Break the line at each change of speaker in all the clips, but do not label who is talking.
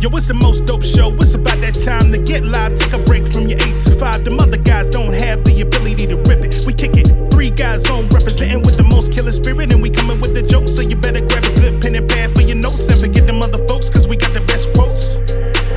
Yo, it's the most dope show. It's about that time to get live. Take a break from your 8 to 5. Them other guys don't have the ability to rip it. We kick it. Three guys on representing with the most killer spirit. And we coming with the jokes. So you better grab a good pen and pad for your notes. And forget them other folks, cause we got the best quotes.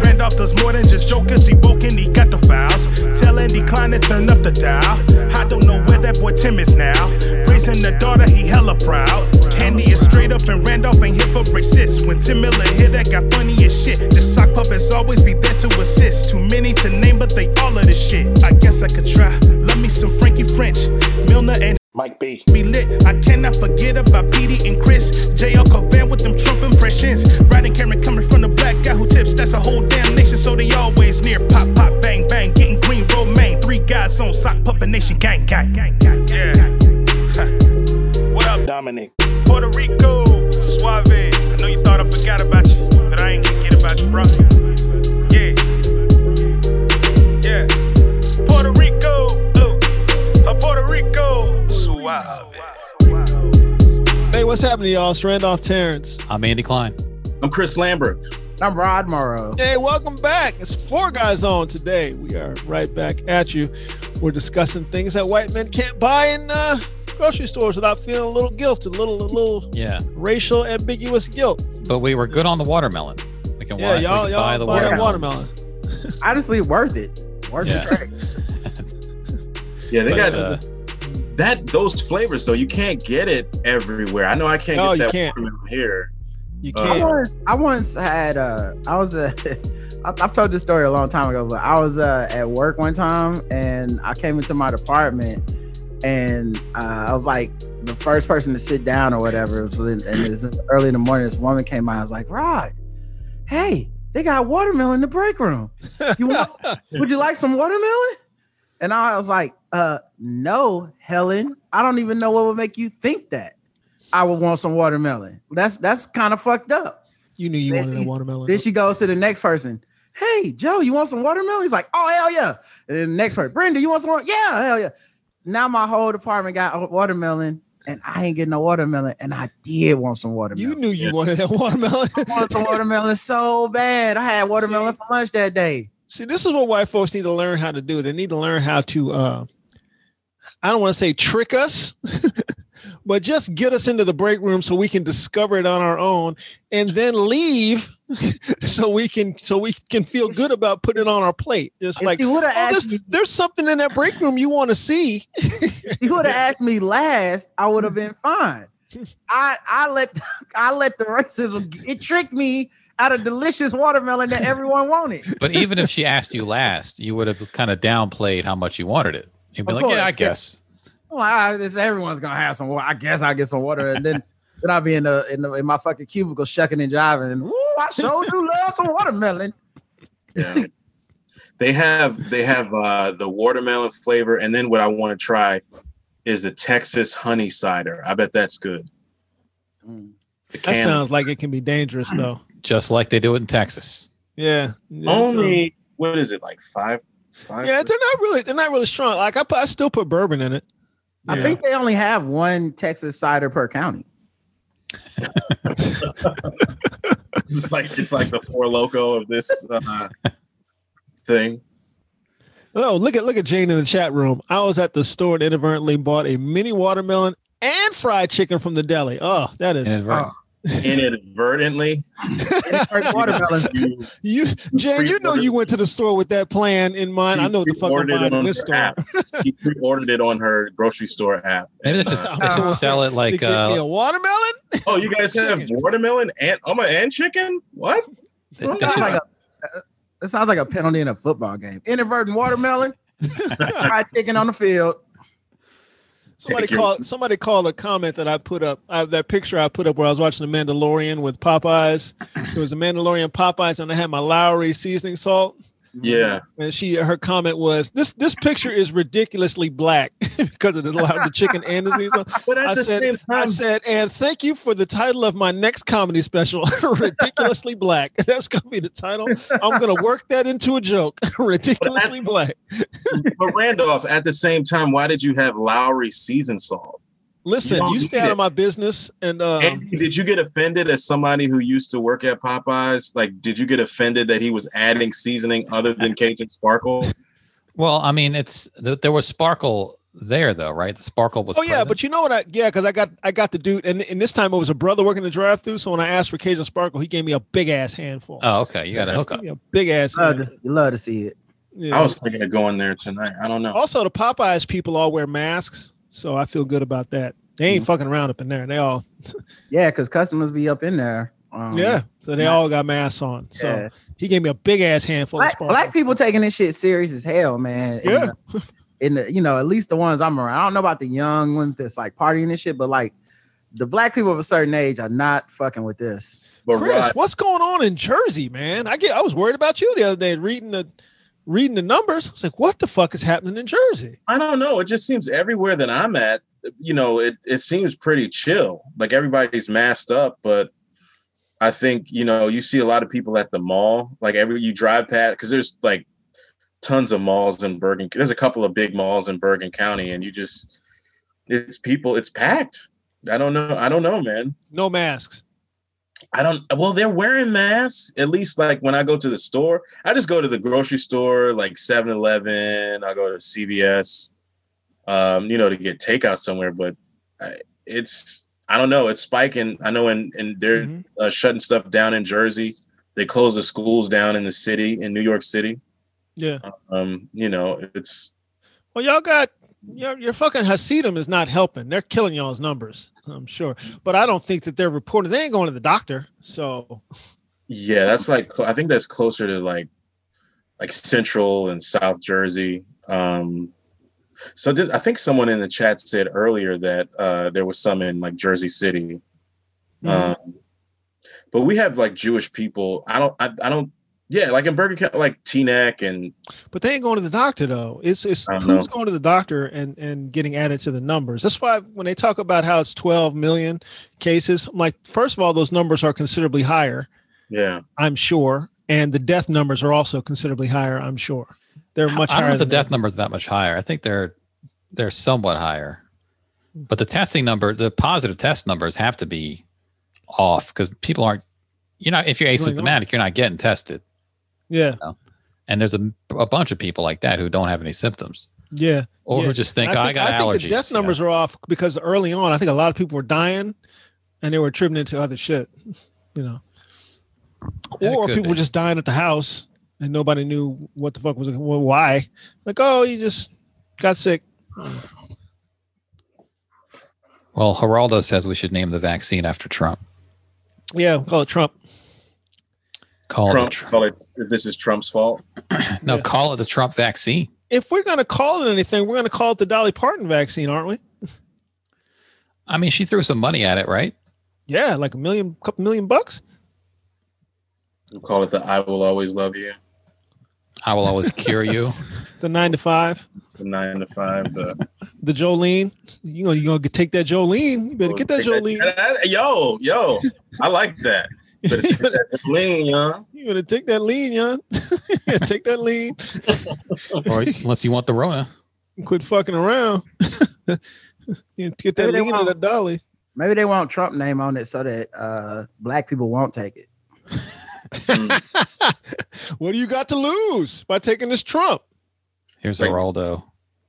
Randolph does more than just jokers. He woke and he got the files. Tell Andy Klein to turn up the dial. I don't know where that boy Tim is now. Raising the daughter, he hella proud. Andy is straight up and Randolph ain't here for racist. When Tim Miller hit, that got funny as shit. The sock puppets always be there to assist. Too many to name, but they all of this shit. I guess I could try. Love me some Frankie French, Milner and
Mike B.
be lit. I cannot forget about Petey and Chris. JL Covan with them Trump impressions. Riding camera coming from the black guy who tips. That's a whole damn nation, so they always near. Pop, pop, bang, bang. Getting green, romaine. Three guys on sock, puppet nation, gang, gang. Yeah. Huh. What up,
Dominic.
Puerto Rico? Suave. I know you thought I forgot about you, but I ain't gonna get about you, bro. Yeah. Yeah. Puerto Rico. Uh, uh, Puerto Rico. Suave.
Hey, what's happening, y'all? It's Randolph Terrence.
I'm Andy Klein.
I'm Chris Lambert.
I'm Rod Morrow.
Hey, welcome back. It's Four Guys On today. We are right back at you. We're discussing things that white men can't buy in uh, grocery stores without feeling a little guilt, a little, a little
Yeah,
racial ambiguous guilt.
but we were good on the watermelon. We can,
Yeah,
wa-
y'all,
we can
y'all
buy the
buy that
watermelons.
watermelon.
Honestly, worth it. Worth
Yeah.
the trade.
Yeah, they
But,
got
uh,
that those flavors though. You can't get it everywhere. I know I can't
No,
get
you
that
can't.
watermelon here.
You
Uh,
I
can't.
once, I once had uh I was uh I, I've told this story a long time ago, but I was uh at work one time and I came into my department and uh, I was like the first person to sit down or whatever. It was within- and it was early in the morning. This woman came out. I was like, Rod, hey, they got watermelon in the break room. You want, would you like some watermelon? And I was like, uh, no, Helen. I don't even know what would make you think that I would want some watermelon. That's that's kind of fucked up.
you knew you
Then
wanted a
she-
watermelon.
Then she goes to the next person. Hey, Joe, you want some watermelon? He's like, oh hell yeah. And then the next person, Brenda, you want some water? Yeah, hell yeah. Now my whole department got a watermelon, and I ain't getting no watermelon. And I did want some watermelon.
you knew you wanted that watermelon.
I wanted some watermelon so bad. I had watermelon for lunch that day.
See, this is what white folks need to learn how to do. They need to learn how to uh I don't want to say trick us, but just get us into the break room so we can discover it on our own and then leave so we can so we can feel good about putting it on our plate. Just
If
like
she would have
"Oh,
asked me
there's, there's something in that break room you want to see.
you would have asked me last, I would have been fine. I I let I let the racism it tricked me out of delicious watermelon that everyone wanted.
but even if she asked you last, you would have kind of downplayed how much you wanted it. You'd be
Of
like,
course,
yeah, I
yeah.
guess.
I'm like, "Ah, this, everyone's gonna have some water. I guess I'll get some water, and then then I'll be in the in, the, in my fucking cubicle shucking and driving. And ooh, I sure do love some watermelon.
Yeah. they have they have uh the watermelon flavor, and then what I want to try is the Texas honey cider. I bet that's good.
Mm.
The
That
can
sounds like it can be dangerous though.
Just like they do it in Texas.
Yeah. Yeah, so-
only what is it like five five
Yeah, they're not really they're not really strong. Like I put, I still put bourbon in it.
I
Yeah.
think they only have one Texas cider per county.
it's like it's like the four loco of this uh, thing.
Oh, look at look at Jane in the chat room. I was at the store and inadvertently bought a mini watermelon and fried chicken from the deli. Oh, that is
Inadvertent.
Inadvertently,
It's first watermelon.
you
you, Jane. You know you went to the store with that plan in mind. I know what the fuck I'm
pre-ordered
buying
it
in
on
this
her
store.
app. She pre-ordered it on her grocery store app.
Maybe they
And,
should,
uh,
they should sell it
to
like,
get me
uh,
a watermelon.
oh, you guys have
Chicken.
watermelon and um, and chicken? What?
they-
That
they
sounds,
should-
like a, that sounds like a penalty in a football game. Inadvertent watermelon, fried chicken on the field.
Somebody
Take your-
call somebody call a comment that I put up uh, that picture I put up where I was watching The Mandalorian with Popeyes. It was The Mandalorian Popeyes, and I had my Lowry seasoning salt.
Yeah,
And she her comment was this this picture is ridiculously black because it allowed the chicken and the seasoning.
but at
I
the
said-
same
I
time,
said, and thank you for the title of my next comedy special, Ridiculously Black. That's going to be the title. I'm going to work that into a joke, Ridiculously Black.
but Randolph, at the same time, why did you have Lowry season salt?
Listen,
don't
you, stay
need
out
it.
of my business, and um,
Andy, did you get offended as somebody who used to work at Popeyes? Like, did you get offended that he was adding seasoning other than Cajun Sparkle?
Well, I mean, it's th- there was sparkle there though, right? The sparkle was.
oh yeah,
present.
but you know what? I yeah, because I got I got the dude, and, and this time it was a brother working the drive-through. So when I asked for Cajun Sparkle, he gave me a big ass handful.
Oh, okay. You got a hookup.
Gave me a big ass.
Love to, love to see it.
I was thinking of going there tonight. I don't know.
Also, the Popeyes people all wear masks, so I feel good about that. They ain't fucking around up in there. They all
Yeah, because customers be up in there. Um,
yeah, so they all got masks on. So
yeah.
he gave me a big ass handful of
black,
sparkle.
black people taking this shit serious as hell, man.
Yeah.
And, uh, and, uh, you know, at least the ones I'm around. I don't know about the young ones that's like partying and shit, but like the black people of a certain age are not fucking with this.
But
Chris,
Rod,
what's going on in Jersey, man? I get I was worried about you the other day reading the reading the numbers. I was like, what the fuck is happening in Jersey?
I don't know. It just seems everywhere that I'm at, you know, it, it seems pretty chill. Like everybody's masked up, but I think, you know, you see a lot of people at the mall. Like every you drive past because there's like tons of malls in Bergen. There's a couple of big malls in Bergen County, and you just it's people, it's packed. I don't know. I don't know, man.
No masks.
I don't. Well, they're wearing masks. At least, like when I go to the store, I just go to the grocery store, like 7-Eleven. I go to CVS, um, you know, to get takeout somewhere. But I, it's I don't know. It's spiking. I know, and and they're
Mhm.
uh, shutting stuff down in Jersey. They close the schools down in the city in New York City.
Yeah.
Um, you know, it's
Well, y'all got your your fucking Hasidim is not helping. They're killing y'all's numbers, I'm sure. But I don't think that they're reporting. They ain't going to the doctor. So
yeah, that's like I think that's closer to like like Central and South Jersey. Um, so did, I think someone in the chat said earlier that uh, there was some in like Jersey City,
Mm-hmm.
um, but we have like Jewish people. I don't. I, I don't. Yeah, like in Burger King, like Teaneck and
But they ain't going to the doctor though. It's it's
I
who's
don't know.
going to the doctor and and getting added to the numbers. That's why when they talk about how it's 12 million cases, I'm like, first of all, those numbers are considerably higher,
yeah.
I'm sure, and the death numbers are also considerably higher, I'm sure. They're much
I don't
higher.
know if the
than
death
that.
number's that much higher. I think they're they're somewhat higher, but the testing number, the positive test numbers, have to be off because people aren't. You know, if you're
Going on.
asymptomatic, you're not getting tested,
Yeah,
and there's a, a bunch of people like that who don't have any symptoms
yeah.
or
Yeah.
who just think
And
"Oh, I, got allergies.
the death
you know?
numbers are off because early on, I think a lot of people were dying, and they were attributing it to other shit, you know,
Yeah, it
or
could
people were
be.
just dying at the house and nobody knew what the fuck was well, why. Like, oh, you just got sick.
Well, Geraldo says we should name the vaccine after Trump.
Yeah, we'll call it Trump.
Call
Trump,
it the
call it, this is Trump's fault.
Trump. No,
Yeah.
call it the Trump vaccine.
If we're gonna call it anything, we're gonna call it the Dolly Parton vaccine, aren't we?
I mean, she threw some money at it, right?
Yeah, like a million, couple million bucks.
We'll call it the "I will always love you"
I will always cure you.
The nine to five,
the nine to five. The
the Jolene. You know, you gonna take that Jolene. You better get that Jolene.
Yo, yo, I like that. Better
You
take
better-
that Jolene, young.
you better take that lean, young. yeah, take that lean.
or unless you want the Rona.
quit fucking around. You get that
Maybe they
lean of
won't.
that dolly.
Maybe they want Trump name on it so that uh black people won't take it.
what do you got to lose by taking this Trump?
Here's
Like-
Geraldo.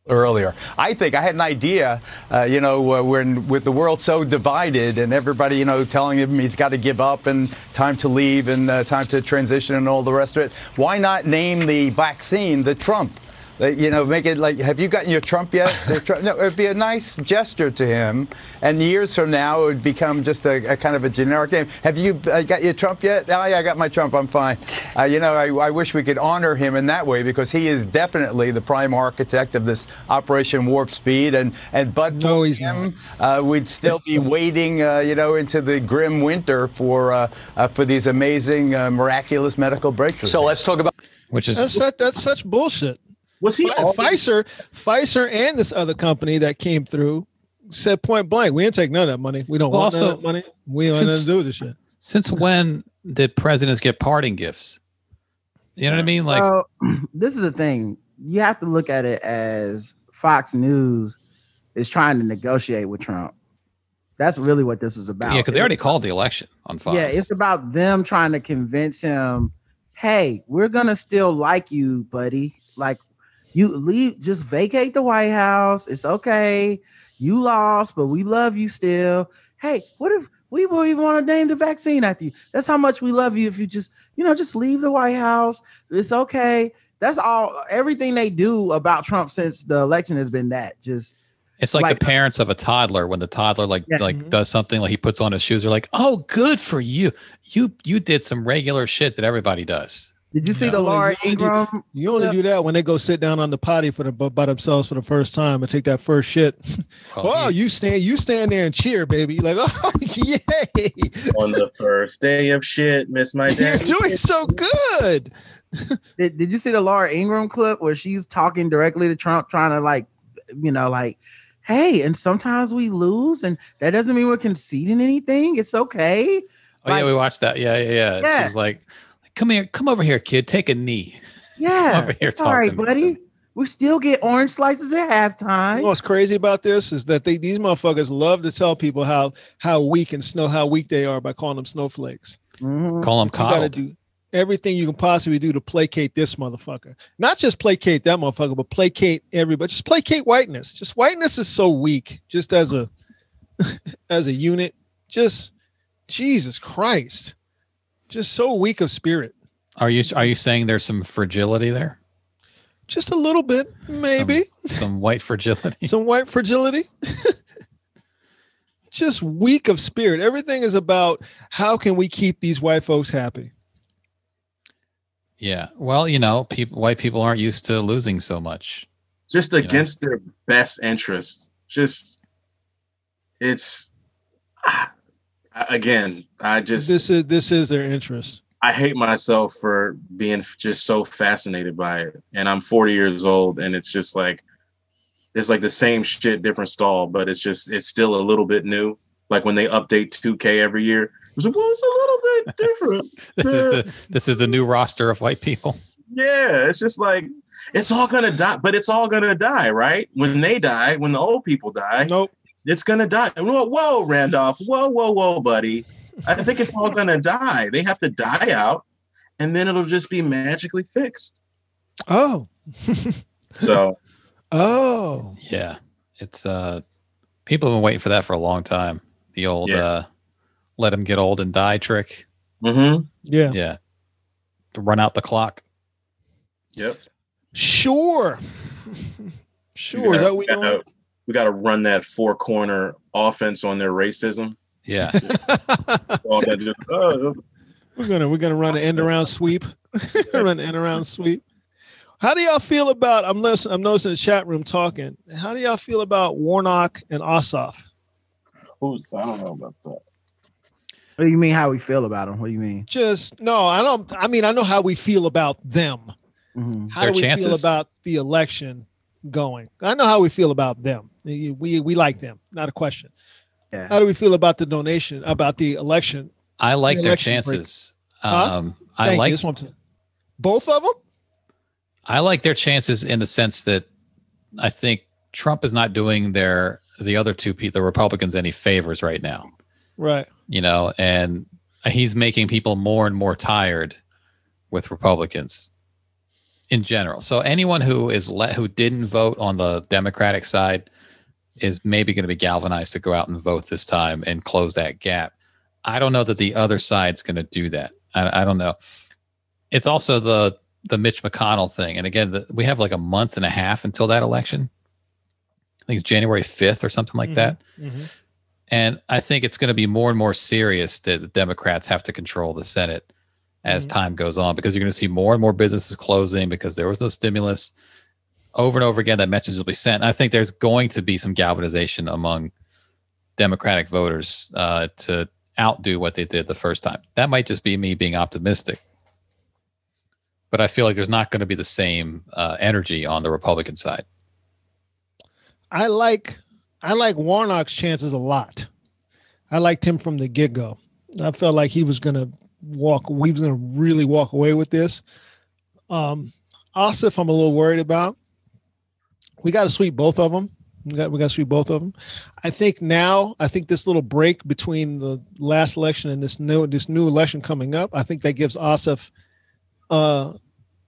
earlier. I think I had an idea, uh, you know, uh, when with the world so divided and everybody, you know, telling him he's got to give up and time to leave and uh, time to transition and all the rest of it. Why not name the vaccine the Trump? Uh, you know, make it like, have you gotten your Trump yet? The Trump- no, it'd be a nice gesture to him. And years from now, it would become just a, a kind of a generic name. Have you uh, got your Trump yet? Oh, yeah, I got my Trump. I'm fine. Uh, you know, I, I wish we could honor him in that way because he is definitely the prime architect of this Operation Warp Speed. And, and but for
No, he's
him, uh, we'd still be waiting, uh, you know, into the grim winter for, uh, uh, for these amazing, uh, miraculous medical breakthroughs.
So let's talk about
Which is
That's such, that's such bullshit.
Was he?
Fi-
all-
Pfizer, Pfizer, and this other company that came through said point blank, we ain't take none of that money. We don't
Well,
want none
also,
of that money. We don't want nothing to
since-
do with this shit.
Since when did presidents get parting gifts? You know what I mean? Like,
so, this is the thing. You have to look at it as Fox News is trying to negotiate with Trump. That's really what this is about.
yeah, because they already called the election on Fox.
Yeah, it's about them trying to convince him, hey, we're gonna still like you, buddy. Like you leave, just vacate the White House. It's okay. You lost, but we love you still. Hey, what if we will even want to name the vaccine after you? That's how much we love you. If you just, you know, just leave the White House. It's okay. That's all everything they do about Trump since the election has been that. Just
It's like,
like- uh,
the parents of a toddler when the toddler like
Yeah.
Mm-hmm.
like does something like he puts on his shoes. They're like, "Oh, good for you. You you did some regular shit that everybody does."
did you see the
No,
Laura
you do-
Ingram
You only
Yeah.
do that when they go sit down on the potty for the by themselves for the first time and take that first shit.
yeah.
Oh, you stand, you stand there and cheer, baby. You're like, oh, yay!
on the first day of shit, miss my
You're
dad.
doing so good.
Did, did you see the Laura Ingram clip where she's talking directly to Trump, trying to like, you know, like, hey, and sometimes we lose, and that doesn't mean we're conceding anything. It's okay.
Oh yeah, we watched that. Yeah, yeah, yeah.
Yeah.
She's like, "Come here, come over here, kid. Take a knee. Come
Yeah.
over here, talk
Sorry,
to me."
buddy. We still get orange slices at
You
halftime.
know what's crazy about this is that they these motherfuckers love to tell people how how weak and snow how weak they are by calling them snowflakes.
Mhm.
Call him
You gotta
coddled.
do everything you can possibly do to placate this motherfucker. Not just placate that motherfucker, but placate everybody. Just placate whiteness. Just whiteness is so weak, just as a as a unit. Just Jesus Christ. Just so weak of spirit.
Are you are you saying there's some fragility there?
Just a little bit, maybe.
some, some white fragility.
some white fragility. Just weak of spirit. Everything is about how can we keep these white folks happy?
yeah. Well, you know, people white people aren't used to losing so much.
Just
Yeah.
against their best interest. Just it's ah, again, I just
this is this is their interest.
I hate myself for being just so fascinated by it. And I'm 40 years old and it's just like it's like the same shit, different stall, but it's just it's still a little bit new. Like when they update 2K every year, it's like, well, it's a little bit different.
This is the this is the new roster of white people.
Yeah, it's just like it's all gonna die, but it's all gonna die, right? When they die, when the old people die,
Nope.
it's gonna die. Whoa, whoa, Randolph, whoa, whoa, whoa, buddy. I think it's all gonna die. They have to die out, and then it'll just be magically fixed.
Oh.
So
Oh.
Yeah. It's uh people have been waiting for that for a long time. The old
Yeah.
uh let them get old and die trick.
mhm,
Yeah.
Yeah. To run out the clock.
yep.
Sure. sure.
We gotta-
That we
gotta-
know.
we gotta run that four corner offense on their racism.
Yeah.
All that just, oh,
we're gonna we're gonna run an end around sweep. run an end around sweep. How do y'all feel about I'm listen, I'm noticing the chat room talking. How do y'all feel about Warnock and Ossoff?
who's- I don't know about that.
What do you mean? How we feel about him? What do you mean?
Just no, I don't I mean I know how we feel about them.
Mhm.
how
Their
do we feel
chances.
about the election going? I know how we feel about them. We we like them, not a question.
Yeah.
How do we feel about the donation about the election?
I like
The
their
election break.
chances.
Huh?
Um
Thank
I
you.
like
Just want to- both of them.
I like their chances in the sense that I think Trump is not doing their the other two people, the Republicans, any favors right now.
Right.
You know, and he's making people more and more tired with Republicans in general. So anyone who is let who didn't vote on the Democratic side is maybe going to be galvanized to go out and vote this time and close that gap. I don't know that the other side's going to do that. I, I don't know. It's also the the Mitch McConnell thing, and again, the, we have like a month and a half until that election. I think it's January fifth or something like that.
Mm-hmm.
And I think it's going to be more and more serious that the Democrats have to control the Senate as
Mhm.
time goes on because you're going to see more and more businesses closing because there was no stimulus. Over and over again, that message will be sent. And I think there's going to be some galvanization among Democratic voters uh, to outdo what they did the first time. That might just be me being optimistic. But I feel like there's not going to be the same uh, energy on the Republican side.
I like I like Warnock's chances a lot. I liked him from the get go. I felt like he was gonna walk. We was gonna really walk away with this. Um, Asif, I'm a little worried about. We got to sweep both of them. We got we got through both of them. I think now I think this little break between the last election and this new this new election coming up, I think that gives Ossoff. Uh,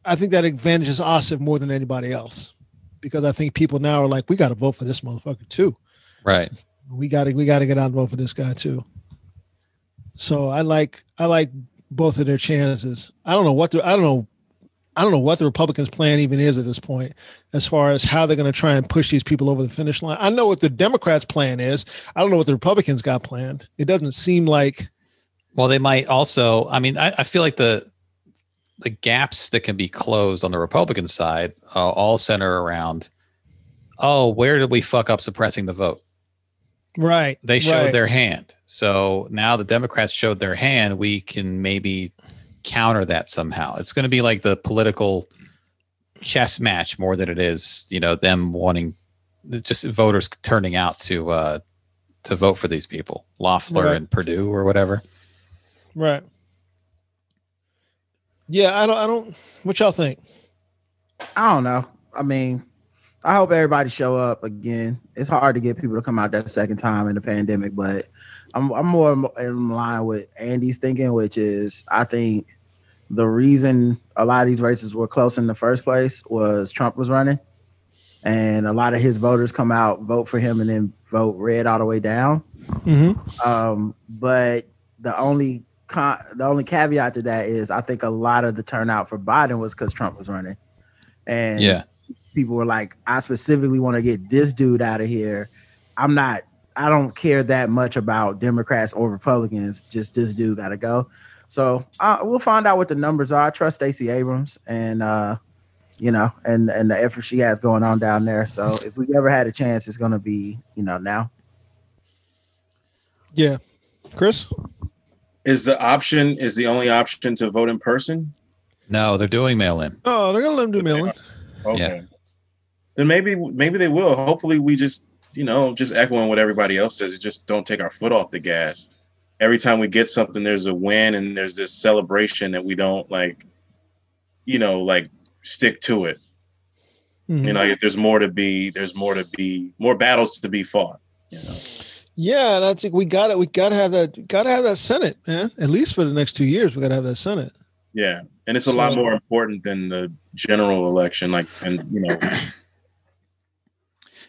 I think that advantages Ossoff more than anybody else, because I think people now are like, we got to vote for this motherfucker too.
Right.
We got to we got to get out and vote for this guy too. So I like I like both of their chances. I don't know what the I don't know I don't know what the Republicans' plan even is at this point, as far as how they're going to try and push these people over the finish line. I know what the Democrats' plan is. I don't know what the Republicans got planned. It doesn't seem like
Well, they might also. I mean, I, I feel like the the gaps that can be closed on the Republican side uh, all center around. Oh, where did we fuck up suppressing the vote?
right.
They showed
right.
their hand. So now the Democrats showed their hand. We can maybe counter that somehow. It's going to be like the political chess match more than it is, you know, them wanting just voters turning out to uh, to vote for these people, Loeffler
Right.
and Purdue or whatever.
right. Yeah, I don't. I don't. What y'all think?
I don't know. I mean, I hope everybody show up again. It's hard to get people to come out that second time in the pandemic, but I'm I'm more in line with Andy's thinking, which is I think the reason a lot of these races were close in the first place was Trump was running, and a lot of his voters come out vote for him and then vote red all the way down.
Mm-hmm.
Um, but the only con- the only caveat to that is I think a lot of the turnout for Biden was because Trump was running, and
Yeah.
people were like, I specifically want to get this dude out of here. I'm not, I don't care that much about Democrats or Republicans. Just this dude got to go. So uh, we'll find out what the numbers are. I trust Stacey Abrams and, uh, you know, and and the effort she has going on down there. So if we ever had a chance, it's going to be, you know, now.
Yeah, Chris.
Is the option is the only option to vote in person?
No, they're doing mail in.
Oh, they're gonna let him do mailing.
Okay.
Yeah.
Then maybe maybe they will. Hopefully we just you know just echoing what everybody else says. Just don't take our foot off the gas. Every time we get something, there's a win and there's this celebration that we don't like. You know, like stick to it.
Mhm.
You know, there's more to be. There's more to be. More battles to be fought. You know.
Yeah, and I think we got it. We gotta have that. Gotta have that Senate, man. At least for the next two years, we gotta have that Senate.
Yeah, and it's a lot more important than the general election. Like, and you know,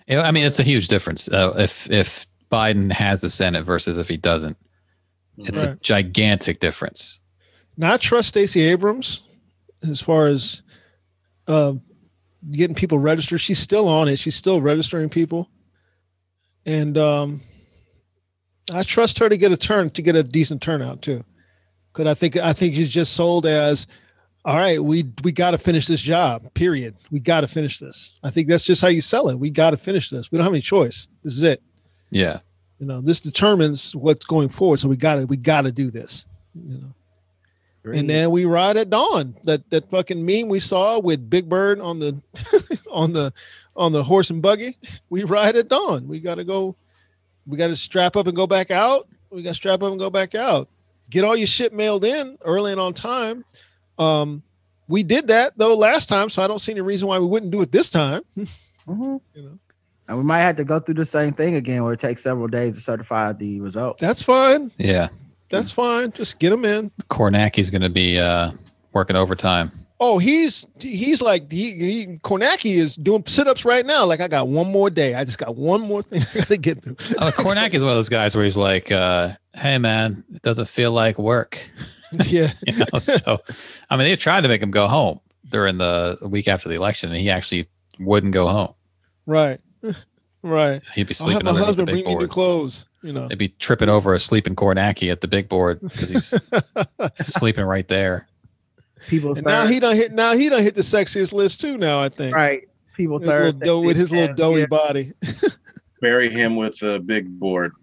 You know, I mean, it's a huge difference uh, if if Biden has the Senate versus if he doesn't. It's a
Right.
gigantic difference.
Now I trust Stacey Abrams as far as uh, getting people registered. She's still on it. She's still registering people, and um, I trust her to get a turn to get a decent turnout too. Because I think I think she's just sold as, all right, we we got to finish this job. Period. We got to finish this. I think that's just how you sell it. We got to finish this. We don't have any choice. This is it.
Yeah.
You know, this determines what's going forward. So we got to we got to do this. You know. And then we ride at dawn. That that fucking meme we saw with Big Bird on the on the on the horse and buggy. We ride at dawn. We gotta go. We gotta strap up and go back out. We gotta strap up and go back out. Get all your shit mailed in early and on time. Um, we did that though last time, so I don't see any reason why we wouldn't do it this time. You know.
Mm-hmm. And we might have to go through the same thing again where it takes several days to certify the result.
That's fine.
Yeah.
That's fine. Just get them in.
Kornacki's going to be uh, working overtime.
Oh, he's he's like he, he Kornacki is doing sit ups right now. Like I got one more day. I just got one more thing I gotta get through.
Oh, Kornacki's one of those guys where he's like, uh, hey, man, it doesn't feel like work.
yeah,
You know? so, I mean, they tried to make him go home during the week after the election, and he actually wouldn't go home.
right, right.
He'd be
I'll have
sleeping
my
underneath the
husband
big
bring me new
board.
clothes. You know,
They'd be tripping over a sleeping Kornacki at the big board because he's sleeping right there.
People
and
third,
now he done hit. Now he done hit the sexiest list too. Now I think
right. People
His little
third
dough- with his little
fifth,
doughy
yeah.
body.
bury him with a big board.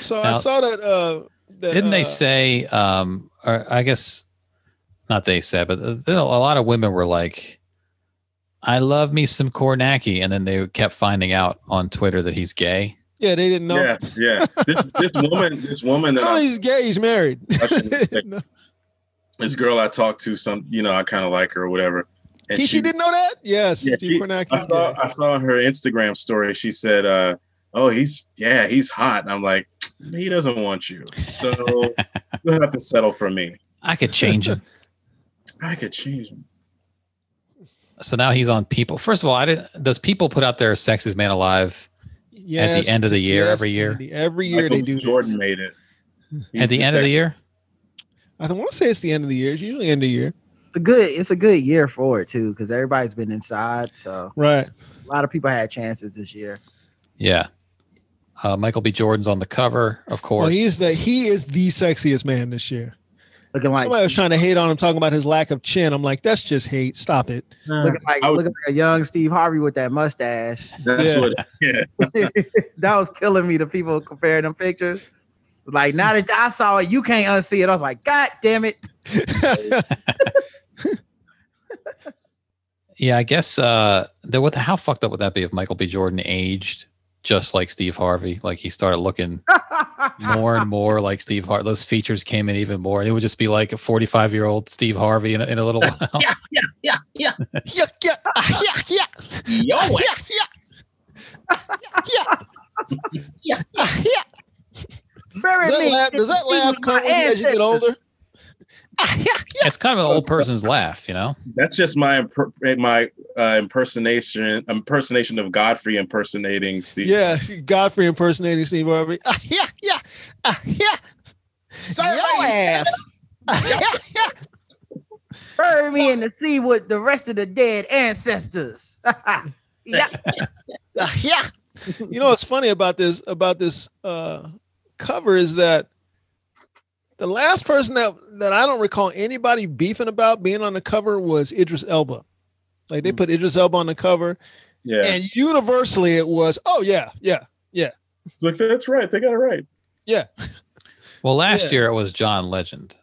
So I
Now-
saw that. uh that,
Didn't they
uh,
say? Um, or I guess not. They said, but uh, then a lot of women were like, "I love me some Kornacki," and then they kept finding out on Twitter that he's gay.
Yeah, they didn't know.
Yeah, yeah. This, this woman, this woman that
No,
I,
he's gay. He's married.
I should-
No.
this girl I talked to, some you know, I kind of like her or whatever, And
Kishi didn't know that? Yes,
Yeah,
Steve
she-
Kornacki.
I saw I saw in her Instagram story. She said, uh, "Oh, he's yeah, he's hot." And I'm like, he doesn't want you, so you'll have to settle for me.
I could change him.
I could change him.
so now he's on people. First of all, I didn't. Does people put out their "Sexiest Man Alive"
Yes,
at the end of the year
yes,
every year?
Andy, Every year
Michael
they do.
Jordan
this.
made it
at the, end of the year,
I want to say it's the end of the year. It's usually end of the year.
It's a good. It's a good year for it too, because everybody's been inside, so
Right.
a lot of people had chances this year.
yeah. Uh, Michael B. Jordan's on the cover, of course.
Well, he's the he is the sexiest man this year.
Looking like
Somebody was
looking
trying to hate on him, talking about his lack of chin. I'm like, that's just hate. Stop it.
like
I would-
looking like a young Steve Harvey with that mustache.
That's
Yeah.
what. Yeah,
that was killing me. The people comparing them pictures. Like now that I saw it, you can't unsee it. I was like, God damn it!
yeah, I guess. Uh, that what? the- How fucked up would that be if Michael B. Jordan aged just like Steve Harvey? Like he started looking more and more like Steve Harvey. Those features came in even more, and it would just be like a forty-five-year-old Steve Harvey in a, in a little while.
yeah, yeah, ah, yeah, yeah,
yo,
yeah, yeah, yeah, yeah, ah, yeah.
Bury
Does that
me.
laugh, does that laugh
My
come with you as you
ancestors.
get older? Ah, yeah, yeah.
It's kind of an old person's laugh, you know.
that's just my imper- my uh, impersonation impersonation of Godfrey impersonating Steve.
Yeah, Godfrey impersonating Steve Harvey. Ah, yeah, yeah, ah, yeah. Your ass. Ah, yeah, yeah.
Bury me in the sea with the rest of the dead ancestors. yeah.
Uh, yeah. You know what's funny about this about this uh, cover is that the last person that that I don't recall anybody beefing about being on the cover was Idris Elba. Like they put Idris Elba on the cover,
yeah.
and universally it was, oh yeah, yeah,
It's like that's right. They got it right.
Well, last
Yeah.
year it was John Legend.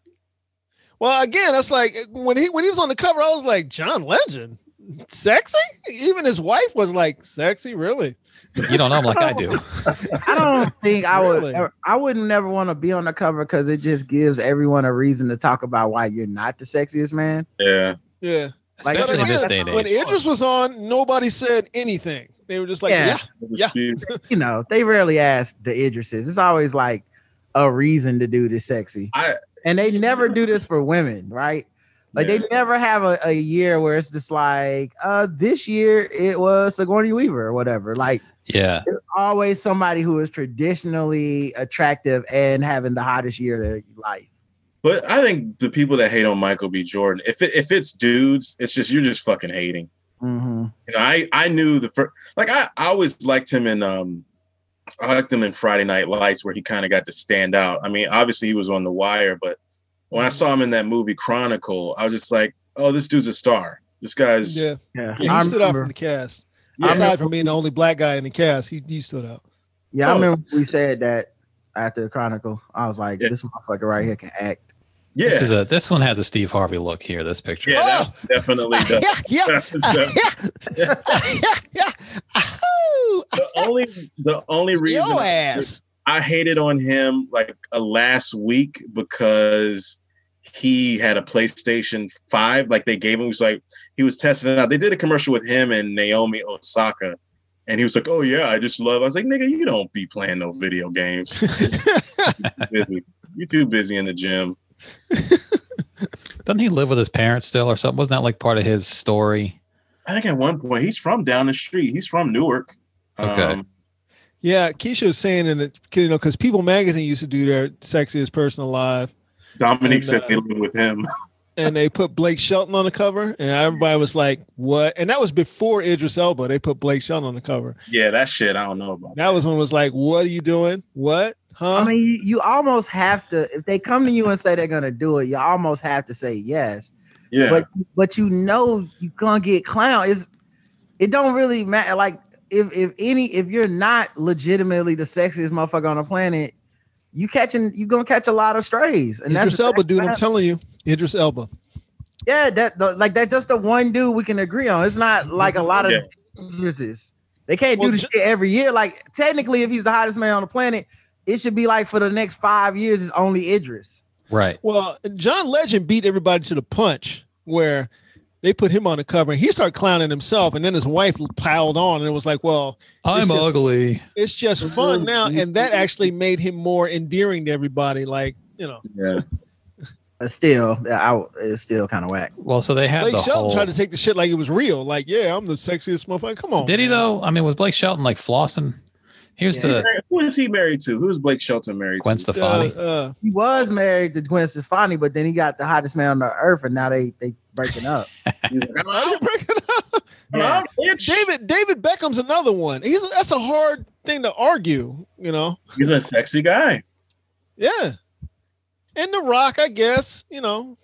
Well, again, that's like when he when he was on the cover, I was like John Legend, sexy. Even his wife was like, sexy, really?
You don't know him like I do.
I don't think I
Really?
would. ever- I wouldn't never want to be on the cover because it just gives everyone a reason to talk about why you're not the sexiest man.
Yeah,
Yeah.
Like,
Especially in this
yeah,
day and
When
age.
Idris was on, nobody said anything. They were just like,
Yeah.
yeah, Yeah.
Steve-
You know, they rarely ask the Idrises. It's always like a reason to do this sexy,
I-
and they never do this for women, right? Like
yeah.
they never have a, a year where it's just like, uh, this year it was Sigourney Weaver or whatever. Like
Yeah.
it's always somebody who is traditionally attractive and having the hottest year of their life.
But I think the people that hate on Michael B. Jordan, if it, if it's dudes, it's just you're just fucking hating.
hmm
You know, I I knew the first like I, I always liked him in um I liked him in Friday Night Lights where he kind of got to stand out. I mean, obviously he was on The Wire, but when I saw him in that movie Chronicle, I was just like, oh, this dude's a star. This guy's
yeah.
yeah.
Yeah,
Yeah, he
I
stood out
remember-
from the cast.
I
Aside from being the only black guy in the cast, he, he stood out.
Yeah, I
Oh.
remember we said that after the Chronicle. I was like,
Yeah.
this motherfucker right here can act.
This is a this one has a Steve Harvey look here, this picture.
yeah, that
Oh.
definitely does.
Yeah, yeah,
the,
yeah, yeah. Ahoo!
the only the only reason
Yo ass.
I hated on him like uh, last week because he had a PlayStation 5. Like they gave him, he was like, he was testing it out. They did a commercial with him and Naomi Osaka. And he was like, oh, yeah, I just love. I was like, nigga, you don't be playing no video games. Busy. You're too busy in the gym.
Doesn't he live with his parents still or something? Wasn't that like part of his story?
I think at one point, he's from down the street. He's from Newark. Um,
Okay.
Yeah, Keisha was saying in the you know because People Magazine used to do their sexiest person alive,
Dominique
And,
said
uh,
they live with him.
and they put Blake Shelton on the cover, and everybody was like, "What?" And that was before Idris Elba. They put Blake Shelton on the cover.
yeah, that shit, I don't know about.
That was when it was like, "What are you doing? What? Huh?"
I mean, you, you almost have to, if they come to you and say they're going to do it, you almost have to say yes.
Yeah.
But but you know you're going to get clown. It's, it don't really matter. Like, if, if any, if you're not legitimately the sexiest motherfucker on the planet, you catching, you're going to catch a lot of strays. And
Idris
that's
Elba, dude. I'm
that's-
telling you, Idris Elba.
Yeah, that the- like that's just the one dude we can agree on. It's not like a lot of
Yeah.
years. They can't
Well,
do this
ju-
shit every year. Like technically, if he's the hottest man on the planet, it should be like for the next five years it's only Idris.
Right.
Well, John Legend beat everybody to the punch where They put him on the cover and he started clowning himself. And then his wife piled on and it was like, well,
I'm
just-
ugly.
it's just fun now. And that actually made him more endearing to everybody. Like, you know,
Yeah.
But still, I, it's still kind of whack.
Well, so they had
Blake
the
Shelton
whole.
tried to take the shit like it was real. Like, yeah, I'm the sexiest motherfucker. Come on.
Did he
man.
though? I mean, was Blake Shelton like flossing? Here's
Yeah.
the
Who is he married to? Who's Blake Shelton married
Gwen
to?
Stefani.
Uh, uh,
He was married to Gwen Stefani, but then he got the hottest man on the earth, and now they they breaking up.
He's like,
is
"Hello?
it breaking up?
Hello, bitch?"
David David Beckham's another one. He's that's a hard thing to argue. You know.
He's a sexy guy.
Yeah. And The Rock, I guess. You know.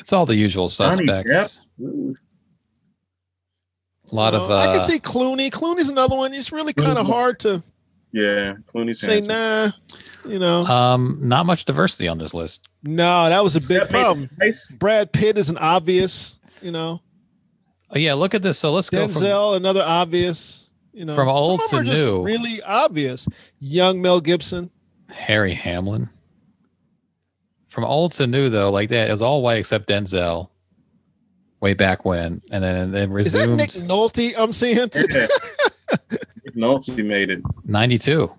It's all the usual
Johnny Depp.
suspects.
Ooh.
A lot
you
of
know, I
uh,
can see Clooney. Clooney's another one. It's really kind of hard to
Yeah, Clooney's
say
handsome.
nah. You know.
um, not much diversity on this list.
Uh, No, that was a big
That made it
problem.
nice.
Brad Pitt is an obvious. You know.
Oh yeah, look at this. So let's go from
Denzel, another obvious. You know,
From
Some
old
of them
to
are just
new.
really obvious. Young Mel Gibson.
Harry Hamlin. From old to new though, like that is all white except Denzel. Way back when, and then and then
Is that
resumed
Nick Nolte? I'm seeing.
Yeah. Nolte made it.
ninety two.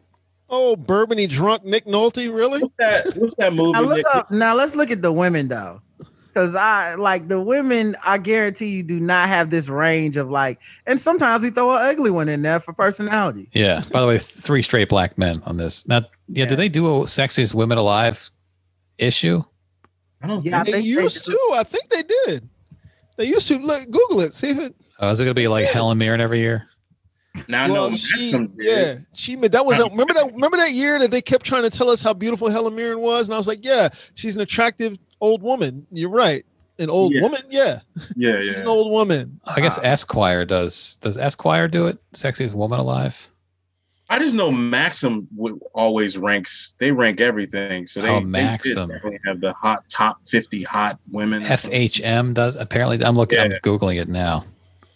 Oh, bourbony drunk Nick Nolte, really?
What's that? What's that movie?
Now
Nick?
look up. Now let's look at the women though, because I like the women. I guarantee you do not have this range of like. And sometimes we throw an ugly one in there for personality.
Yeah. By the way, three straight black men on this. Now, yeah, do
Yeah.
they do a sexiest women alive issue?
I don't
Yeah. I
think
They
think they
used
do.
to. I think they did. They used to. Look, Google it. See if it.
Uh, is it going to be like Helen Mirren every year?
now I
well,
know
she,
Maxim did.
yeah, she. made- That was that, remember that. Remember that year that they kept trying to tell us how beautiful Helen Mirren was, and I was like, yeah, she's an attractive old woman. You're right. An old
Yeah.
woman. Yeah,
Yeah,
she's an
yeah.
old woman.
I guess Esquire does. Does Esquire do it? Sexiest woman alive?
I just know Maxim would always ranks. They rank everything, so they,
Oh,
they did
Maxim.
definitely have the hot top fifty hot women. or something.
FHM does. Apparently, I'm looking. I'm
Yeah.
googling it now.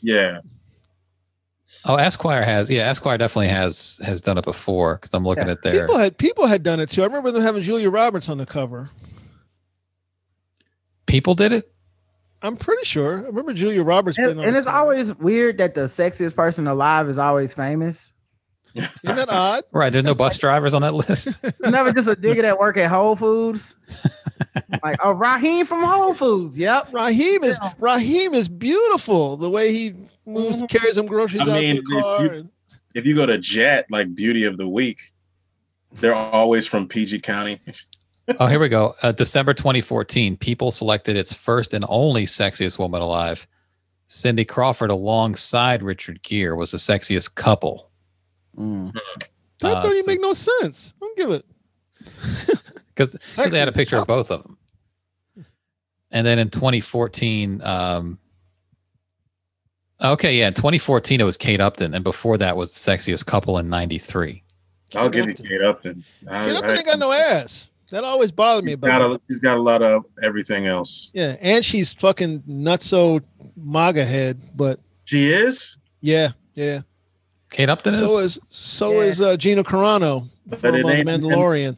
Yeah,
Oh, Esquire has. Yeah, Esquire definitely has has done it before because I'm looking
Yeah.
at their.
People had people had done it too. I remember them having Julia Roberts on the cover.
People did it.
I'm pretty sure. I remember Julia Roberts. being
And,
on
and
the
it's
cover.
always weird that the sexiest person alive is always famous.
isn't that odd?
Right. There's no bus drivers on that list.
Never just a digger that work at Whole Foods. like oh Raheem from Whole Foods. Yep.
Raheem is
Yeah. Mm-hmm.
Raheem is beautiful. The way he moves, carries them groceries
I
out
mean,
to the car.
if you-
and-
if you go to Jet, like Beauty of the Week, they're always from PG County.
Oh, here we go. Uh, December 2014, People selected its first and only sexiest woman alive. Cindy Crawford, alongside Richard Gere, was the sexiest couple.
Mm.
That
Uh,
don't even
so-
make no sense. Don't give it.
because they had a
Sexiest
picture of both of them. And then in 2014, um, okay, yeah, in 2014 it was Kate Upton, and before that was the sexiest couple in '93.
I'll give it Kate Upton. I,
Get up
I-
and they got no ass. That always bothered me
She's
about.
got,
it.
a, she's got a lot of everything else.
Yeah, and she's fucking nutso MAGA head. But
She is.
yeah, yeah.
Kate Upton is,
So is so
Yeah.
is uh, Gina Carano from uh,
it
The
ain't-
Mandalorian.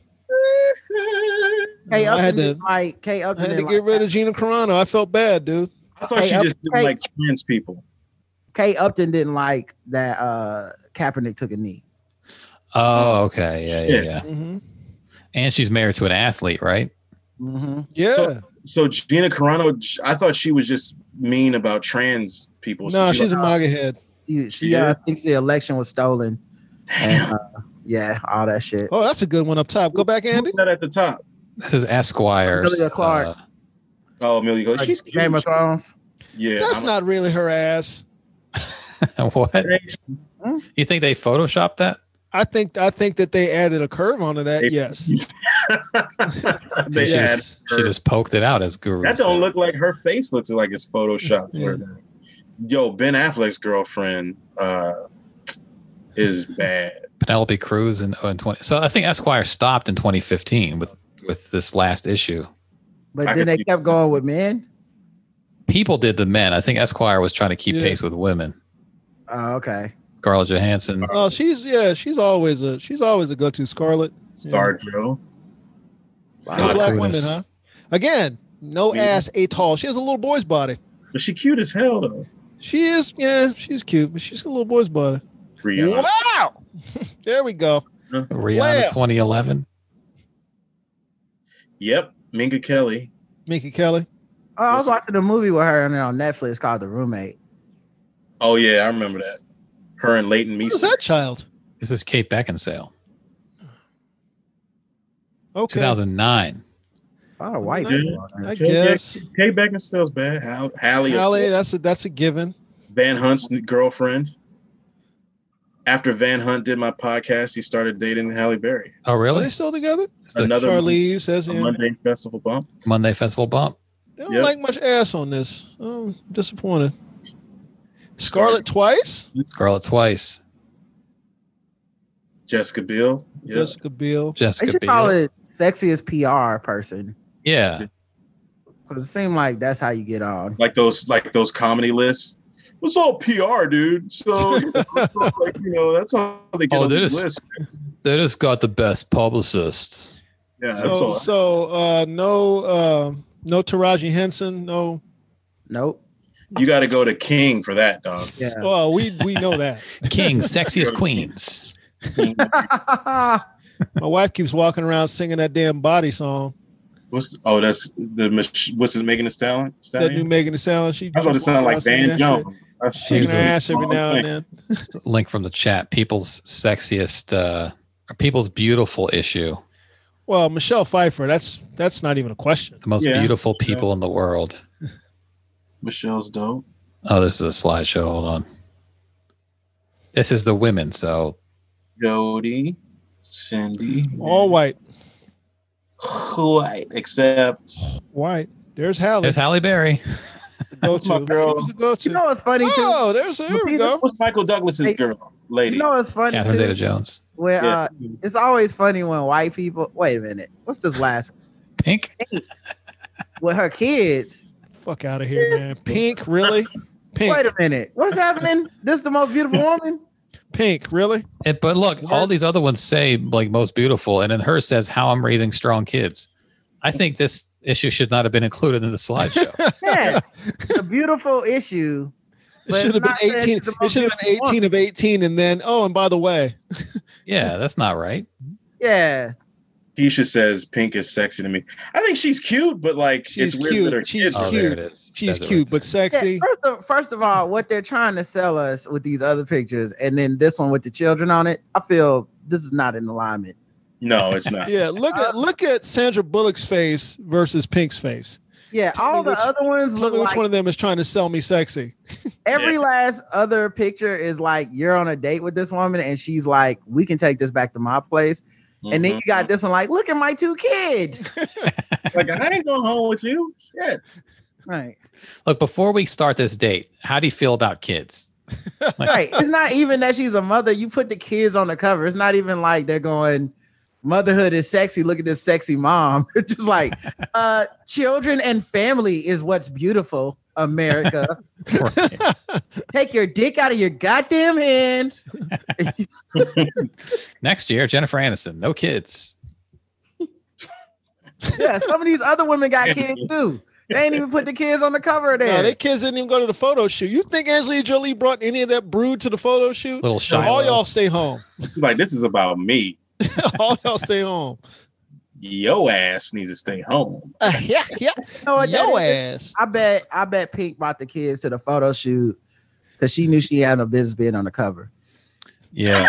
Kay
I had
Upton
to
is like Kay
I
Upton.
had
is
to
like
get rid
that.
of Gina Carano. I felt bad, dude.
I thought she
Hey,
just didn't
hey.
like trans people.
Kay Upton didn't like that uh Kaepernick took a knee.
oh, okay, yeah, yeah,
Yeah.
yeah,
hmm
and she's married to an athlete, right?
Mhm.
Yeah.
So- So Gina Carano, I thought she was just mean about trans people. So
no,
she
she's a
like,
MAGA head.
She, she
Yeah.
uh, thinks the election was stolen. And, uh, yeah, all that shit.
Oh, that's a good one up top. Go back, Andy.
Who's that at the top.
This is Esquire's.
Amelia Clark.
uh,
Oh, Amelia. Clarke.
Like
She's cute.
Game of Thrones.
yeah.
That's
I'm-
not really her ass.
uh, what? You think they photoshopped that?
I think I think that they added a curve onto that.
They-
yes.
they
she,
had
just, she just poked it out as guru.
that don't
said.
look like her face looks like it's photoshopped.
Yeah.
Yo, Ben Affleck's girlfriend uh, is bad.
Penelope Cruz in, in 20. So I think Esquire stopped in 2015 with with this last issue.
But then
I could
they
see-
kept going with men.
People did the men. I think Esquire was trying to keep
Yeah.
pace with women.
Oh, okay.
Scarlett Johansson.
Oh, she's yeah, she's always a she's always a go-to Scarlet.
Star Joe.
No
Mila
black
Kunis.
women, huh? Again, no
Yeah.
ass at all. She has a little boy's body.
But she cute as hell though.
She is, yeah, she's cute, but she's a little boy's butter.
Rihanna.
Wow. there we go.
Rihanna
Well.
2011.
Yep, Minka Kelly.
Minka Kelly.
Oh, I was
Listen.
watching a movie with her and on Netflix called The Roommate.
Oh yeah, I remember that. Her and Leighton
Who's
Meester.
that child?
This is Kate Beckinsale.
Okay.
2009.
A lot of white
Yeah.
people. on
I
there.
guess.
Kate Beckinsale's bad. Hall- Hallie,
Halle, that's a that's a given.
Van Hunt's n- girlfriend. After Van Hunt did my podcast, he started dating Halle Berry.
Oh,
Are
really?
they still together?
It's the
Another-
Charlize says
A
yeah.
Monday festival bump.
Monday Festival bump.
They don't
Yep.
like much ass on this. I'm disappointed. Scarlet twice.
Scarlett Twice.
Jessica Biel. Yeah.
Jessica Biel.
They
Jessica
should call
Biel.
it sexiest PR person
Yeah.
because it seemed like that's how you get on.
Like those like those comedy lists. It's all PR, dude. So like, you know, that's how they get
Oh,
on
they're
these
just-
lists.
They just got the best publicists.
Yeah, that's
So
all.
so uh, no uh, no Taraji Henson. No.
Nope.
You gotta go to King for that, dog.
Yeah.
Well, Oh, we we know that.
King, sexiest queens.
My wife keeps walking around singing that damn body song.
What's oh that's the mach- what's it making a stallion?
That new
stallion?
Megan Thee Stallion. She
I was about to
keeps walking
sound like
around singing
Van
that shit.
Jones. That's-
Shaking her
Jesus.
ass every now and then.
Link from the chat. People's sexiest, uh, people's beautiful issue.
Well, Michelle Pfeiffer. That's that's not even a question.
The most
Yeah.
beautiful people in the world.
Michelle's dope.
Oh, this is a slideshow. Hold on. This is the women. So
Jody, Cindy,
All white.
white, except
White. There's Halle.
there's Halle Berry.
go
my
to.
girl.
Who's the go to?
You know what's funny too?
oh, there's there we go.
what's Michael Douglas's
Hey,
girl, lady?
You
uh,
know what's funny
Catherine Zeta
too?
Jones.
Where
Yeah.
uh, it's always funny when white people. Wait a minute. What's this last?
Pink.
With her kids.
Fuck out of here, man. Pink, really? Pink,
Wait a minute. What's happening? This is the most beautiful woman.
pink, really?
It, but look, all these other ones say like most beautiful, and then hers says how I'm raising strong kids. I think this issue should not have been included in the slideshow.
Man, the beautiful issue.
It
But it's
should have been
not saying
eighteen.
it's the
It should have been
most
eighteen of eighteen, and then oh, and by the way,
yeah, that's not right.
Yeah.
Keisha says pink is sexy to me. I think she's cute, but like
She's
it's weird
cute.
that her
She's
kids
Oh,
are
there
cute.
it is.
she's
Says it right
cute but
Yeah,
sexy.
first, of, first of all, what they're trying to sell us with these other pictures, and then this one with the children on it, I feel this is not in alignment.
No, it's not.
Yeah, look at look at Sandra Bullock's face versus Pink's face.
Yeah,
Tell me
all the
which-
other ones
Tell
look
me which
like
one of them is trying to sell me sexy.
every
Yeah.
last other picture is like you're on a date with this woman, and she's like, "We can take this back to my place," and
Mm-hmm.
Mm-hmm.
then you got this one like, "Look at my two kids."
like I ain't going home with you. Shit.
right,
Look, before we start this date, how do you feel about kids?
right. It's not even that she's a mother. You put the kids on the cover. It's not even like they're going. Motherhood is sexy. Look at this sexy mom. They're just like, uh, children and family is what's beautiful, America. Take your dick out of your goddamn hand.
Next year, Jennifer Aniston, no kids.
Yeah, some of these other women got kids too. They ain't even put the kids on the cover there.
No, they kids didn't even go to the photo shoot. You think Angelina Jolie brought any of that brood to the photo shoot?
Little
No,
shy.
all y'all stay home.
She's like, this is about me.
all y'all stay home.
Yo ass needs to stay home.
Uh, yeah, yeah.
You know what that
Yo
is?
ass.
I bet I bet Pink brought the kids to the photo shoot because she knew she had no business being on the cover.
Yeah.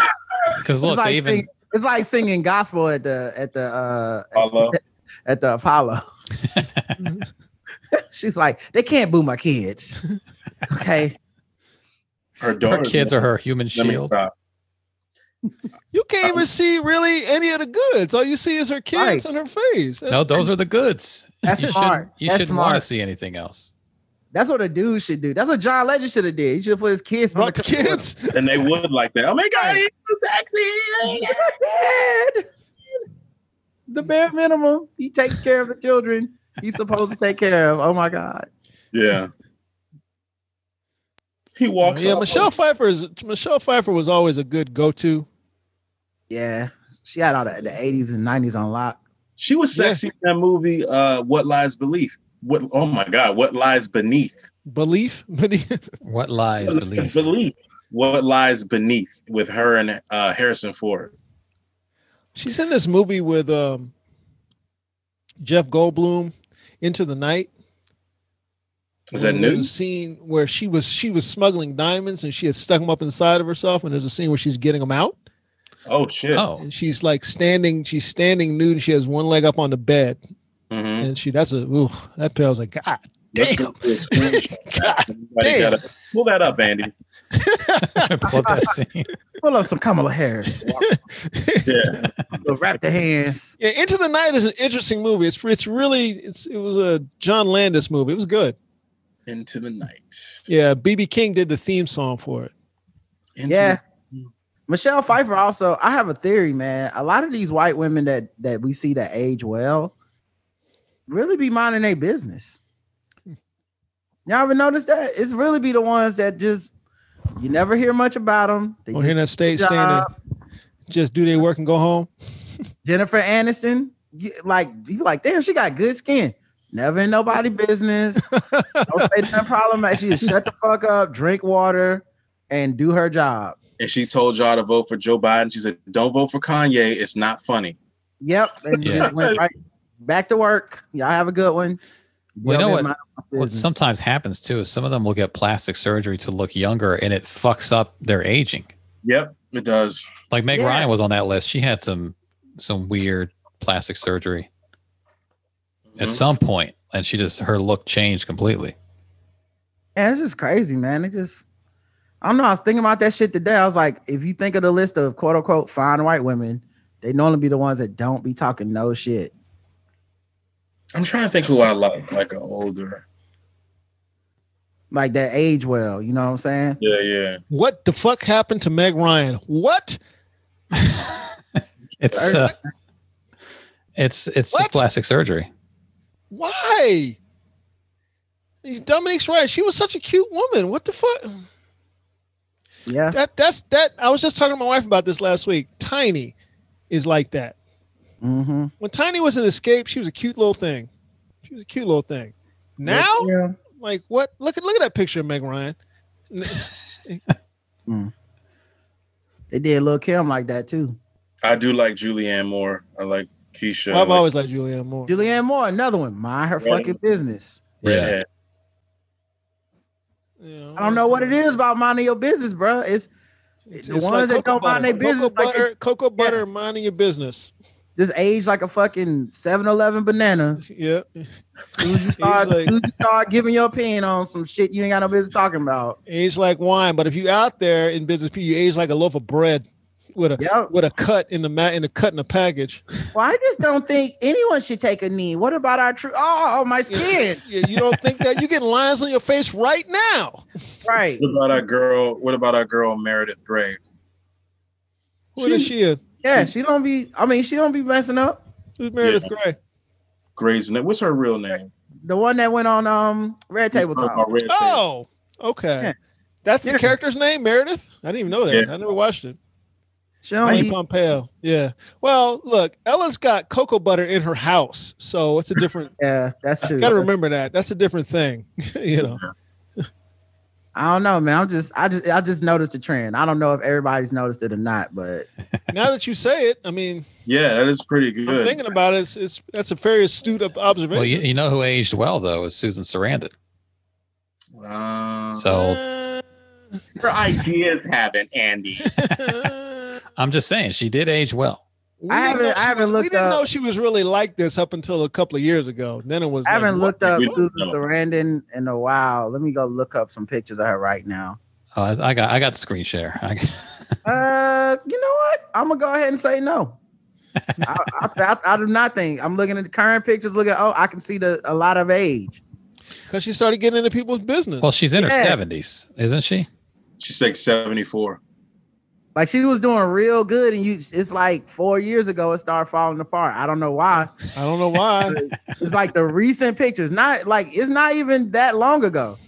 Because look,
it's like
they even
sing- it's like singing gospel at the at the uh at-
Hello.
at the Apollo. She's like, they can't boo my kids. Okay.
Her
her
daughter.
kids are her human
Let me
shield.
stop.
You can't even see really any of the goods. All you see is her kids
Right.
and her face. That's-
No, those are the goods.
That's
you
smart.
shouldn't, you
That's
shouldn't want to
smart.
see anything else.
That's what a dude should do. That's what John Legend should have did. He should have put his kids on
Brought the kids.
And they would like that. Oh my god, he's so sexy.
dad. The bare minimum. He takes care of the children. He's supposed to take care of. Oh my God.
Yeah. He walks
yeah,
up.
Michelle Pfeiffer is Michelle Pfeiffer was always a good go-to.
Yeah. She had all the, the 80s and 90s on lock.
She was sexy in that movie, uh, What Lies Belief. what oh my god what lies beneath
Belief, beneath.
What lies belief?
belief what lies beneath with her and uh, Harrison Ford
She's in this movie with um, Jeff Goldblum, Into the Night.
is that
where there's
new
A scene where she was she was smuggling diamonds and she had stuck them up inside of herself, and there's a scene where she's getting them out,
oh shit
Oh,
and she's like standing, she's standing nude, and she has one leg up on the bed,
Mhm.
and she that's a ooh, that I was like God,
Let's
damn.
go to a screenshot. Everybody
damn.
gotta- pull that up Andy
pull up that scene.
Pull up some Kamala Harris.
yeah
Go wrap the hands.
yeah. Into the Night is an interesting movie. It's it's really it's it was a John Landis movie. It was good.
into the night
Yeah, BB King did the theme song for it.
into
Yeah. Michelle Pfeiffer also, I have a theory, man. A lot of these white women that that we see that age well really be minding their business. Y'all ever notice that? It's really be the ones that just you never hear much about them. They
Or here in
just
that state
job.
standing, just do their work and go home.
Jennifer Aniston, you, like you like, damn, she got good skin. Never in nobody business. Don't say nothing problematic. She just shut the fuck up, drink water, and do her job.
and she told y'all to vote for Joe Biden. She said, "Don't vote for Kanye. It's not funny."
Yep. And
Yeah.
just went right back to work. Y'all have a good one.
You know
Well,
what?
mind my
What
business.
sometimes happens too is some of them will get plastic surgery to look younger, and it fucks up their aging.
Yep, it does.
Like Meg
Yeah.
Ryan was on that list. She had some some weird plastic surgery at
Mhm.
some point, and she just her look changed completely.
Yeah, it's just crazy, man. It just I don't know. I was thinking about that shit today. I was like, if you think of the list of quote unquote fine white women, they normally be the ones that don't be talking no shit.
I'm trying to think who I like, like an older.
Like that age well, you know what I'm saying?
Yeah, yeah.
What the fuck happened to Meg Ryan? What?
It's uh, it's it's just
What?
plastic surgery.
Why? Dominique's right. She was such a cute woman. What the fuck?
Yeah.
That that's that. I was just talking to my wife about this last week. Tiny is like that.
Mm-hmm.
When Tiny was in Escape, she was a cute little thing. She was a cute little thing. Now,
Yeah.
like what? Look at look at that picture of Meg Ryan.
They did Lil Kim like that too.
I do like Julianne Moore. I like Keisha. I
I've
like
always liked Julianne Moore.
Julianne Moore, another one. Mind her
Yeah.
fucking business.
Yeah,
Redhead.
Yeah,
I don't know what it is about minding your business, bro. It's
It's-
The
it's
ones that
cocoa
don't mind
butter.
their business,
Cocoa
like they-
butter, cocoa butter, minding your business.
just age like a fucking 7-Eleven banana.
Yeah.
soon as you start,
like-
soon as you start giving your opinion on some shit you ain't got no business talking about.
age like wine. But if you out there in business, people, you age like a loaf of bread with a
Yeah.
with a cut in the mat in the cut in the package.
Well, I just don't think anyone should take a knee. What about our true? Oh, my skin.
Yeah, you don't think that you getting lines on your face right now?
right.
What about our girl? What about our girl Meredith Grey?
What is she? in?
Yeah, she don't be. I mean, she don't be messing up.
Who's Meredith Grey?
Grey's name. What's her real name?
The one that went on um Red Table
Let's talk
Talk.
about Red Table.
Oh, okay.
Yeah.
That's
Yeah.
the character's name, Meredith. I didn't even know that. I never watched it.
She don't
Tony
be,
Pompeo. Yeah. Well, look, Ella's got cocoa butter in her house, so it's a different.
yeah, that's true.
got to remember that. That's a different thing. you know.
I don't know, man. I'm just, I just, I just noticed the trend. I don't know if everybody's noticed it or not, but
Now that you say it, I mean,
Yeah, that is pretty
I'm
good.
thinking about it. It's, it's that's a very astute ob- observation.
Well, you, you know who aged well though is Susan Sarandon.
Uh,
So
her ideas haven't, Andy.
I'm just saying she did age well.
Uh, We
I haven't-
didn't know she
I haven't
was- We
looked
didn't
up-
know she was really like this up until a couple of years ago. Then it was.
I
like,
haven't
what
looked up
We
Susan
don't know.
Sarandon in a while. Let me go look up some pictures of her right now.
Oh, I, I got I got the screen share. I,
Uh, you know what? I'm gonna go ahead and say no. I, I, I, I do not think I'm looking at the current pictures. Looking, oh, I can see the a lot of age.
because she started getting into people's business.
well, she's in
Yeah.
her 70s, isn't she?
She's like 74.
Like she was doing real good, and you. It's like four years ago it started falling apart. I don't know why.
I don't know why.
It's like the recent pictures. Not like it's not even that long ago.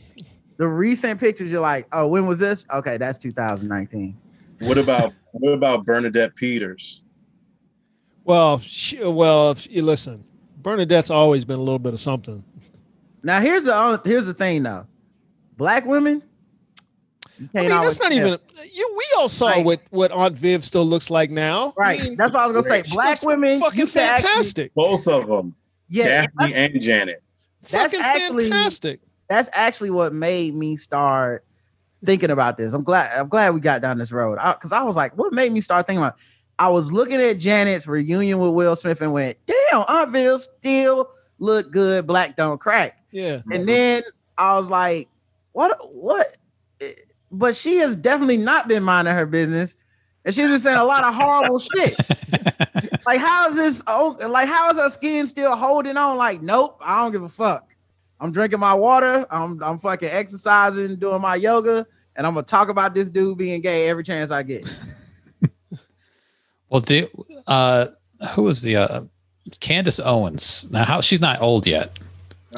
The recent pictures, you're like, oh, when was this? Okay, that's 2019.
What about what about Bernadette Peters?
well, she, well, if you listen, Bernadette's always been a little bit of something.
Now here's the only- here's the thing though, black women. you
I
can't
mean,
always
that's not
tell.
even. You, we all saw
Like-
what what Aunt Viv still looks like now. I
right.
mean,
that's what I was gonna say.
she
Black
looks
women, you
Mm. fucking
can actually-
fantastic.
Both of them,
yeah,
Daphne and Janet.
That's
fucking
actually-
fantastic.
that's actually what made me start thinking about this. I'm glad I'm glad we got down this road because I, was like, what made me start thinking about? I was looking at Janet's reunion with Will Smith and went, damn, Aunt Viv still look good. Black don't crack.
Yeah.
And then I was like, what? What? But she has definitely not been minding her business. And she's been saying a lot of horrible shit. Like, how is this? Oh, like, how is her skin still holding on? Like, nope, I don't give a fuck. I'm drinking my water. I'm, I'm fucking exercising, doing my yoga. And I'm going to talk about this dude being gay every chance I get.
well, do uh, who was the uh, Candace Owens? Now, how she's not old yet.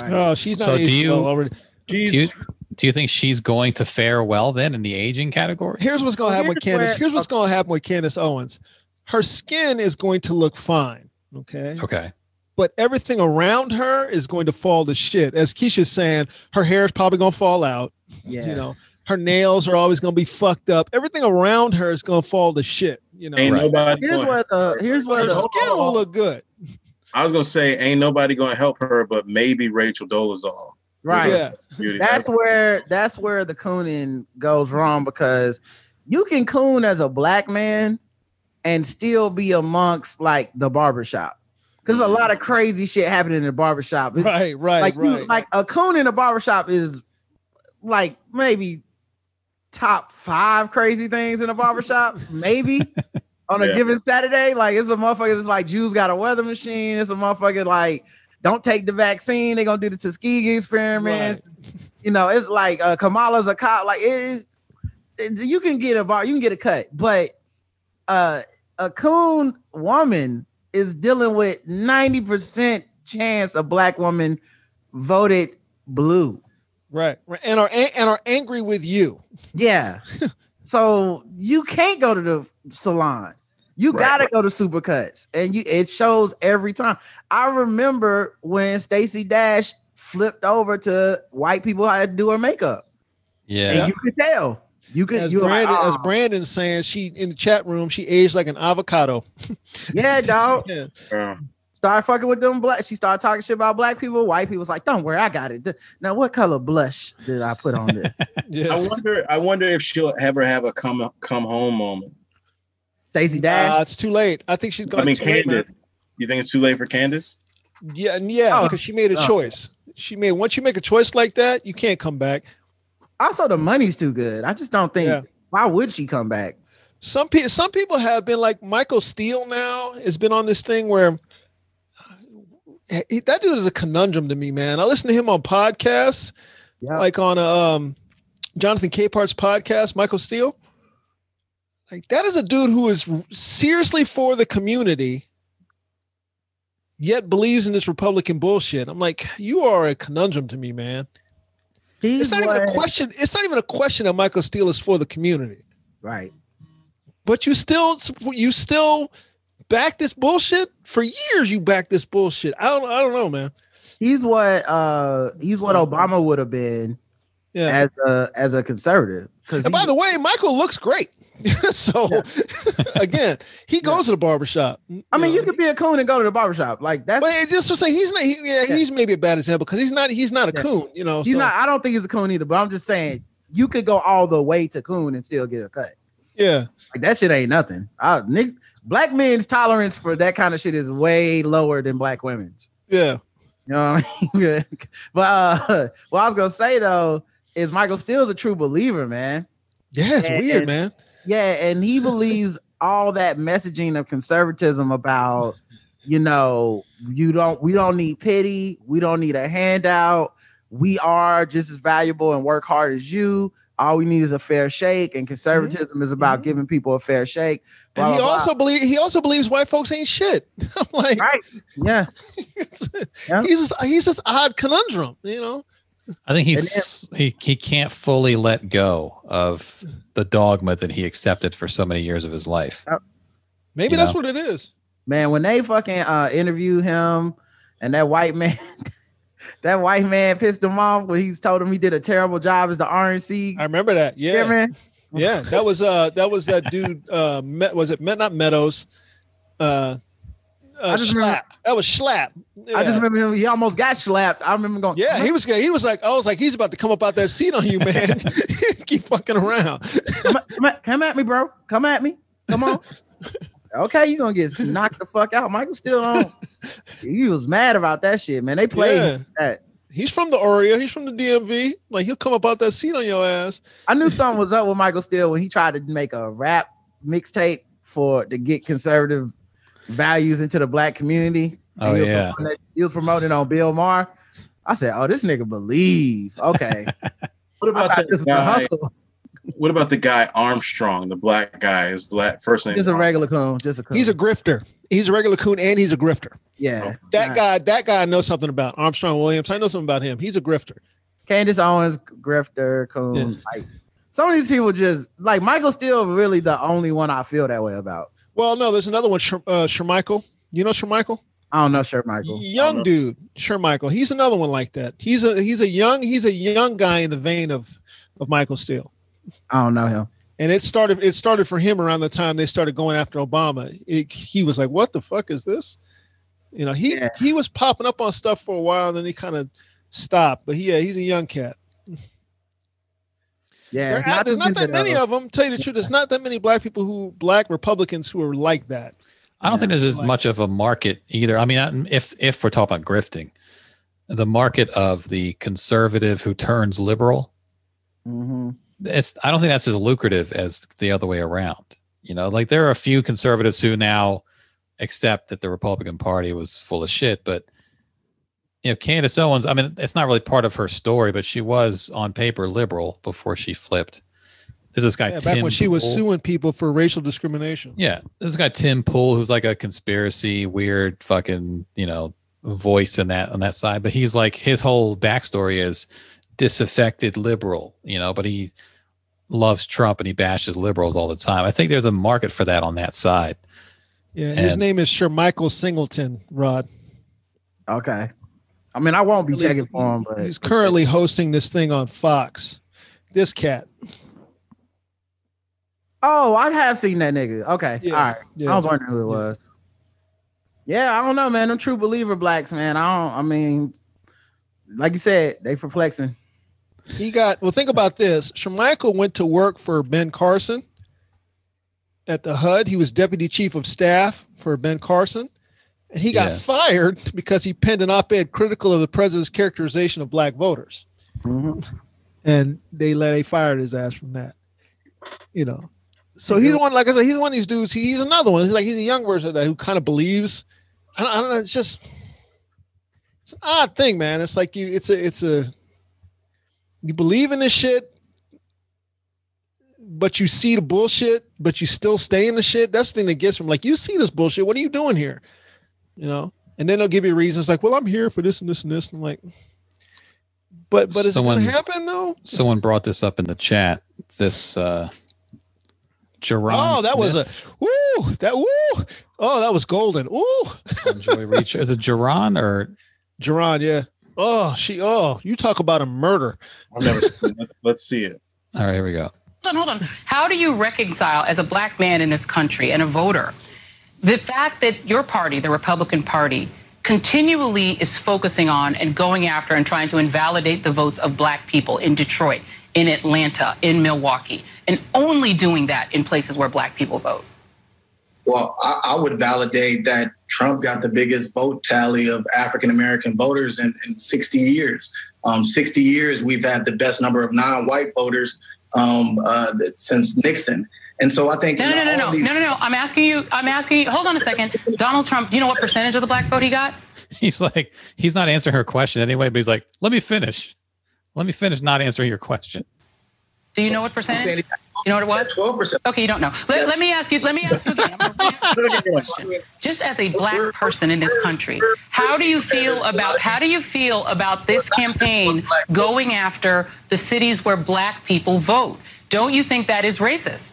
Right.
Oh, she's not.
So
aged
do you-
well already?
Jeez.
Do you do you think she's going to fare well then in the aging category?
Here's what's gonna
Well,
happen with
here's
Candace.
where-
Here's what's gonna happen with Candace Owens. Her skin is going to look fine. Okay.
Okay,
But everything around her is going to fall to shit. As Keisha's saying, her hair is probably gonna fall out.
yeah.
You know, her nails are always gonna be fucked up. Everything around her is gonna fall to shit. You know,
Ain't
Right.
nobody.
here's
Going,
what, uh, here's
but
what,
her
uh,
Hold
skin
on.
will look good.
I was gonna say, ain't nobody gonna help her, but maybe Rachel Dolezal.
right.
Yeah.
Beauty.
that's where that's where the cooning goes wrong because you can coon as a black man and still be amongst like the barbershop. Because a lot of crazy shit happening in the barbershop. It's
Right. Right.
like you-
right.
like a coon in a barbershop is like maybe top five crazy things in a barbershop, maybe on a
Yeah.
given Saturday. Like it's a motherfucker, it's like Jews got a weather machine, it's a motherfucker like don't take the vaccine, they're gonna do the Tuskegee experiments. You know, it's like uh, Kamala's a cop, like it, it- you can get a bar, you can get a cut, but uh a coon woman is dealing with 90% chance a black woman voted blue.
right. Right. And are an- and are angry with you.
Yeah. so you can't go to the salon. You
Right.
gotta go to Supercuts. And you it shows every time. I remember when Stacey Dash flipped over to white people how to do her makeup.
yeah,
And you could tell. You could
As
you were like,
Brandon, as
"Oh,
Brandon's saying, she in the chat room, she aged like an avocado.
yeah, dog.
Yeah.
where.
Start fucking with them black. She started talking shit about black people. White people's like, don't worry, I got it. Now, what color blush did I put on this?
I
Yeah.
wonder. I wonder if she'll ever have a come come home moment.
Stacey Dash.
Uh, it's too late. I think she's gone.
I mean,
too late, man.
Candace. You think it's too late for Candace?
Yeah, and yeah,
Oh.
because she made a
Oh.
choice. She made once you make a choice like that, you can't come back.
also the money's too good. I just don't think
Yeah.
why would she come back?
Some people, some people have been like Michael Steele. Now has been on this thing where uh, he- that dude is a conundrum to me, man. I listen to him on podcasts,
Yeah.
like on um, Jonathan Capehart's podcast, Michael Steele. Like that is a dude who is seriously for the community, yet believes in this Republican bullshit. I'm like, you are a conundrum to me, man.
He's
it's not even a
what-
question. It's not even a question that Michael Steele is for the community,
Right.
but you still you still back this bullshit for years. You back this bullshit. I don't I don't know, man.
He's what uh he's what Obama would have been
Yeah.
as a as a conservative. Because
And by the way, Michael looks great. so
Yeah.
again, he goes to the barbershop.
I mean
know.
you could be a coon and go to the barbershop. Like that's
But it just to say he's not. He, yeah,
Yeah.
he's maybe a bad example because he's not. He's not a
Yeah.
coon. You know.
you
so,
know, I don't think he's a coon either, but I'm just saying you could go all the way to coon and still get a cut.
yeah.
Like that shit ain't nothing. I, Nick, black men's tolerance for that kind of shit is way lower than black women's.
Yeah.
You know what I mean? Good. but uh, what I was gonna say though is Michael Steele's a true believer, man.
Yeah. It's
And-
weird,
and-
man.
Yeah, and he believes all that messaging of conservatism about, you know, you don't we don't need pity, we don't need a handout, we are just as valuable and work hard as you. All we need is a fair shake, and conservatism is about
Mhm.
giving people a fair shake.
Mm-hmm.
Blah,
And he
blah, blah.
also believe he also believes white folks ain't shit. I'm like,
Right. yeah, Yeah.
he's this, he's this odd conundrum. You know.
I think he's he he can't fully let go of the dogma that he accepted for so many years of his life.
Maybe
You
that's
know?
what it is.
man. When they fucking uh interviewed him and that white man that white man pissed him off when he's told him he did a terrible job as the RNC
I remember that. Yeah.
chairman.
Yeah, that was uh that was that dude uh Met, was it Met not Meadows uh, uh
I just remember-
Schlapp. That was Schlapp. Yeah.
I just remember him, he almost got slapped. I remember going,
yeah, he was he was like I was like he's about to come up out that seat on you, man. Keep fucking around.
come, at- come at, come at me, bro. Come at me. Come on. okay, you're gonna get knocked the fuck out. Michael still on. He was mad about that shit, man. They played
Yeah.
that.
He's from the area. He's from the DMV. Like he'll come up out that seat on your ass.
I knew something was up with Michael Steele when he tried to make a rap mixtape for to get conservative values into the black community.
Oh,
He was
yeah.
promoting- he was promoting on Bill Maher. I said, "Oh, this nigga believe." Okay, I
What about
thought this
that
was a
guy?
hustle.
What about the guy Armstrong, the black guy? His la- first name.
Just a regular coon. Just a coon.
He's a grifter. He's a regular coon and he's a grifter.
yeah.
That
Nah.
guy, that guy I know something about. Armstrong Williams. I know something about him. He's a grifter.
Candace Owens, Grifter, Coon.
Yeah.
Like some of these people just like Michael Steele really the only one I feel that way about.
Well, no, there's another one, Sher- uh, Shermichael. You know Shermichael?
I don't know, sure, Michael.
Young dude, Shermichael. He's another one like that. He's a he's a young he's a young guy in the vein of of Michael Steele.
I don't know him.
And it started it started for him around the time they started going after Obama. It, he was like, "What the fuck is this?" You know, he
Yeah.
he was popping up on stuff for a while, and then he kind of stopped. But yeah, he's a young cat.
Yeah,
There are- there's not that many
of
of them. Tell you the truth, there's not that many black people who black Republicans who are like that.
I don't think there's as
Like-
much of a market either. I mean, I- if if we're talking about grifting, the market of the conservative who turns liberal,
hmm
Mm-hmm.
it's I don't think that's as lucrative as the other way around. You know, like there are a few conservatives who now accept that the Republican Party was full of shit, but you know, Candace Owens, I mean, it's not really part of her story, but she was on paper liberal before she flipped. There's this guy
Yeah,
Tim
back when she was
Pool.
suing people for racial discrimination.
Yeah, this guy Tim Pool, who's like a conspiracy, weird, fucking, you know, voice in that on that side. But he's like his whole backstory is disaffected liberal, you know. But he loves Trump and he bashes liberals all the time. I think there's a market for that on that side.
Yeah, his
And-
name is Sir Michael Singleton. Rod.
Okay. I mean, I won't be checking for him, but
he's currently hosting this thing on Fox. This cat.
oh, I have seen that nigga. Okay,
Yeah,
all right.
yeah.
I was wondering who it
Yeah.
was. Yeah, I don't know, man. Them true believer blacks, man. I don't. I mean, like you said, they perplexing.
He got well. Think about this. Shermichael went to work for Ben Carson at the HUD. He was deputy chief of staff for Ben Carson, and he got
Yeah.
fired because he penned an op-ed critical of the president's characterization of black voters.
Mhm.
and they let they fired his ass from that. You know, so he's one. Like I said, he's one of these dudes. He's another one. He's like he's a young version of that who kind of believes. I don't, I don't know. It's just it's an odd thing, man. It's like you. It's a. It's a. You believe in this shit, but you see the bullshit, but you still stay in the shit. That's the thing that gets from like you see this bullshit. What are you doing here? You know. And then they'll give you reasons like, "Well, I'm here for this and this and this." And I'm like, "But but is
Someone-
it gonna happen though?"
Someone brought this up in the chat. This uh Jerron
oh, that was a
Smith
woo! That woo! Oh, that was golden. Ooh,
from Joy Reacher. Is it Jerron or
Jerron, yeah. Oh, she. Oh, you talk about a murder.
I've never seen it. Let's- Let's see it.
all right, here we go.
Hold on, hold on. How do you reconcile, as a black man in this country and a voter, the fact that your party, the Republican Party, continually is focusing on and going after and trying to invalidate the votes of black people in Detroit, in Atlanta, in Milwaukee, and only doing that in places where black people vote?
Well, I, I would validate that Trump got the biggest vote tally of African American voters in, in 60 years. Um, 60 years, we've had the best number of non white voters um, uh, that- since Nixon. And so I think.
No,
you know,
no, no, no,
all
no,
these-
no, no, no. I'm asking you. I'm asking you. Hold on a second. Donald Trump. You know what percentage of the black vote he got?
He's like he's not answering her question anyway, but he's like, "Let me finish. Let me finish not answering your question."
Do you know what
I'm saying he
percentage?
got
You know what it was?
12%.
Okay, you don't know. Let, let me ask you. Let me ask you again. I'm gonna re-ask the question. Just as a black person in this country, how do you feel about how do you feel about this campaign going after the cities where black people vote? Don't you think that is racist?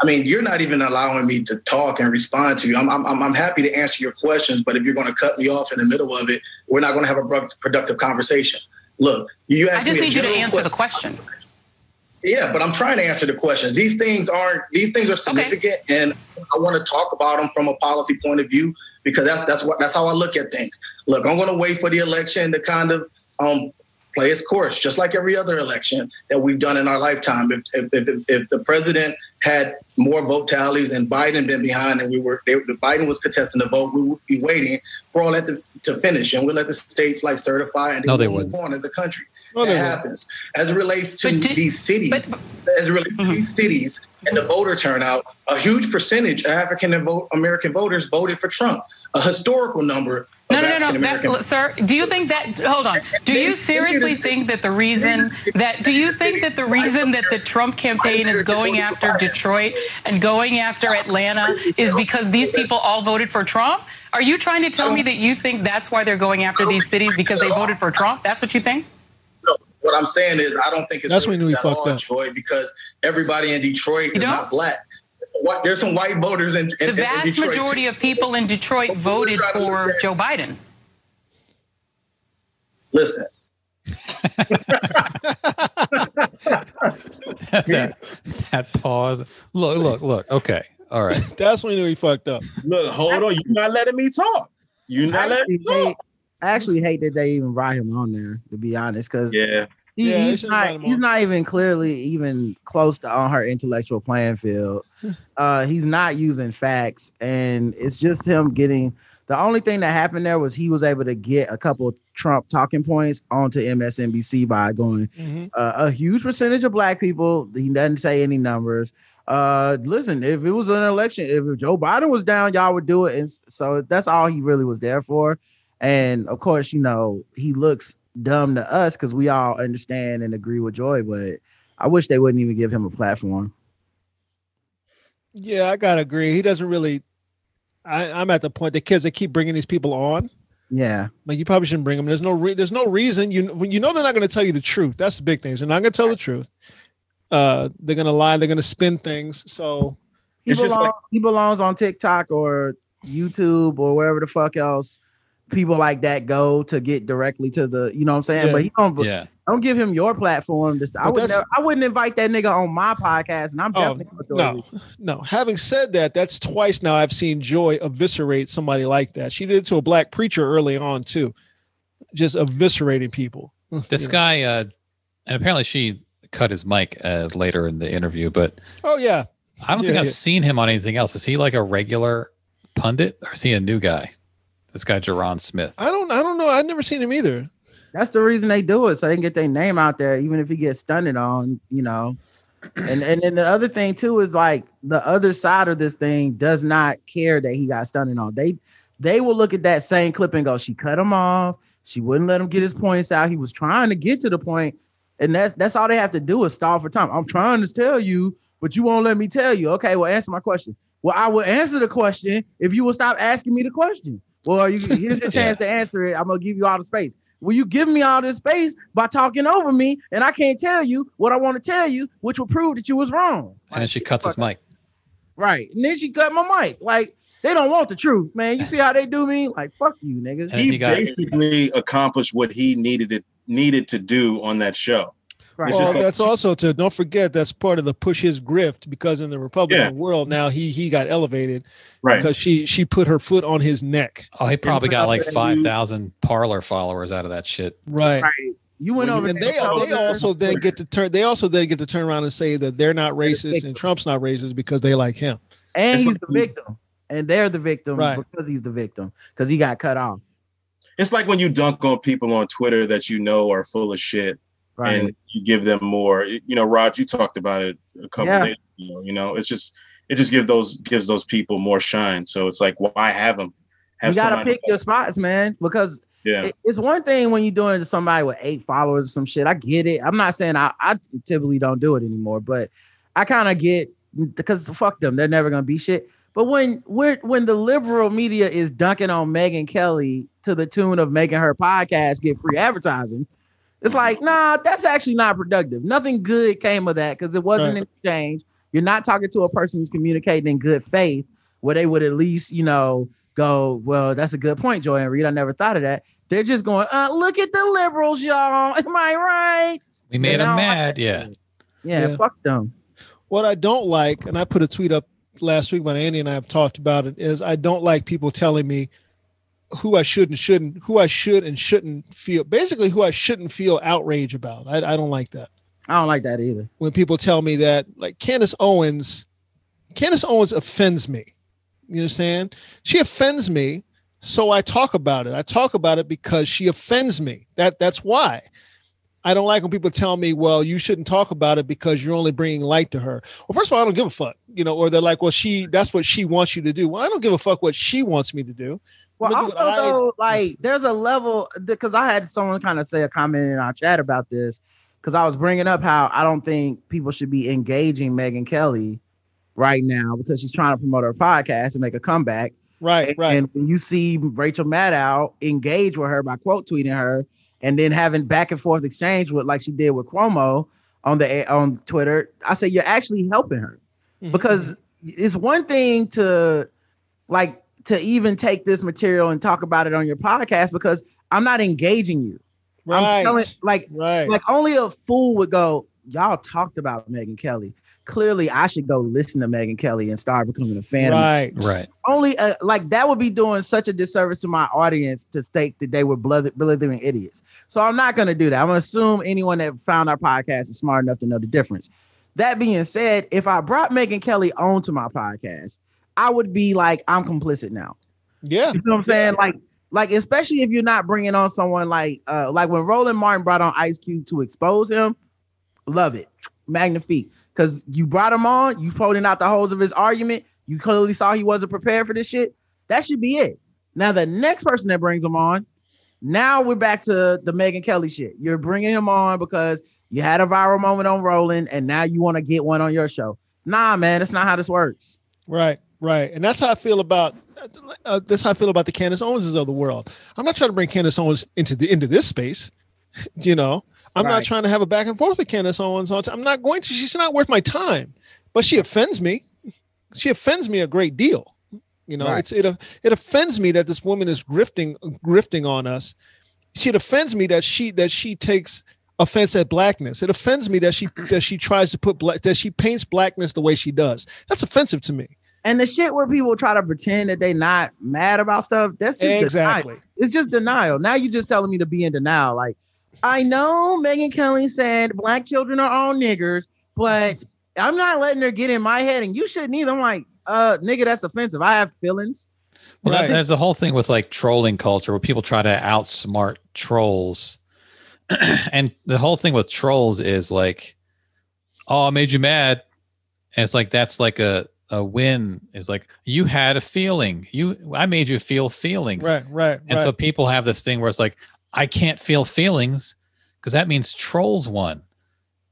I mean, you're not even allowing me to talk and respond to you. I'm, I'm, I'm happy to answer your questions, but if you're going to cut me off in the middle of it, we're not going to have a pro- productive conversation. Look, you
I
asked
just
me a
need you to
general
answer the
question.
question.
Yeah, but I'm trying to answer the questions. These things aren't. These things are significant, and I want to talk about them from a policy point of view because that's that's what that's how I look at things. Look, I'm going to wait for the election to kind of um, play its course, just like every other election that we've done in our lifetime. If if, if, if the president had more vote tallies and Biden been behind, and we were they, Biden was contesting the vote, we would be waiting for all that to, to finish, and we let the states like certify and
No, they
we move
wouldn't.
on as a country.
No, they
it
wouldn't.
happens as it relates to
But did-
these cities
But, but
as it relates to these cities and the voter turnout, a huge percentage of African and vo- American voters voted for Trump. A historical number. Of
no, no, no, no,
African
that,
American.
sir. Do you think that? Hold on. Do you seriously think that the reason that? Do you think that the reason that the Trump campaign is going after Detroit and going after Atlanta is because these people all voted for Trump? Are you trying to tell me that you think that's why they're going after these cities because they voted for Trump? That's what you think?
No, what I'm saying is, I don't think it's
That's when we
racist at
fucked
all,
up.
Joy, because everybody in Detroit is
don't?
not black. What, there's some white voters in, in,
The
in
vast
Detroit.
majority of people in Detroit voted for Joe Biden.
Listen,
that, that pause. Look, look, look. Okay. All right.
That's when we knew he fucked up.
Look, hold on. You're not letting me talk. You're
I
not letting
actually,
me
hate,
talk.
I actually hate that they even brought him on there, to be honest, because
Yeah.
he,
Yeah, they
he's,
shouldn't have brought
not,
him
he's
on.
not even clearly even close to on her intellectual playing field. Uh, he's not using facts, and it's just him getting the only thing that happened there was he was able to get a couple Trump talking points onto MSNBC by going
Mm-hmm.
uh, a huge percentage of black people. He doesn't say any numbers. Uh, listen, if it was an election, if Joe Biden was down, y'all would do it, and s- so that's all he really was there for. And of course, you know, he looks dumb to us because we all understand and agree with Joy, but I wish they wouldn't even give him a platform.
Yeah, I gotta agree. He doesn't really. I, I'm at the point the kids that keep bringing these people on.
Yeah.
Like you probably shouldn't bring them. There's no re- there's no reason you when you know they're not going to tell you the truth. That's the big thing. They're not going to tell the truth. Uh, they're going to lie. They're going to spin things. So
He,
It's
belongs,
just like-
he belongs on TikTok or YouTube or wherever the fuck else people like that go to get directly to the, you know what I'm saying?
Yeah.
But he don't,
Yeah.
don't give him your platform. Just, I,
But
would
that's-
never, I wouldn't invite that nigga on my podcast, and I'm
Oh,
definitely gonna throw
no, no. Having said that, that's twice now I've seen Joy eviscerate somebody like that. She did it to a black preacher early on too, just eviscerating people.
This
You know.
guy, uh, and apparently she cut his mic uh, later in the interview, but
Oh yeah,
I don't
Yeah,
think I've
yeah.
seen him on anything else. Is he like a regular pundit or is he a new guy? This guy, Jerron Smith.
I don't I don't know. I've never seen him either.
That's the reason they do it, so they can get their name out there, even if he gets stunted on, you know. And and then the other thing too is like the other side of this thing does not care that he got stunted on. They they will look at that same clip and go, she cut him off. She wouldn't let him get his points out. He was trying to get to the point, and that's that's all they have to do is stall for time. I'm trying to tell you, but you won't let me tell you. Okay, well answer my question. Well, I will answer the question if you will stop asking me the question. Well, you here's your chance to answer it. I'm gonna give you all the space. Well, you give me all this space by talking over me, and I can't tell you what I want to tell you, which will prove that you was wrong.
and then she cuts his mic.
Right. And then she cut my mic. Like, they don't want the truth, man. You see how they do me? Like, fuck you, niggas.
And then
He
he got,
basically accomplished what he needed it needed to do on that show.
Right.
It's
Well,
just like-
that's also to don't forget that's part of the push his grift because in the Republican
Yeah.
world now he he got elevated
Right.
because she she put her foot on his neck.
oh, he probably got like
Anybody else that you-
5,000 parlor followers out of that shit.
Right.
Right. You went
Well,
over
And
there
they,
and told
they
her-
also then get to turn they also then get to turn around and say that they're not racist and Trump's not racist because they like him.
and
It's
he's
like-
the victim. And they're the victim
Right.
because he's the victim. Because he got cut off.
It's like when you dunk on people on Twitter that you know are full of shit
Right.
and you give them more. You know, Rod, you talked about it a couple
Yeah.
days ago. You know, it's just it just give those gives those people more shine. So it's like, why have them?
you
Have
gotta
somebody
pick your
else.
spots, man. Because
yeah.
It- it's one thing when you're doing it to somebody with eight followers or some shit. I get it. I'm not saying I, I typically don't do it anymore, but I kind of get because fuck them. They're never gonna be shit. But when we're when the liberal media is dunking on Megan Kelly to the tune of making her podcast get free advertising, it's like, nah, that's actually not productive. Nothing good came of that because it wasn't
Right.
an exchange. You're not talking to a person who's communicating in good faith, where they would at least, you know, go, well, that's a good point, Joy and Reed. I never thought of that. They're just going, uh, look at the liberals, y'all. Am I right?
We made
Yeah,
him
no, I-
mad. Yeah.
Yeah,
Yeah.
fuck them.
What I don't like, and I put a tweet up last week when Andy and I have talked about it, is I don't like people telling me who I should and shouldn't, who I should and shouldn't feel, basically who I shouldn't feel outrage about. I, I don't like that.
I don't like that either.
When people tell me that, like Candace Owens, Candace Owens offends me. You know what I'm saying? She offends me, so I talk about it. I talk about it because she offends me. That that's why. I don't like when people tell me, "Well, you shouldn't talk about it because you're only bringing light to her." Well, first of all, I don't give a fuck, you know. Or they're like, "Well, she that's what she wants you to do." Well, I don't give a fuck what she wants me to do.
Well,
Look
also
at what I-
though, like there's a level because I had someone kind of say a comment in our chat about this because I was bringing up how I don't think people should be engaging Megan Kelly right now because she's trying to promote her podcast and make a comeback.
Right,
And-
right.
And when you see Rachel Maddow engage with her by quote tweeting her and then having back and forth exchange with like she did with Cuomo on the on Twitter, I say you're actually helping her
Mhm.
because it's one thing to like to even take this material and talk about it on your podcast because I'm not engaging you.
right,
I'm telling like
right,
like only a fool would go, y'all talked about Megan Kelly. Clearly I should go listen to Megan Kelly and start becoming a fan of
right,
Right.
only uh, like that would be doing such a disservice to my audience to state that they were blither- blithering idiots. So I'm not going to do that. I'm going to assume anyone that found our podcast is smart enough to know the difference. That being said, if I brought Megan Kelly onto my podcast, I would be like, I'm complicit now.
Yeah,
You know what I'm saying? Like, like especially if you're not bringing on someone like, uh, like when Roland Martin brought on Ice Cube to expose him, love it, magnifique. Because you brought him on, you folding out the holes of his argument. You clearly saw he wasn't prepared for this shit. That should be it. Now the next person that brings him on, now we're back to the Megan Kelly shit. You're bringing him on because you had a viral moment on Roland, and now you want to get one on your show. Nah, man, that's not how this works.
Right, right, and that's how I feel about uh, that's how I feel about the Candace Owenses of the world. I'm not trying to bring Candace Owens into the into this space, you know. I'm not
Right.
trying to have a back and forth with Candace Owens. All the time. I'm not going to. She's not worth my time, but she offends me. She offends me a great deal. You know,
Right.
it's it it offends me that this woman is grifting grifting on us. She it offends me that she that she takes offense at blackness. It offends me that she that she tries to put black that she paints blackness the way she does. That's offensive to me.
And the shit where people try to pretend that they not mad about stuff, that's just exactly.
Exactly.
It's just denial. Now you're just telling me to be in denial. Like, I know Megan Kelly said black children are all niggers, but I'm not letting her get in my head, and you shouldn't either. I'm like, uh, nigga, that's offensive. I have feelings.
Well,
Right.
that, there's the whole thing with like trolling culture where people try to outsmart trolls. and the whole thing with trolls is like, oh, I made you mad. And it's like, that's like a, a win. It's like, you had a feeling. You, I made you feel feelings.
Right, right,
And
right.
so people have this thing where it's like, I can't feel feelings because that means trolls won.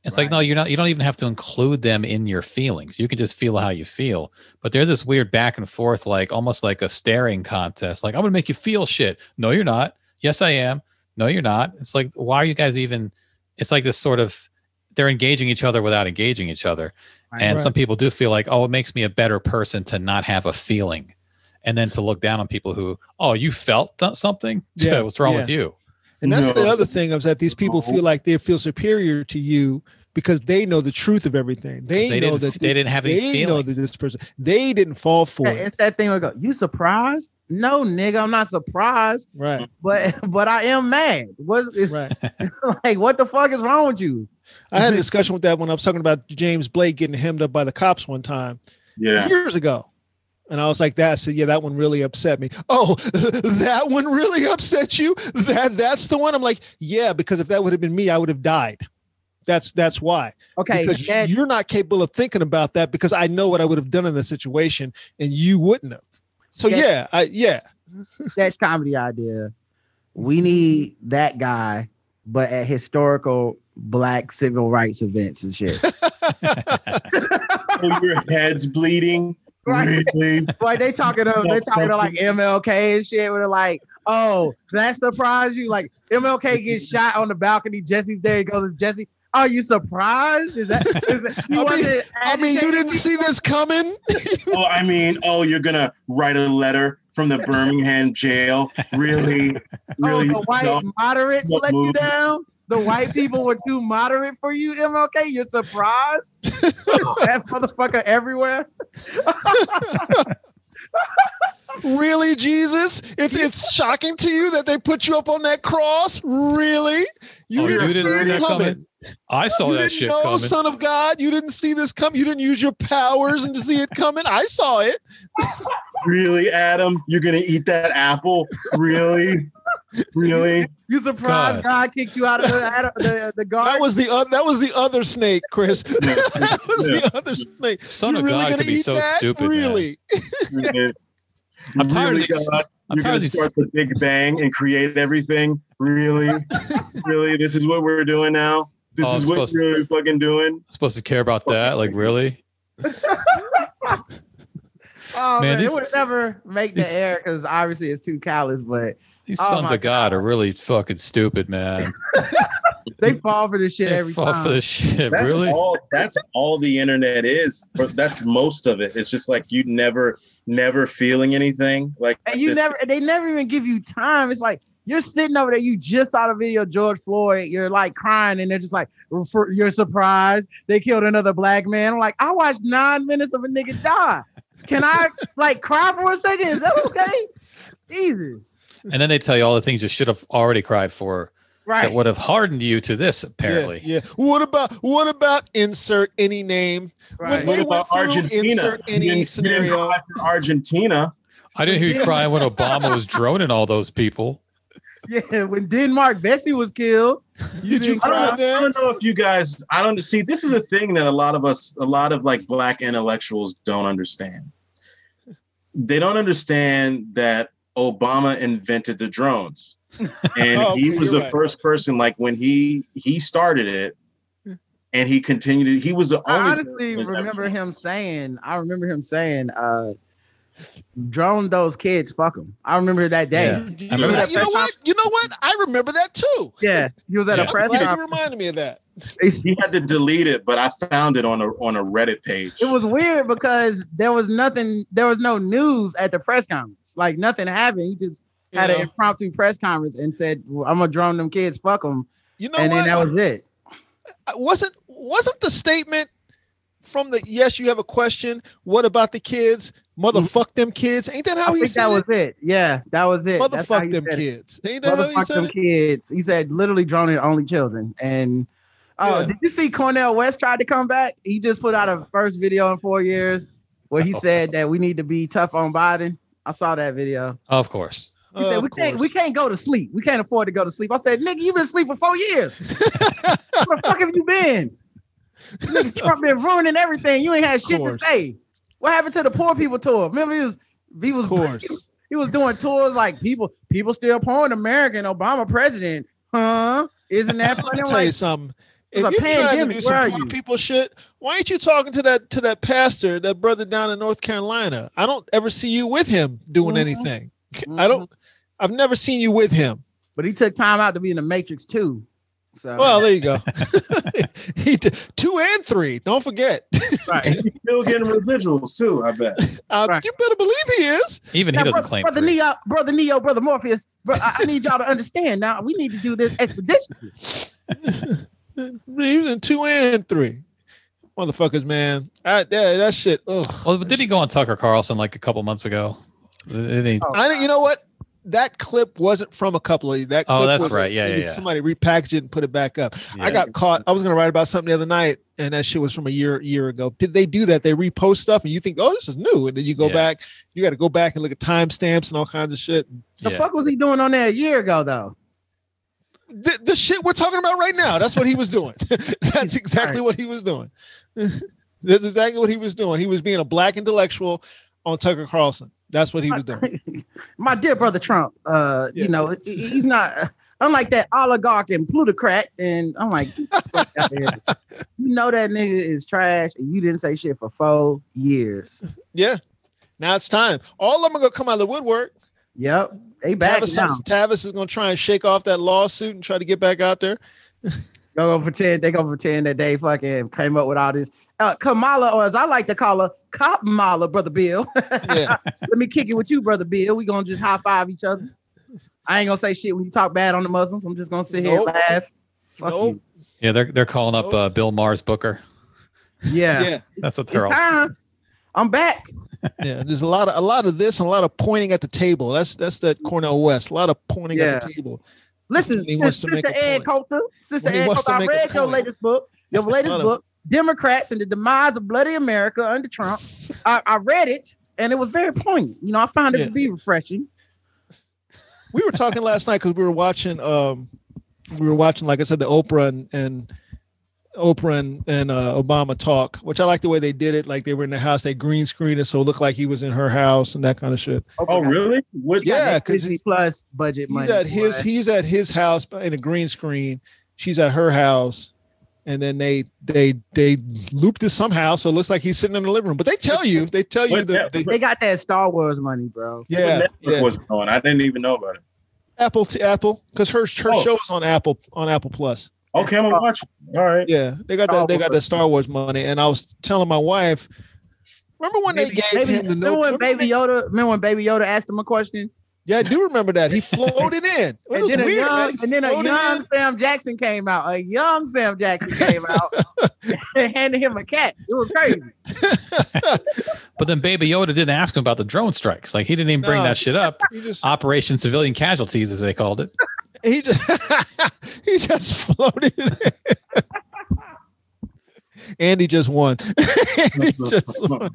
It's like,
Right.
no, you're not, you don't even have to include them in your feelings. You can just feel how you feel. But there's this weird back and forth, like almost like a staring contest. Like, I'm going to make you feel shit. No, you're not. Yes, I am. No, you're not. It's like, why are you guys even, it's like this sort of, they're engaging each other without engaging each other.
Right.
and some people do feel like, oh, it makes me a better person to not have a feeling. And then to look down on people who, oh, you felt th- something?
Yeah,
What's wrong
yeah.
with you?
and that's the
No.
other thing is that these people
No.
feel like they feel superior to you because they know the truth of everything.
'Cause
They,
They,
know
didn't,
that
f- they didn't have any
they know
feeling.
that this person they didn't fall for
Yeah,
it.
It's that thing where I go, you surprised? No, nigga, I'm not surprised,
Right,
but but I am mad. What is
right.
like what the fuck is wrong with you?
I had a discussion with that when I was talking about James Blake getting hemmed up by the cops one time
Yeah.
years ago. And I was like, that I said, yeah, that one really upset me. Oh, that one really upset you? That that's the one. I'm like, yeah, because if that would have been me, I would have died. That's that's why.
Okay,
because
that-
you're not capable of thinking about that because I know what I would have done in the situation and you wouldn't have. So
Yeah.
yeah, I, yeah,
sketch comedy idea. We need that guy, but at historical black civil rights events and shit.
Oh, your head's bleeding.
right?
Really?
Like they talking to they
That's
talking to
so
like MLK and shit. Where they're like, oh, that surprised you? Like MLK gets shot on the balcony. Jesse's there. He goes, Jesse, Are you surprised? Is that? Is that you
I mean-
wasn't
I mean, you
agitated?
didn't see this coming.
Oh, I mean, oh, you're gonna write a letter from the Birmingham jail? Really?
Oh,
Really?
the white
No.
moderates
What
let you
movie?
down. The white people were too moderate for you, MLK. You're surprised. that motherfucker everywhere.
really, Jesus? It's it's shocking to you that they put you up on that cross. Really? You
Oh,
didn't see
see
it
that
coming.
I saw
you
that
didn't
shit
know,
coming.
son of God, you didn't see this coming. You didn't use your powers and to see it coming. I saw it.
Really, Adam? You're gonna eat that apple? Really? Really?
You surprised God, kicked you out of the, out of the, the garden.
That was the oth- that was the other snake, Chris.
Yeah.
that was
Yeah.
the other snake.
Son
You
of God
gonna
could be
eat
so
that?
stupid. man.
Really?
I'm tired
really,
of these-
God?
I'm tired
You're gonna
of these-
start the Big Bang and create everything? Really? really? This is what we're doing now? This
Oh,
is
I'm
what
supposed to-
you're fucking doing?
I'm supposed to care about that? Like really?
oh,
man,
man,
these-
it would never make
these-
the air because obviously it's too callous, but
These
Oh
sons
my
of God are really fucking stupid, man.
they fall for this shit
They
every
fall
time.
for this shit.
That's
Really?
all that's all the internet is. Or that's most of it. It's just like you never never feeling anything. Like
and you
this-
never they never even give you time. It's like you're sitting over there, you just saw the video of George Floyd, you're like crying, and they're just like, for, you're surprised they killed another black man. I'm like, I watched nine minutes of a nigga die. Can I like cry for a second? Is that okay? Jesus.
And then they tell you all the things you should have already cried for
Right.
that would have hardened you to this,
Yeah,
apparently.
Yeah, What about what about insert any name?
right.
When
What
they
about
went through,
Argentina?
insert any
You didn't- you didn't
scenario.
cry for Argentina.
I didn't hear you cry when Obama was droning all those people.
yeah, when Denmark Bessie was killed, you
Did you
didn't
I
cry.
don't, know, I
then?
don't know if you guys. I don't see. This is a thing that a lot of us, a lot of like black intellectuals, don't understand. They don't understand that Obama invented the drones, and
Oh,
he
okay,
was
you're
the
right.
first person. Like when he he started it, and he continued. it. He was the only.
I honestly
person that
remember
ever-
him saying, I remember him saying, uh, drone those kids, fuck them. I remember that day.
Yeah.
You
I
know
remember
what-
that
you know what? You know what? I remember that too.
Yeah, he was at
Yeah.
a press
Glad you
conference.
reminded me of that.
He had to delete it, but I found it on a on a Reddit page.
It was weird because there was nothing, there was no news at the press conference. Like nothing happened. He just
You
had an
know,
impromptu press conference and said, well, "I'm gonna drone them kids, fuck them,"
you know
and
what?
then that was it.
I- wasn't wasn't the statement from the yes you have a question what about the kids motherfuck them kids ain't that how
Mm-hmm. I
he
think
said
that was
it?
it. Yeah, that was it. That's how
motherfuck
he
them
said it.
kids ain't that how he
Motherfuck
said
them
it?
kids. He said literally droning only children. And oh,
Yeah.
did you see Cornell West tried to come back? He just put out a first video in four years where he said that we need to be tough on Biden. I saw that video.
Of course.
He said,
Oh, Of
we can't
course.
we can't go to sleep. We can't afford to go to sleep. I said, nigga, you've been asleep for four years. Where the fuck have you been? Nigga, Trump been ruining everything. You ain't had shit to
course.
say. What happened to the poor people tour? Remember he was he was
of course
he was doing tours like people people still pouring American Obama president. Huh? Isn't that funny?
I'll tell you
Like,
something
It's
if
a
you're trying to
pandemic.
do
Where are
some poor
you?
people shit why ain't you talking to that to that pastor that brother down in north carolina i don't ever see you with him doing
Mhm.
anything
Mm-hmm.
i don't i've never seen you with him
But he took time out to be in the Matrix too. So
well there you go he did two and three don't forget
right.
And he's still getting residuals too. I bet.
Uh,
Right.
you better believe he is
Even
Now,
he doesn't
brother,
claim
brother
three.
Neo, brother Neo, brother Morpheus. Bro, I, I need y'all to understand. Now we need to do this expedition.
He was in two and three. Motherfuckers, man. I, that, that shit.
Oh,
Ugh.
Well, but did he go on Tucker Carlson like a couple months ago? Didn't he-
Oh,
I didn't, you know what? That clip wasn't from a couple of that.
Oh,
clip
that's
was-
right. Yeah,
it
yeah,
was
yeah.
Somebody repackaged it and put it back up. I
Yeah.
got caught. I was gonna write about something the other night, and that shit was from a year year ago. Did they do that? They repost stuff, and you think, oh, this is new, and then you go
Yeah.
back. You got to go back and look at timestamps and all kinds of shit.
The
Yeah.
fuck was he doing on there a year ago though?
The, the shit we're talking about right now. That's what he was doing. that's exactly
Right.
what he was doing. that's exactly what he was doing. He was being a black intellectual on Tucker Carlson. That's what he was doing.
My dear brother Trump, uh,
Yeah.
you know he- he's not. uh, Unlike that oligarch and plutocrat, and I'm like, get the fuck out of here. you know that nigga is trash, and you didn't say shit for four years.
Yeah. Now it's time. All of them are gonna come out of the woodwork.
Yep, they back
Tavis,
now.
Tavis is gonna try and shake off that lawsuit and try to get back out there.
They gonna pretend they gonna pretend that they fucking came up with all this uh, Kamala, or as I like to call her, Cop Mala, brother Bill.
Yeah.
Let me kick it with you, brother Bill. We gonna just high five each other. I ain't gonna say shit when you talk bad on the Muslims. I'm just gonna sit here and
Nope.
laugh. Fuck
Nope.
you.
Yeah, they're they're calling up uh, Bill Mars Booker.
Yeah.
Yeah.
That's what
It's
they're all.
time. I'm back.
Yeah, there's a lot of a lot of this and a lot of pointing at the table. That's that's that Cornell West. A lot of pointing at the table.
Listen,
He wants to
Sister
make a
Ann
point.
Coulter, Sister
When he
Ann
wants
Coulter,
to
I
make a
read your
point.
latest book, your
It's a
latest
lot of-
book, Democrats and the Demise of Bloody America under Trump. I, I read it and it was very poignant. You know, I found it
Yeah.
to be refreshing.
We were talking last night because we were watching um we were watching, like I said, the Oprah and, and Oprah and, and uh, Obama talk, which I like the way they did it. Like they were in the house, they green screened it, so it looked like he was in her house and that kind of shit.
Oh, really? What?
Yeah.
Yeah,
'cause
Disney Plus budget money.
He's at his
boy.
he's at his house in a green screen. She's at her house, and then they they they looped this somehow, so it looks like he's sitting in the living room. But they tell you, they tell you
What
the,
network-
the
They got that Star Wars money, bro.
what
yeah,
network
yeah.
was it on? I didn't even know about it.
Apple to Apple because her her
Oh.
show is on Apple on Apple Plus.
Okay, I'm gonna watch. it. All right.
Yeah, they got
Star
that they got
Wars.
that Star Wars money, and I was telling my wife, remember when
Maybe-
they gave
maybe-
him the
remember
no?
when
remember
Baby
they-
Yoda? Remember when Baby Yoda asked him a question?
yeah, I do remember that he floated in. It was
And then, a
weird. man.
young,
He
and then a
floated
young
in.
Sam Jackson came out. A young Sam Jackson came out and handed him a cat. It was crazy.
But then Baby Yoda didn't ask him about the drone strikes. Like he didn't even bring
No.
that shit up.
He just
Operation Civilian Casualties, as they called it.
he just he just floated. In. Andy just won. Andy just won.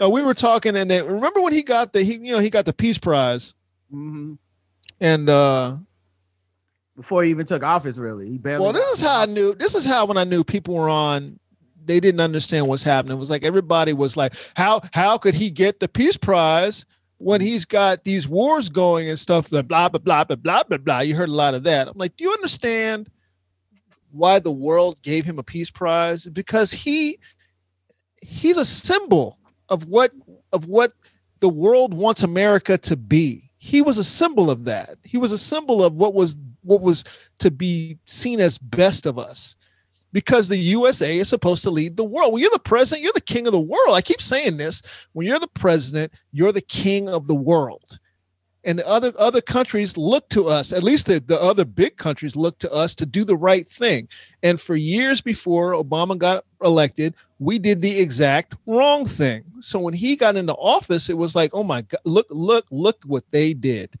No, we were talking, and they, remember when he got the he you know he got the Peace Prize,
Mhm.
and uh
Before he even took office, really. He barely
Well, this is how I knew. This is how when I knew people were on, they didn't understand what's happening. It was like everybody was like, "How how could he get the Peace Prize when he's got these wars going and stuff?" Blah blah blah blah blah blah blah. blah. You heard a lot of that. I'm like, do you understand why the world gave him a Peace Prize? Because he he's a symbol of what of what the world wants America to be. He was a symbol of that. He was a symbol of what was what was to be seen as best of us because the USA is supposed to lead the world. When you're the president, you're the king of the world. I keep saying this. When you're the president, you're the king of the world. And the other other countries look to us, at least the, the other big countries look to us to do the right thing. And for years before Obama got elected, we did the exact wrong thing. So when he got into office, it was like, oh my God, look, look, look what they did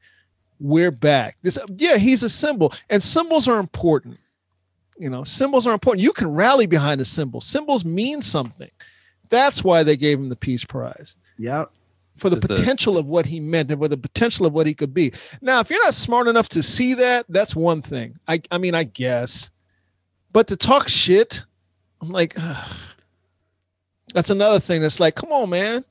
we're back. This, yeah, he's a symbol, and symbols are important. You know, symbols are important. You can rally behind a symbol. Symbols mean something. That's why they gave him the Peace Prize
Yep.
for the
This is the-
potential of what he meant and for the potential of what he could be. Now, if you're not smart enough to see that, that's one thing. I, I mean, I guess, but to talk shit, I'm like, ugh. that's another thing. That's like, come on, man,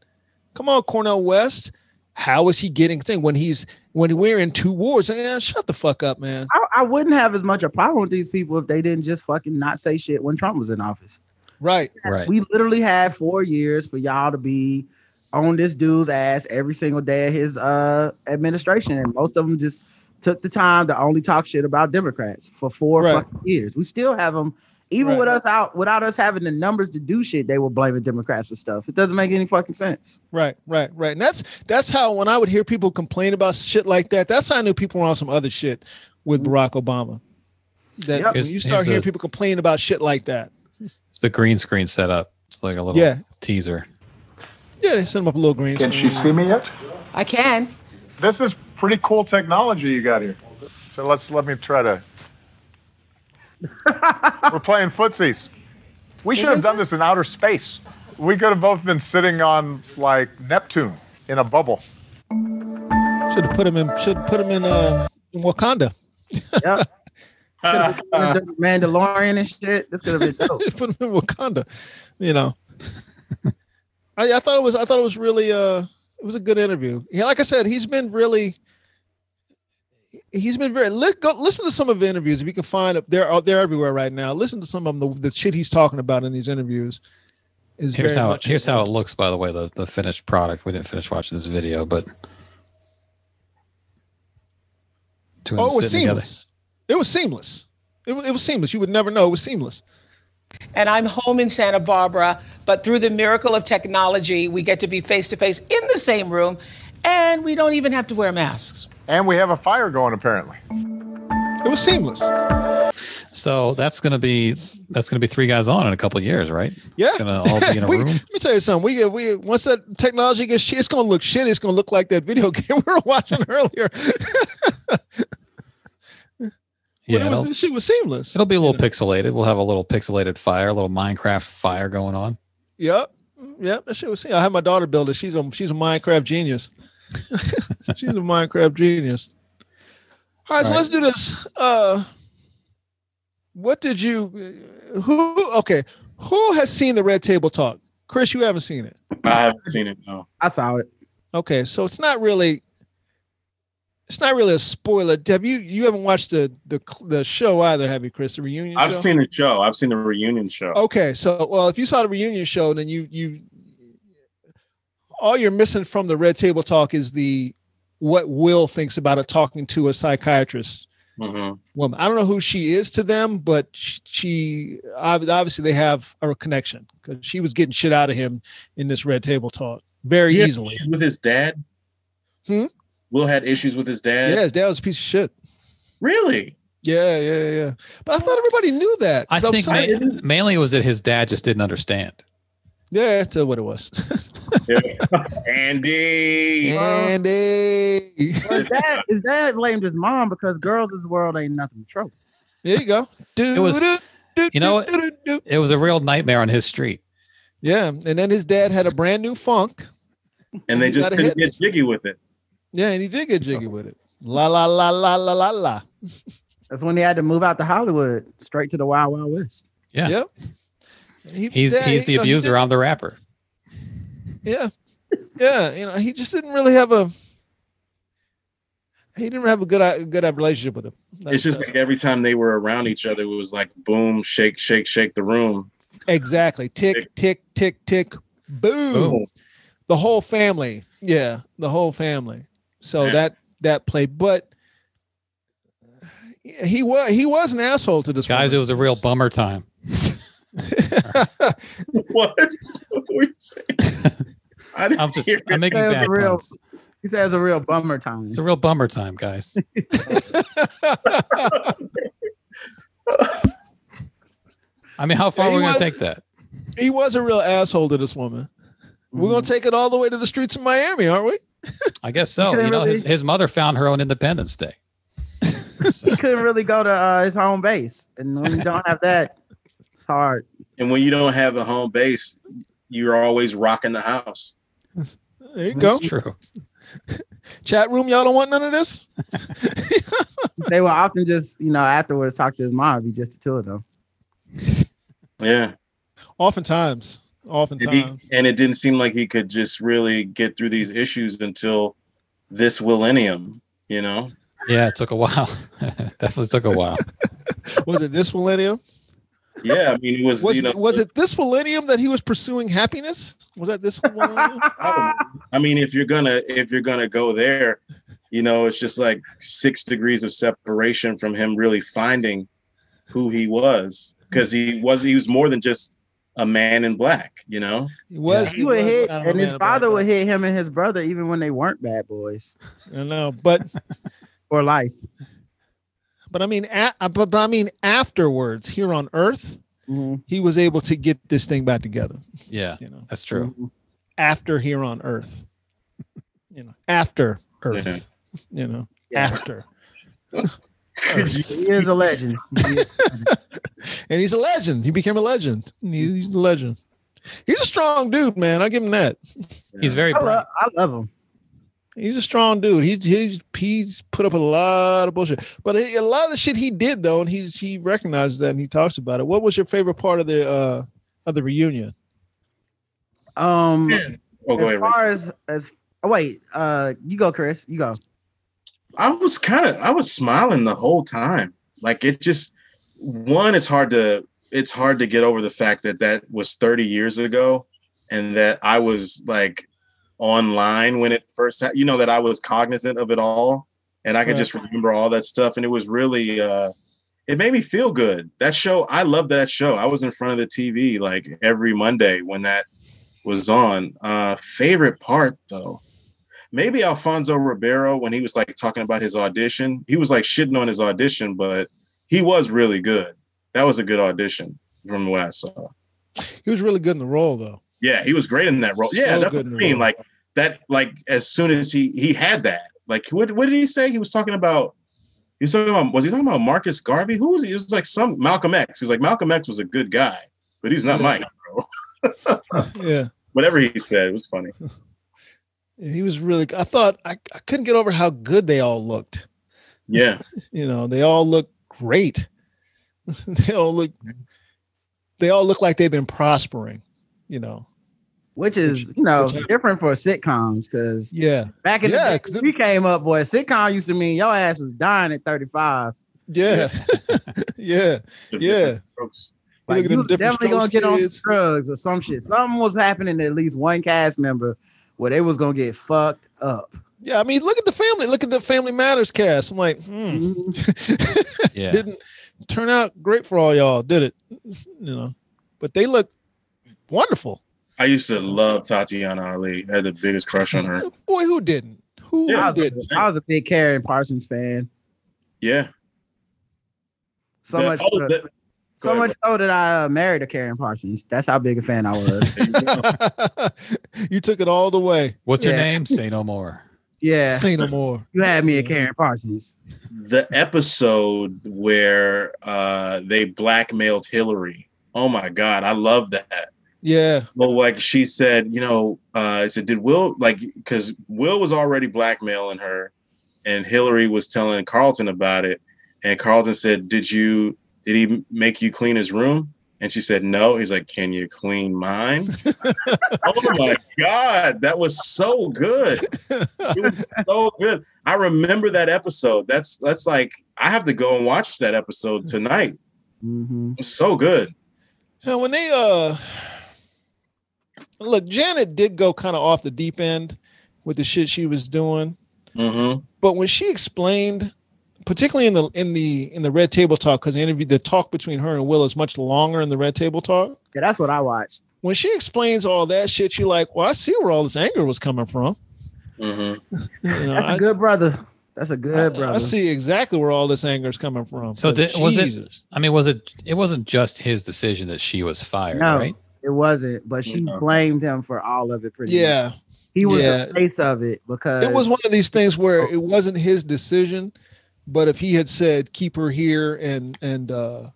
come on, Cornell West. How is he getting thing when he's when we're in two wars? Eh, shut the fuck up, man.
I, I wouldn't have as much a problem with these people if they didn't just fucking not say shit when Trump was in office.
Right?
Right.
We literally had four years for y'all to be on this dude's ass every single day of his uh administration, and most of them just took the time to only talk shit about Democrats for four
Right.
fucking years. We still have them, even
Right.
with us out without us having the numbers to do shit. They were blaming Democrats for stuff. It doesn't make any fucking sense.
Right, right, right. And that's that's how when I would hear people complain about shit like that, that's how I knew people were on some other shit with
Mm-hmm.
Barack Obama. That
Yep.
when
Here's-
you start
here's
hearing
the-
people complain about shit like that.
It's the green screen setup. It's like a little
Yeah.
teaser.
Yeah, they send them up a little green.
Can she see me yet?
I can.
This is pretty cool technology you got here. So let's let me try to. We're playing footsies. We should have done this in outer space. We could have both been sitting on like Neptune in a bubble.
Should have put him in. Should put him in. Uh, in Wakanda.
Yep. Could've been Mandalorian and shit. This could have been dope.
put him in Wakanda. You know. I, I thought it was. I thought it was really. Uh, it was a good interview. Yeah, like I said, he's been really. He's been very. Li- go, listen to some of the interviews if you can find them. They're they're everywhere right now. Listen to some of them. The, the shit he's talking about in these interviews is
Here's
very
how
much-
here's how it looks. By the way, the the finished product. We didn't finish watching this video, but two of
Oh,
them
it was Oh,
sitting together.
seamless. It was seamless. It, wa- it was seamless. You would never know. It was seamless.
and I'm home in Santa Barbara, but through the miracle of technology, we get to be face to face in the same room, and we don't even have to wear masks.
And we have a fire going apparently.
It was seamless.
So that's gonna be that's gonna be three guys on in a couple of years, right?
Yeah.
It's gonna all be in a
we,
room.
Let me tell you something. We we once that technology gets, shit, it's gonna look shitty. It's gonna look like that video game we were watching earlier.
Yeah,
But it
it'll,
was, she was seamless.
it'll be a little pixelated. We'll have a little pixelated fire, a little Minecraft fire going on.
Yep. Yep. That shit was seamless. I had my daughter build it. She's a she's a Minecraft genius. she's a Minecraft genius. All right, so
All right.
let's do this. Uh what did you who okay. Who has seen the red table talk? Chris, you haven't seen it.
I haven't seen it. No.
I saw it.
Okay, so it's not really it's not really a spoiler. Have you you haven't watched the the the show either, have you, Chris? The reunion
I've
show?
seen the show. I've seen the reunion show.
Okay, so well, if you saw the reunion show, then you you all you're missing from the red table talk is the what Will thinks about it talking to a psychiatrist
hmm
woman. I don't know who she is to them, but sh- she ob- obviously they have a connection because she was getting shit out of him in this red table talk very
He had
easily.
issues with his dad.
Hmm?
Will had issues with his dad.
Yeah, that was a piece of shit.
Really?
Yeah, yeah, yeah. But I thought everybody knew that.
I
'cause was
think
sorry-
ma- mainly it was that his dad just didn't understand.
yeah, that's what it was.
Andy.
Andy,
Well, is that is that blamed his mom because girls' this world ain't nothing but trouble.
there you go. Dude,
was- you know what? It was a real nightmare on his street.
Yeah, and then his dad had a brand new funk.
And they
You
just
gotta
couldn't
hit
get jiggy with it.
Yeah, and he did get jiggy with it. La la la la la la la.
That's when he had to move out to Hollywood, straight to the Wild Wild West.
Yeah.
Yep. He-
He's
yeah,
he's
he-
the
you know, he
abuser.
did-
I'm the rapper.
Yeah, yeah. You know, he just didn't really have a. He didn't have a good a good relationship with him.
It's just like every time they were around each other, it was like boom, shake, shake, shake the room.
exactly tick tick tick tick, boom.
Boom.
The whole family. Yeah, the whole family. So
Yeah.
that that played, but he was he was an asshole to this
Guys, it
woman.
was a real bummer time.
What? What were you saying? I didn't
I'm just
hear
I'm
it.
making
That was
bad
real.
puns.
He said it's a real bummer time.
It's a real bummer time, guys. I mean, how far
Yeah,
are we
he
going to
was-
take that?
he was a real asshole to this woman. We're
Mm-hmm.
Mm-hmm.
gonna take it all the way to the streets of Miami, aren't we?
I guess so.
Okay,
You know, his,
really?
his mother found her on Independence Day.
he couldn't really go to uh, his home base, and when you don't have that, it's hard.
And when you don't have a home base, you're always rocking the house.
There you go.
That's true.
Chat room, y'all don't want none of this.
They will often just, you know, afterwards talk to his mom. Be just the two of them.
Yeah.
Oftentimes,
And, he,
oftentimes,
and it didn't seem like he could just really get through these issues until this millennium, you know?
Yeah, it took a while. Definitely took a while.
was it this millennium?
Yeah. I mean, it was,
Was
you know,
was it this millennium that he was pursuing happiness? Was that this millennium?
I
Ah,
mean, if you're gonna if you're gonna go there, you know, it's just like six degrees of separation from him really finding who he was, because he was he was more than just a man in black, you know.
He was.
He would
was
hit,
kind of a
and his
man about
father would
that.
hit him and his brother even when they weren't bad boys
I know, but
for life.
but I mean, a, uh, but, but I mean, afterwards, here on Earth, he was able to get this thing back together.
Yeah,
You know,
that's true.
after here on Earth, you know, after
Yeah.
Earth, you know,
Yeah.
after. Mm-hmm.
He is a legend. He is-
and he's a legend. He became a legend. He- He's a legend. He's a strong dude, man. I give him that.
He's very
I,
bright.
love, I love him.
He's a strong dude. He, he's he's put up a lot of bullshit, but a a lot of the shit he did though, and he's he recognizes that and he talks about it. What was your favorite part of the uh of the reunion?
Um,
Oh,
as
go ahead. Rick.
far as as oh, wait, uh, you go, Chris. You go.
I was kind of I was smiling the whole time. Like it just one, it's hard to it's hard to get over the fact that that was 30 years ago, and that I was like online when it first ha- you know that I was cognizant of it all, and I could
Right.
just remember all that stuff, and it was really uh it made me feel good. That show, I love that show. I was in front of the TV like every Monday when that was on. Uh, favorite part though, maybe Alfonso Ribeiro when he was like talking about his audition. He was like shitting on his audition, but he was really good. That was a good audition from what I saw.
He was really good in the role, though.
Yeah, he was great in that role. Yeah,
So
that's
good
what I
in the
mean.
role.
Like that, like as soon as he he had that, like what what did he say? He was talking about he was talking about was he talking about Marcus Garvey? Who was he? It was like some Malcolm X. He was like Malcolm X was a good guy, but he's not my hero.
Yeah.
Whatever he said, it was funny.
He was really. I thought I, I couldn't get over how good they all looked.
Yeah.
You know, they all look great. they all look. They all look like they've been prospering. You know.
Which is, you know,
which I-
different for sitcoms because
Yeah.
back in
Yeah,
the day,
'cause
when we came up, boy, sitcom used to mean your ass was dying at 35.
Yeah. yeah. Yeah.
Strokes.
You
Like,
look at them
you
different
definitely gonna
strokes
get on
kids.
drugs or some shit. Something was happening to at least one cast member where they was gonna get fucked up.
Yeah. I mean, look at the family. Look at the Family Matters cast. I'm like, hmm.
Mm-hmm.
Yeah.
didn't turn out great for all y'all, did it? You know, but they look wonderful.
I used to love Tatiana Ali. I had the biggest crush on her.
Boy, who didn't? Who
Mm-hmm. Yeah.
I,
didn't?
was, I was a big Karen Parsons fan.
Yeah.
So
That-
much,
oh, that-
so much so that I uh, married a Karen Parsons. That's how big a fan I was.
you took it all the way.
What's her
Yeah.
name? Say no more.
yeah,
Say no more.
you had me at Karen Parsons.
the episode where uh they blackmailed Hillary. Oh my god, I love that.
Yeah,
Well, like she said, you know, uh I said, did Will like because Will was already blackmailing her and Hillary was telling Carlton about it. And Carlton said, Did you did he make you clean his room? And she said, No. He's like, Can you clean mine? oh my God. That was so good it was so good. I remember that episode. That's that's like I have to go and watch that episode tonight. It
hmm
was so good.
now when they uh look, Janet did go kind of off the deep end with the shit she was doing,
Mm-hmm.
but when she explained, particularly in the in the in the red table talk, because the interview, the talk between her and Will is much longer in the red table talk.
Yeah, that's what I watched.
when she explains all that shit, you're like, well, I see where all this anger was coming from.
Mm-hmm.
You know,
That's a
I-
good brother. That's a good
I,
brother.
I see exactly where all this anger is coming from.
So
But
the- was it-
Jesus.
I mean, was it? It wasn't just his decision that she was fired,
No.
right?
It wasn't, but she
No.
blamed him for all of it. Pretty much.
Yeah,
he was
yeah.
the face of it because
it was one of these things where it wasn't his decision, but if he had said keep her here and and uh,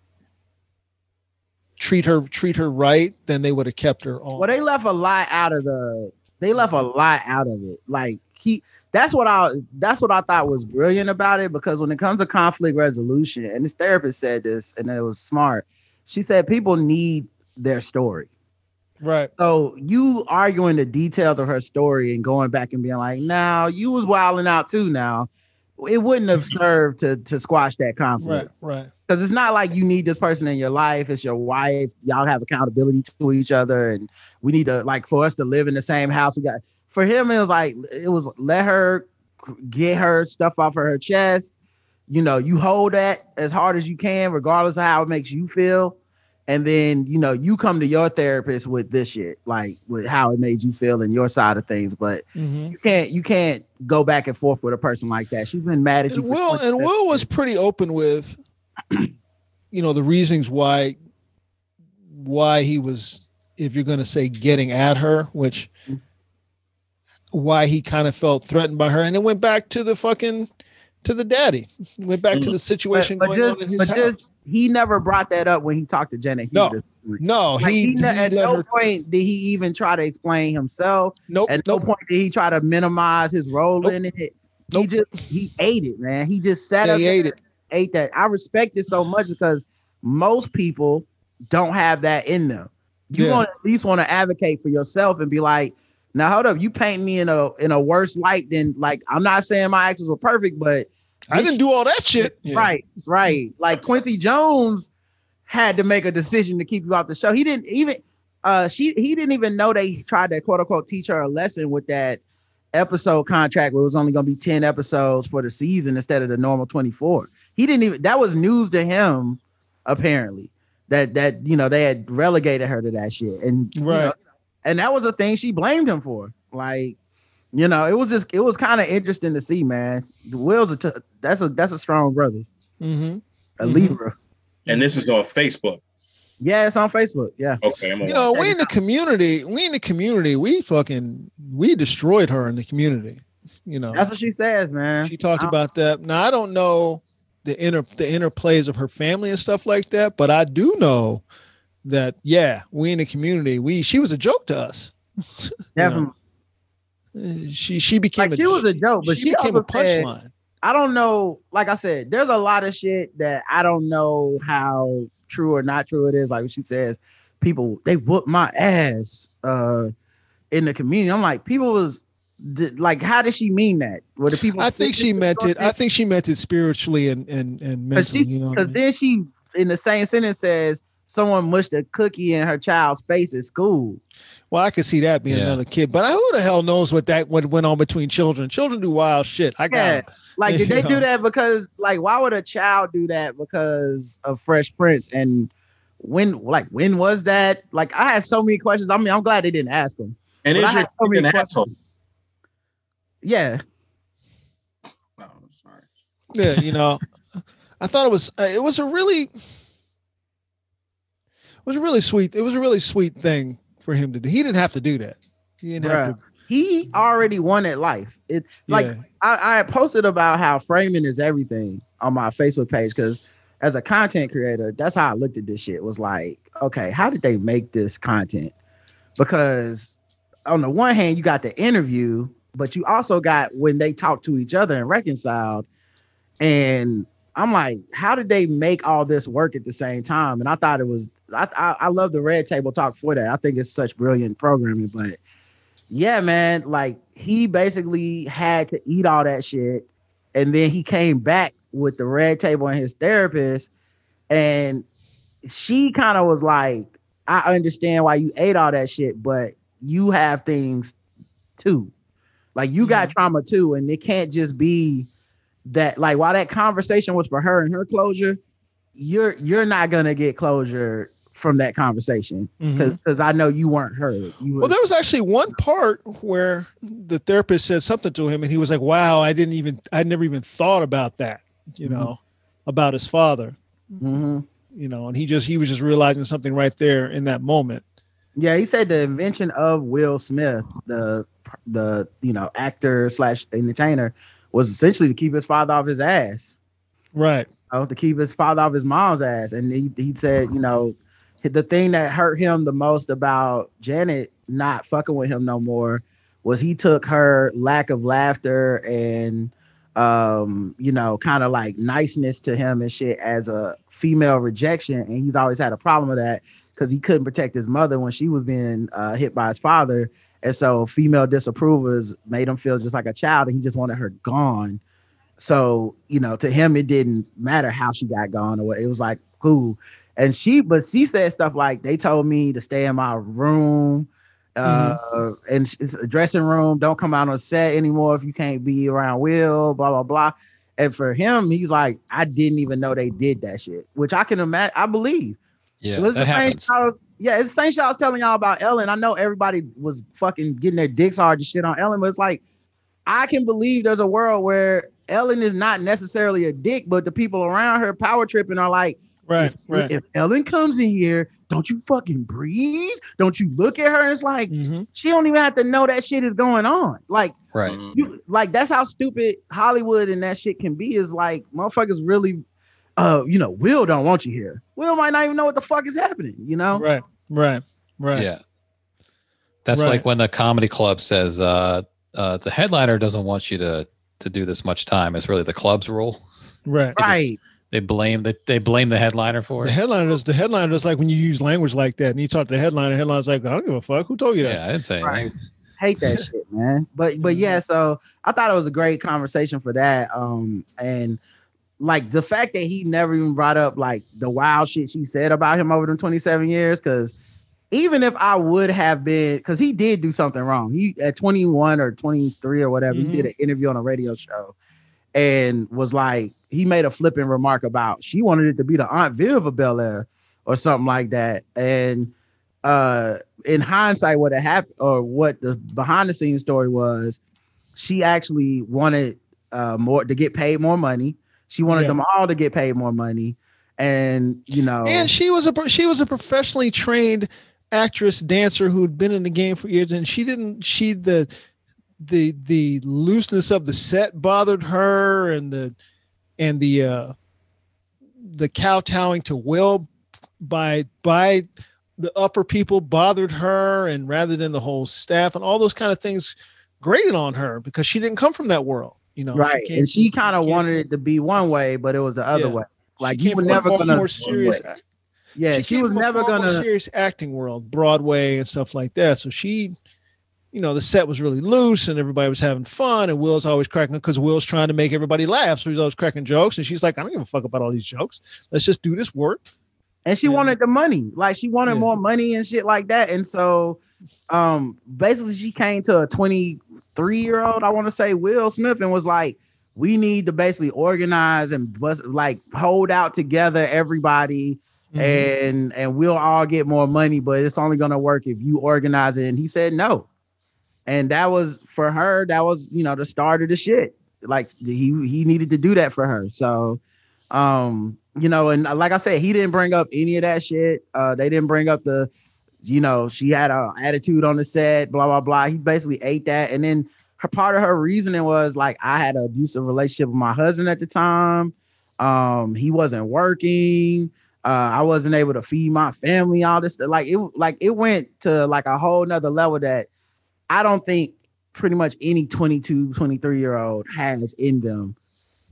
treat her treat her right, then they would have kept her on.
Well, they left a lot out of the. They left a lot out of it. Like he, that's what I. That's what I thought was brilliant about it because when it comes to conflict resolution, and this therapist said this, and it was smart. She said people need their story.
right?
So you arguing the details of her story and going back and being like, "Now you was wilding out too." Now it wouldn't have served to to squash that conflict
Right, right,
because it's not like you need this person in your life. It's your wife. Y'all have accountability to each other, and we need to like for us to live in the same house. We got for him. It was like it was let her get her stuff off of her chest. You know, you hold that as hard as you can, regardless of how it makes you feel. And then you know you come to your therapist with this shit, like with how it made you feel and your side of things. But
hmm
you can't you can't go back and forth with a person like that. She's been mad at you.
And
for
Will
20
and Will was pretty open with, you know, the reasons why why he was, if you're going to say getting at her, which why he kind of felt threatened by her, and it went back to the fucking to the daddy, It went back to the situation
Mm-hmm. but, but
going
just,
on in his
but
house.
just he never brought that up when he talked to Janet.
No.
Hughes.
no,
Like,
he,
he,
he
ne-
let
at no
her.
point did he even try to explain himself.
Nope,
At no
nope.
point did he try to minimize his role
Nope.
in it.
Nope.
He just he ate it, man. He just sat up
They
there
ate it.
ate that. I respect it so much because most people don't have that in them. You
Yeah.
want to at least want to advocate for yourself and be like, now hold up, you paint me in a in a worse light than like I'm not saying my actions were perfect, but
I didn't do all that shit.
Right, right. Like Quincy Jones had to make a decision to keep you off the show. He didn't even uh she he didn't even know they tried to quote unquote teach her a lesson with that episode contract where it was only gonna be 10 episodes for the season instead of the normal 24. He didn't even that was news to him, apparently. That that you know they had relegated her to that shit. And you
Right.
know, and that was the thing she blamed him for. Like, you know, it was just it was kind of interesting to see, man. The Will's a t- that's a that's a strong brother,
Mm-hmm.
a
Mhm.
Libra.
And this is on Facebook.
Yeah, it's on Facebook. Yeah.
Okay, I'm
You
gonna
know,
watch
we in the community. We in the community. We fucking we destroyed her in the community. You know,
That's what she says, man.
Oh. she talked
I-
about that. Now I don't know the inner the interplays of her family and stuff like that, but I do know that yeah, we in the community. We she was a joke to us.
Definitely.
Uh, She she became
Like
a,
she was a joke, but she,
became
also
a
said,
punchline.
I don't know. Like I said, there's a lot of shit that I don't know how true or not true it is. Like she says, people they whoop my ass uh in the community. I'm like, people was did, like, how did she mean that? Were the people?
I think she meant it. I think she meant it spiritually and and and
because
mentally. you know, what I mean?
then she in the same sentence says someone mushed a cookie in her child's face at school.
well, I could see that being
Yeah.
another kid, but I, who the hell knows what that what went on between children? Children do wild shit. I got.
Yeah.
it.
Like, did they
Yeah.
do that because, like, why would a child do that because of Fresh Prince? And when, like, when was that? Like, I had so many questions. I mean, I'm glad they didn't ask them.
And
But I
is your
have so many
an asshole?
Yeah.
Oh, I'm sorry.
yeah you know i thought it was uh, it was a really it was a really sweet it was a really sweet thing for him to do he didn't have to do that he didn't have to
He already wanted life. It, like,
yeah.
I, I had posted about how framing is everything on my Facebook page because as a content creator, that's how I looked at this shit. Was like, okay, how did they make this content? Because on the one hand, you got the interview, but you also got when they talked to each other and reconciled. And I'm like, how did they make all this work at the same time? And I thought it was I I, I love the red table talk for that. I think it's such brilliant programming, but yeah, man, like he basically had to eat all that shit. And then he came back with the red table and his therapist. And she kind of was like, I understand why you ate all that shit, but you have things too. Like you got trauma too. And it can't just be that like while that conversation was for her and her closure, you're you're not gonna get closure from that conversation.
Mhm.
Cause, 'cause I know you weren't heard. You
well there was actually one part where the therapist said something to him and he was like wow i didn't even i never even thought about that you know about his father
Mhm.
you know and he just he was just realizing something right there in that moment
Yeah, he said the invention of Will Smith, the the you know actor slash entertainer, was essentially to keep his father off his ass,
right
you know, to keep his father off his mom's ass. And he he said, you know, the thing that hurt him the most about Janet not fucking with him no more was he took her lack of laughter and um you know kind of like niceness to him and shit as a female rejection and he's always had a problem with that because he couldn't protect his mother when she was being uh, hit by his father. And so female disapprovers made him feel just like a child and he just wanted her gone. So, you know, to him, it didn't matter how she got gone or what. It was like, cool. And she, but she said stuff like, they told me to stay in my room uh, and it's a dressing room. Don't come out on set anymore if you can't be around Will, blah, blah, blah. And for him, he's like, I didn't even know they did that shit, which I can imagine. I believe.
Yeah,
It was the
that
same
happens.
shit I was- yeah, it's the same shit I was telling y'all about Ellen. I know everybody was fucking getting their dicks hard to shit on Ellen, but it's like I can believe there's a world where Ellen is not necessarily a dick, but the people around her power tripping are like,
right
if,
right
if Ellen comes in here, don't you fucking breathe? Don't you look at her? It's like
Mhm.
she don't even have to know that shit is going on. Like
Right.
Um,
you like that's how stupid Hollywood and that shit can be. Is like motherfuckers really, uh, you know, Will don't want you here. Will might not even know what the fuck is happening. You know,
right right right
Yeah. That's
Right.
like when the comedy club says uh, uh, the headliner doesn't want you to to do this much time. It's really the club's rule.
right
just-
right?
They blame the, they blame the headliner for
The
it.
headliner is the headliner is like when you use language like that and you talk to the headliner, the headliner's like, I don't give a fuck. Who told you that?
Yeah, I didn't say anything.
hate that shit, man. But but yeah, so I thought it was a great conversation for that. Um, and like the fact that he never even brought up like the wild shit she said about him over them 27 years, because even if I would have been, because he did do something wrong. He at 21 or 23 or whatever,
Mhm.
he did an interview on a radio show. and was like, he made a flipping remark about she wanted it to be the Aunt Viv of Bel Air or something like that. And uh, in hindsight, what had happened or what the behind the scenes story was, she actually wanted uh, more to get paid more money. She wanted
Yeah.
them all to get paid more money. And you know,
And she was a pro- she was a professionally trained actress dancer who'd been in the game for years, and she didn't she the the the looseness of the set bothered her, and the and the uh, the kowtowing to will by by the upper people bothered her, and rather than the whole staff and all those kind of things grated on her because she didn't come from that world, you know.
right.
came
and she kind of
came
wanted it to be one way, but it was the other
Yeah.
way. Like
she
you
came
were
from a
never
far
gonna.
more serious
yeah, she,
came
was
from a
never
far more
gonna.
serious acting world, Broadway and stuff like that. So she, you know, the set was really loose and everybody was having fun, and Will's always cracking because Will's trying to make everybody laugh, so he's always cracking jokes. And she's like, I don't give a fuck about all these jokes. Let's just do this work.
and she
Yeah.
wanted the money like she wanted
Yeah.
more money and shit like that and so um basically she came to a 23 year old i want to say will smith and was like we need to basically organize and bust, like hold out together everybody
Mm-hmm.
and and we'll all get more money but it's only going to work if you organize it and he said no and that was for her that was you know the start of the shit like he he needed to do that for her so um you know and like i said he didn't bring up any of that shit uh they didn't bring up the you know she had a attitude on the set blah blah blah he basically ate that and then her part of her reasoning was like i had an abusive relationship with my husband at the time um he wasn't working uh i wasn't able to feed my family all this stuff. like it like it went to like a whole nother level that i don't think pretty much any 22 23 year old has in them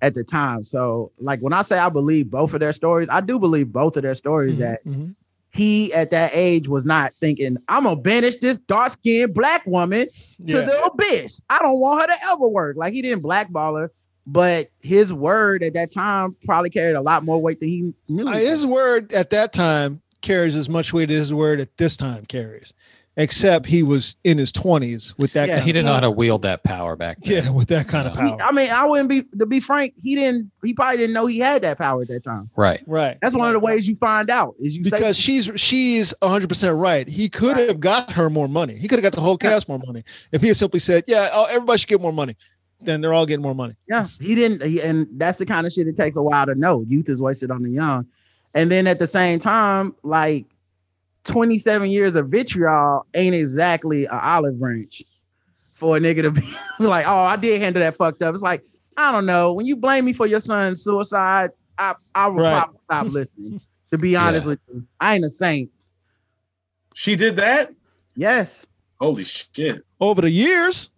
at the time so like when i say i believe both of their stories i do believe both of their stories that
Mhm.
he at that age was not thinking, I'm gonna banish this dark skinned black woman to
Mm-hmm. Yeah.
the abyss. I don't want her to ever work. Like he didn't blackball her, but his word at that time probably carried a lot more weight than he knew.
Uh, His word at that time carries as much weight as his word at this time carries, except he was in his twenties with that.
Yeah.
kind
He didn't know how
of,
to wield that power back then.
Yeah, with that kind of
He-
power.
I mean, I wouldn't be to be frank, he didn't he probably didn't know he had that power at that time.
Right.
Right.
That's one of the ways you find out is you
because
say
she's she's 100% right he could have got her more money he could have got the whole cast more money if he had simply said yeah oh, everybody should get more money then they're all getting more money
Yeah, he didn't, he, and that's the kind of shit it takes a while to know. Youth is wasted on the young, and then at the same time, like twenty seven years of vitriol ain't exactly an olive branch for a nigga to be like, oh, I did handle that fucked up. It's like I don't know. When you blame me for your son's suicide, I I will
Right.
probably stop listening. To be honest with you, I ain't a saint.
She did that?
Yes,
Holy shit.
over the years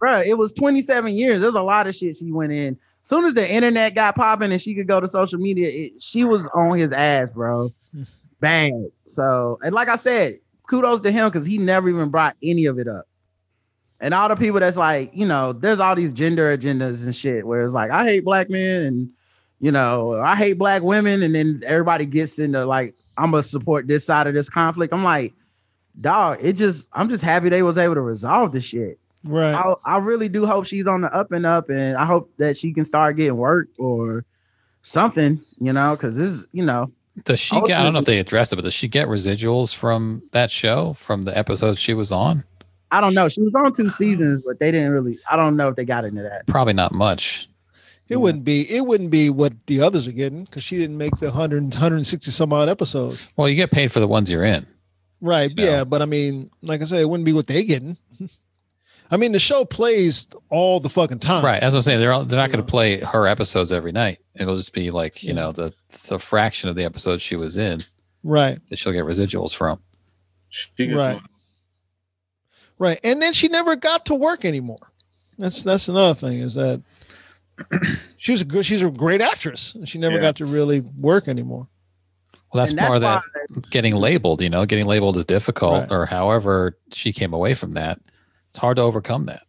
Bruh, It was 27 years. There's a lot of shit she went in. Soon as the internet got popping and she could go to social media, it, she was on his ass, bro. Bad. So, and like I said, kudos to him because he never even brought any of it up. And all the people that's like, you know, there's all these gender agendas and shit where it's like, I hate black men and, you know, I hate black women. And then everybody gets into like, I'm going to support this side of this conflict. I'm like, dog, it just, I'm just happy they was able to resolve this shit.
right
I, I really do hope she's on the up and up, and I hope that she can start getting work or something, you know, because this, is, you know,
Does she
I was
get, I don't know
gonna-
if they addressed it, but does she get residuals from that show, from the episodes she was on?
I don't know. She was on two seasons, but they didn't really. I don't know if they got into that.
Probably not much.
it wouldn't be it wouldn't be what the others are getting because she didn't make the 100 160 some odd episodes
Well, you get paid for the ones you're in.
right
You know.
yeah but i mean like i said it wouldn't be what they getting i mean the show plays all the fucking time
Right. As I'm saying, they're all, they're not going to play her episodes every night. It'll just be like, you know, the, the fraction of the episodes she was in
right
that she'll get residuals from.
She gets
Right.
one.
right and then she never got to work anymore that's that's another thing is that she was a good she's a great actress and she never
Yeah.
got to really work anymore
Well, that's
And
part of that
why-
getting labeled, you know, getting labeled as difficult
Right.
or however she came away from that. It's hard to overcome that.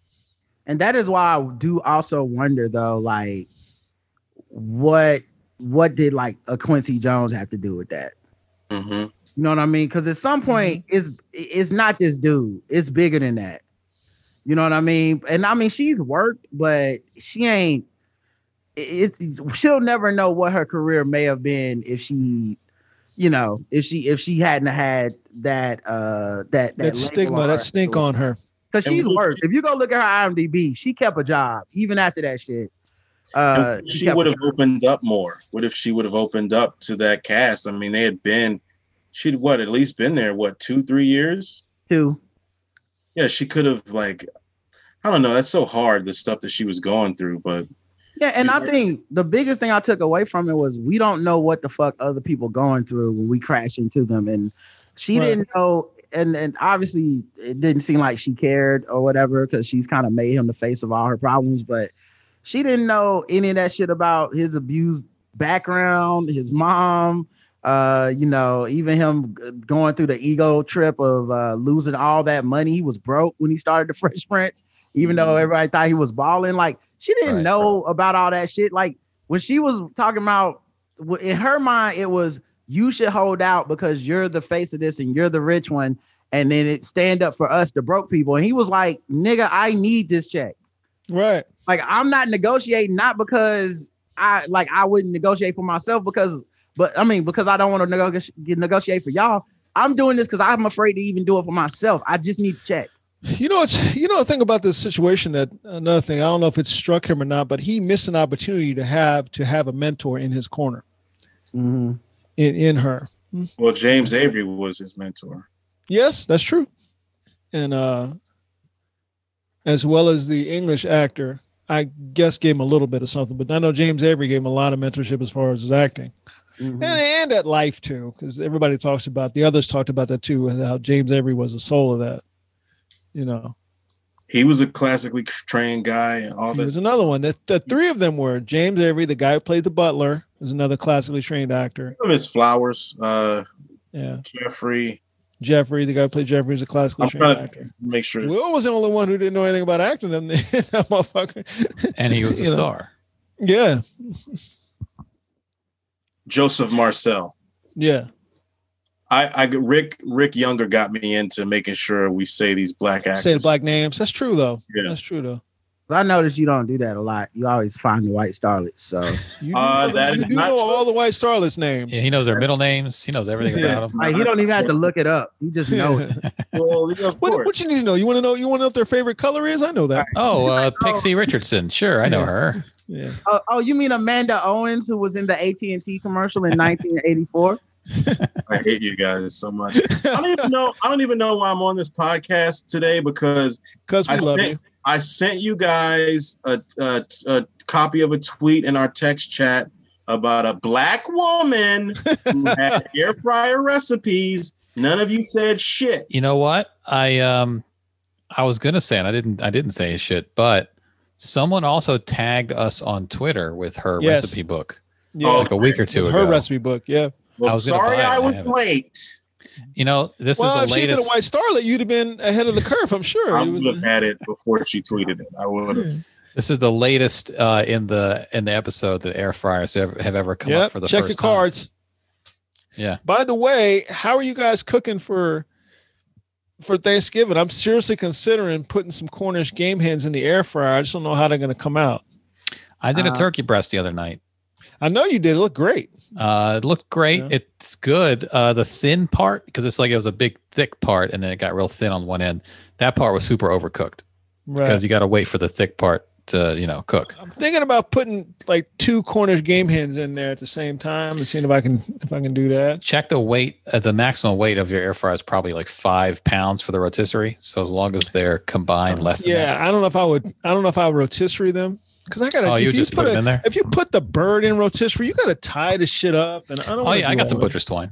and that is why I do also wonder though, like, what what did like a Quincy Jones have to do with that?
hmm
You know what I mean? Because at some point, it's it's not this dude. It's bigger than that. You know what I mean? And I mean she's worked, but she ain't. it, it- she'll never know what her career may have been if she, you know, if she if she hadn't had that uh that that,
That stigma, that stink on her.
because
And
she's
we-
worse. If you go look at her IMDb, she kept a job even after that shit. Uh,
And
she
she
kept
would
a
have opened up more. What if she would have opened up to that cast? I mean, they had been, she'd what, at least been there, what, two, three years?
too.
Yeah, she could have, like, I don't know. That's so hard, the stuff that she was going through. But
Yeah, and
We
I
were-
think the biggest thing I took away from it was we don't know what the fuck other people going through when we crash into them, and she
Right.
didn't know, and and obviously it didn't seem like she cared or whatever because she's kind of made him the face of all her problems, but she didn't know any of that shit about his abused background, his mom, uh, you know, even him g- going through the ego trip of uh, losing all that money. He was broke when he started the Fresh Prince, even though everybody thought he was balling. Like she didn't
Mm-hmm. Right,
know about all that shit. Like when she was talking about w- in her mind, it was you should hold out because you're the face of this and you're the rich one, and then it stand up for us, the broke people. And he was like, "Nigga, I need this check."
Right.
like I'm not negotiating not because I like I wouldn't negotiate for myself because but I mean because I don't want to negotiate negotiate for y'all. I'm doing this because I'm afraid to even do it for myself. I just need to check.
You know, it's you know the thing about this situation that another thing I don't know if it struck him or not, but he missed an opportunity to have to have a mentor in his corner in in her.
well, James Avery was his mentor.
Yes, that's true, and uh as well as the English actor, I guess gave him a little bit of something. But I know James Avery gave him a lot of mentorship as far as his acting and and at life too, because everybody talks about the others talked about that too, with how James Avery was the soul of that. You know,
He was a classically trained guy and all
He was
that.
another one. The, the three of them were James Avery, the guy who played the butler, is another classically trained actor.
Some of his flowers, uh,
Yeah,
Jeffrey,
Jeffrey, the guy who played Jeffrey, is a classically
I'm
trained
trying to-
actor.
make sure.
Will was the only one who didn't know anything about acting. In the, that motherfucker.
and he was a
You know.
star.
Yeah,
Joseph Marcel.
yeah.
I, I Rick Rick Younger got me into making sure we say these black actors.
Say the black names. That's true though.
Yeah.
That's true though.
I noticed you don't do that a lot. You always find the white starlets. So
You, do
Uh,
know-
that
you
is
do
not
know
true.
all the white starlets' names.
Yeah, he knows their middle names. He knows everything
Yeah.
about them.
like you don't even have to look it up. You just know it.
Well, yeah, of
What,
course.
what you need to know? You want to know? You want to know what their favorite color is? I know that.
Oh, uh, Pixie Richardson. Sure, I know
Yeah.
her.
Yeah.
Oh, oh, you mean Amanda Owens who was in the AT and T commercial in 1984?
I hate you guys so much. I don't even know. I don't even know why I'm on this podcast today because
Because we
I
love
think-
you.
I sent you guys a, a, a copy of a tweet in our text chat about a black woman who had air fryer recipes. None of you said shit.
You know what? I um, I was gonna say, and I didn't. I didn't say shit, but someone also tagged us on Twitter with her
Yes.
recipe book
Yeah.
Oh,
like a week or two
her
ago.
recipe book. Yeah.
Well,
I was gonna
sorry,
buy it,
I
and I
was
haven't.
late.
You know, this
well,
is
if
the
she had been a
latest.
white starlet, you'd have been ahead of the curve. I'm sure.
I
You
would
was- Hmm.
have had it before she tweeted it. I would have.
This is the latest uh, in the in the episode that air fryers have, have ever come
Yep,
up for the
check
first
your cards.
Yeah.
By the way, how are you guys cooking for for Thanksgiving? I'm seriously considering putting some Cornish game hens in the air fryer. I just don't know how they're going to come out.
time. I did a
Uh-huh.
Uh,
turkey breast the other night.
I know you did. It looked great.
Uh, it looked great.
Yeah.
It's good. Uh, the thin part, because it's like it was a big thick part, and then it got real thin on one end. That part was super overcooked because
Right.
you got to wait for the thick part to you know cook.
I'm thinking about putting like two Cornish game hens in there at the same time and seeing if I can if I can do that.
Check the weight. Uh, the maximum weight of your air fryer is probably like five pounds for the rotisserie. So as long as they're combined less than
Yeah,
that.
I don't know if I would. I don't know if I would rotisserie them because I got.
Oh,
to
you would just put
a,
them in there.
If you put the bird in rotisserie, you got to tie the shit up, and I don't.
Oh
wanna
yeah, I
do
got
all
some
that.
butcher's twine.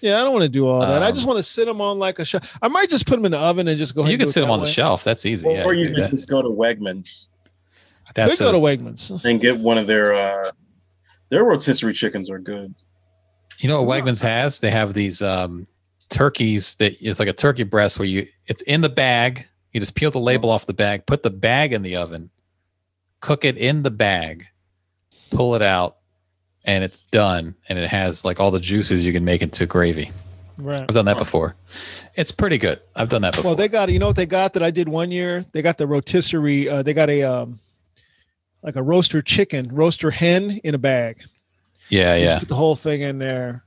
Yeah, I don't want to do all that. I
Um,
just want to sit them on like a shelf. I might just put them in the oven and just go ahead.
You
and
can
do it
sit them
that
on the
way.
shelf. That's easy. Yeah,
or
you
you
can
could
do that.
just go to Wegmans
They
That's
go
a-
to Wegmans.
and get one of their uh, their rotisserie chickens are good.
You know what Wegmans has? They have these um, turkeys that it's like a turkey breast where you it's in the bag. You just
Uh-huh.
peel the label off the bag, put the bag in the oven, cook it in the bag, pull it out, and it's done. And it has like all the juices you can make into gravy.
Right.
I've done that before. It's pretty good. I've done that before.
Well, they got you know what they got that I did one year. They got the rotisserie. Uh, they got a um, like a roaster chicken, roaster hen in a bag.
Yeah,
You just
yeah.
Put the whole thing in there,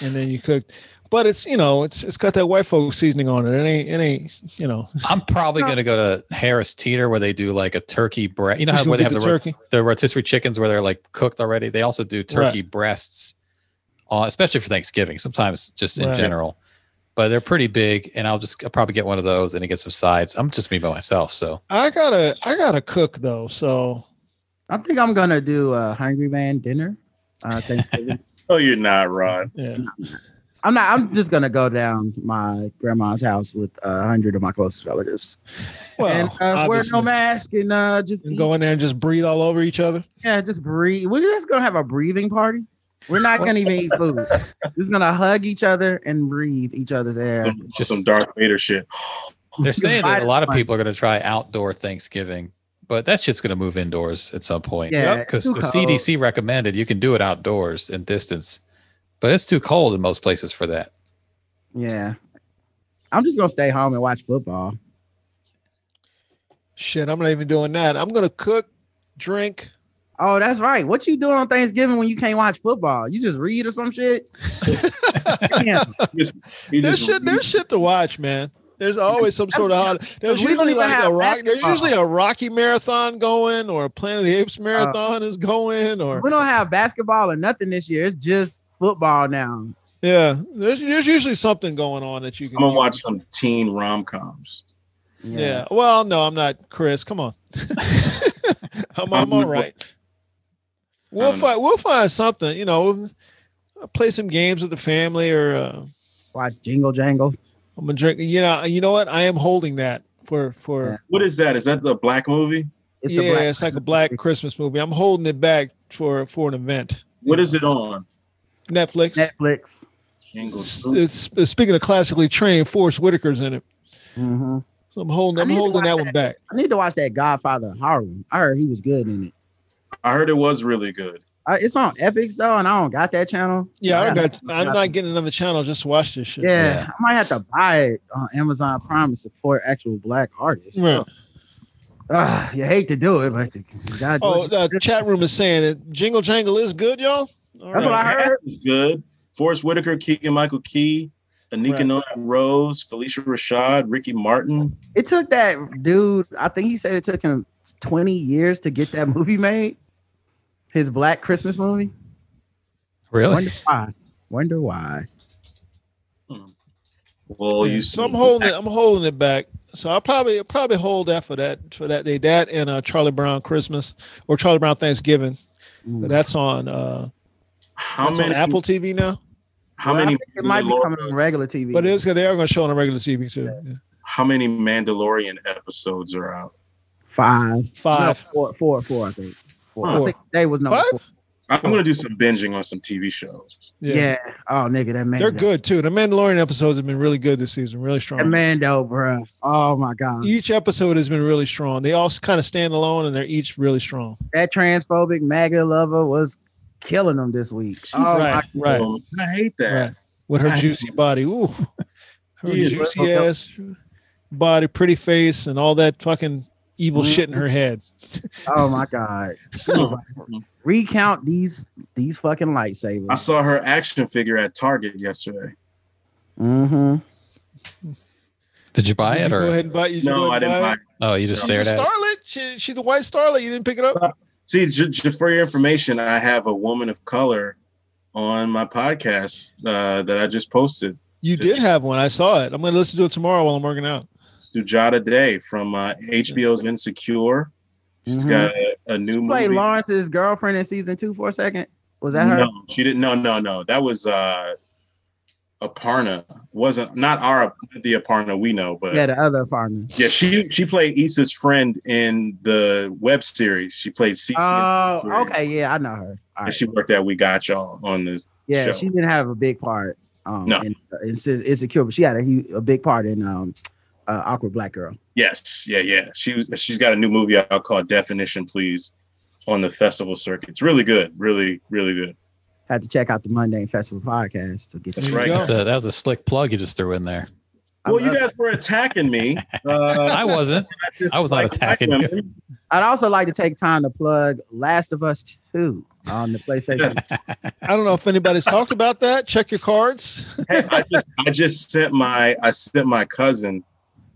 and then you cook. But it's you know it's it's got that white folk seasoning on it. It ain't it ain't you know
I'm probably gonna go to Harris Teeter where they do like a turkey breast. You know
Just
how
go
where they
get
have
the
the, ro-
turkey.
the rotisserie chickens where they're like cooked already. They also do turkey breasts, uh, especially for Thanksgiving. Sometimes just in
Right.
general, but they're pretty big, and I'll just I'll probably get one of those and get some sides. I'm just me by myself, so
I gotta I gotta cook though. So
I think I'm gonna do a Hungry Man dinner. Uh, Thanksgiving.
Oh, you're not, Ron.
yeah,
uh,
I'm not. I'm just gonna go down to my grandma's house with a hundred of my closest relatives and
well
uh, wear no
obviously.
mask and uh, just
and
eat.
go in there and just breathe all over each other.
Yeah, just breathe. We're just gonna have a breathing party. We're not gonna even eat food. We're just gonna hug each other and breathe each other's air.
Some-
Just-
some Darth Vader shit.
They're saying that a lot of
Right.
people are going to try outdoor Thanksgiving, but that shit's going to move indoors at some point.
Yeah, it's
because
too
the
cold.
CDC recommended you can do it outdoors and distance, but it's too cold in most places for that.
Yeah, I'm just gonna stay home and watch football.
Shit, I'm not even doing that. I'm gonna cook, drink.
Oh, that's right. What you doing on Thanksgiving when you can't watch football? You just read or some shit. Damn.
Just- you
There's
just-
shit. There's shit to watch, man. There's always some sort of holiday. There's
We don't
usually
even
like a
have
rock. There's
basketball.
usually a Rocky marathon going, or a Planet of the Apes marathon is going, or
we don't have basketball or nothing this year. It's just football now.
yeah. There's there's usually something going on that you can.
I'm gonna watch some teen rom coms.
Oh, Yeah. Well, no, I'm not, Chris. Come on. I'm, I'm all right. We'll
don't know.
find we'll find something. You know, play some games with the family, or uh,
Watch Jingle Jangle.
I'm gonna drink. You know, you know what? I am holding that for for.
Yeah.
What is that? Is that the black movie?
It's
yeah,
the black.
it's like a black Christmas movie. I'm holding it back for for an event.
What is it on?
Netflix.
Netflix.
It's,
Jingles.
it's- it's- speaking of classically trained, Forrest Whitaker's in it.
hmm
So I'm holding I'm
I need to
holding
watch
that one back.
I need to watch that Godfather Harlem. I heard he was good in it.
I heard it was really good.
Uh, it's on Epics though, and I don't got that channel.
Yeah, I
I
got, I'm not getting another channel just to watch this shit.
Yeah,
Yeah.
I might have to buy it on Amazon Prime and support actual black artists.
Right.
Ah, you hate to do it, but you gotta do
Oh,
it.
the chat room is saying it. Jingle Jangle is good, y'all. All
That's what I heard.
It was good. Forrest Whitaker, Keegan Michael Key, Anika
Right.
Nona Rose, Felicia Rashad, Ricky Martin.
It took that dude. I think he said it took him 20 years to get that movie made. His Black Christmas movie.
Really?
Wonder why. Wonder why.
Well, you
So I'm
see-
holding it, I'm holding it back. So I'll probably probably hold that for that for that day. That and uh, Charlie Brown Christmas or Charlie Brown Thanksgiving.
Mm.
That's on uh
how
that's
many
on Apple TV now.
how
Well, I
many
think It might be
Mandalor-
coming on regular TV.
But it is they are gonna show on a regular TV too. Yeah.
how many Mandalorian episodes are out?
five.
Five.
No, four, four, four. I think. Four.
Huh.
I think today was number
Five?
four.
I'm
Oh.
gonna do some binging on some TV shows.
Yeah. Oh, nigga, that man.
They're good too. The Mandalorian episodes have been really good this season, really
That
strong.
man, though, bruh. Oh my god.
each episode has been really strong. They all kind of stand alone and they're each really strong.
that transphobic MAGA lover was killing them this week. Oh,
Jesus.
right, right,
Oh, I hate
right.
that.
With her
Right.
juicy body. Ooh. Her
Yeah.
juicy ass body, pretty face, and all that fucking evil
Mhm.
shit in her head.
oh my god. She was like, Recount these these fucking
I
lightsabers.
saw her action figure at Target yesterday.
Mm-hmm.
Did you buy
Did you
it
go
or?
ahead and buy you
No, I didn't buy. It.
Oh, you just
She's
stared
a
at it.
starlet. She, she's a white starlet. You didn't pick it up.
See, j- j- for your information, I have a woman of color on my podcast uh, that I just posted.
You did have one. I saw it. I'm going to listen to it tomorrow while I'm working out.
Sujata Day from uh, HBO's Insecure.
Mm-hmm.
She's got a, a new
Played
movie.
Lawrence's girlfriend in season two for a second. Was that her?
No, she didn't. No, no, no. That was uh, Aparna. Wasn't not our the Aparna we know, but
Yeah, the other partner.
Yeah, she she played Issa's friend in the web series. She played Cece,
Oh,
Right.
okay. Yeah, I know her. All
and
right.
she worked at We Got Y'all on the.
yeah,
show.
she didn't have a big part. Um,
No.
in, in Se- insecure, but she had a, hu- a big part in um, uh, awkward black girl.
Yes, yeah, yeah. She she's got a new movie out called Definition, please, on the festival circuit. It's really good, really, really good.
Had to check out the Mundane Festival podcast to get
That's
you-
right.
That's a, that was a slick plug you just threw in there.
I
well, you
love
guys were attacking me. Uh,
I wasn't.
just
I was not
like
attacking you.
women.
I'd also like to take time to plug Last of Us 2 on the PlayStation.
I don't know if anybody's talked about that. Check your cards.
Hey, I just I just sent my I sent my cousin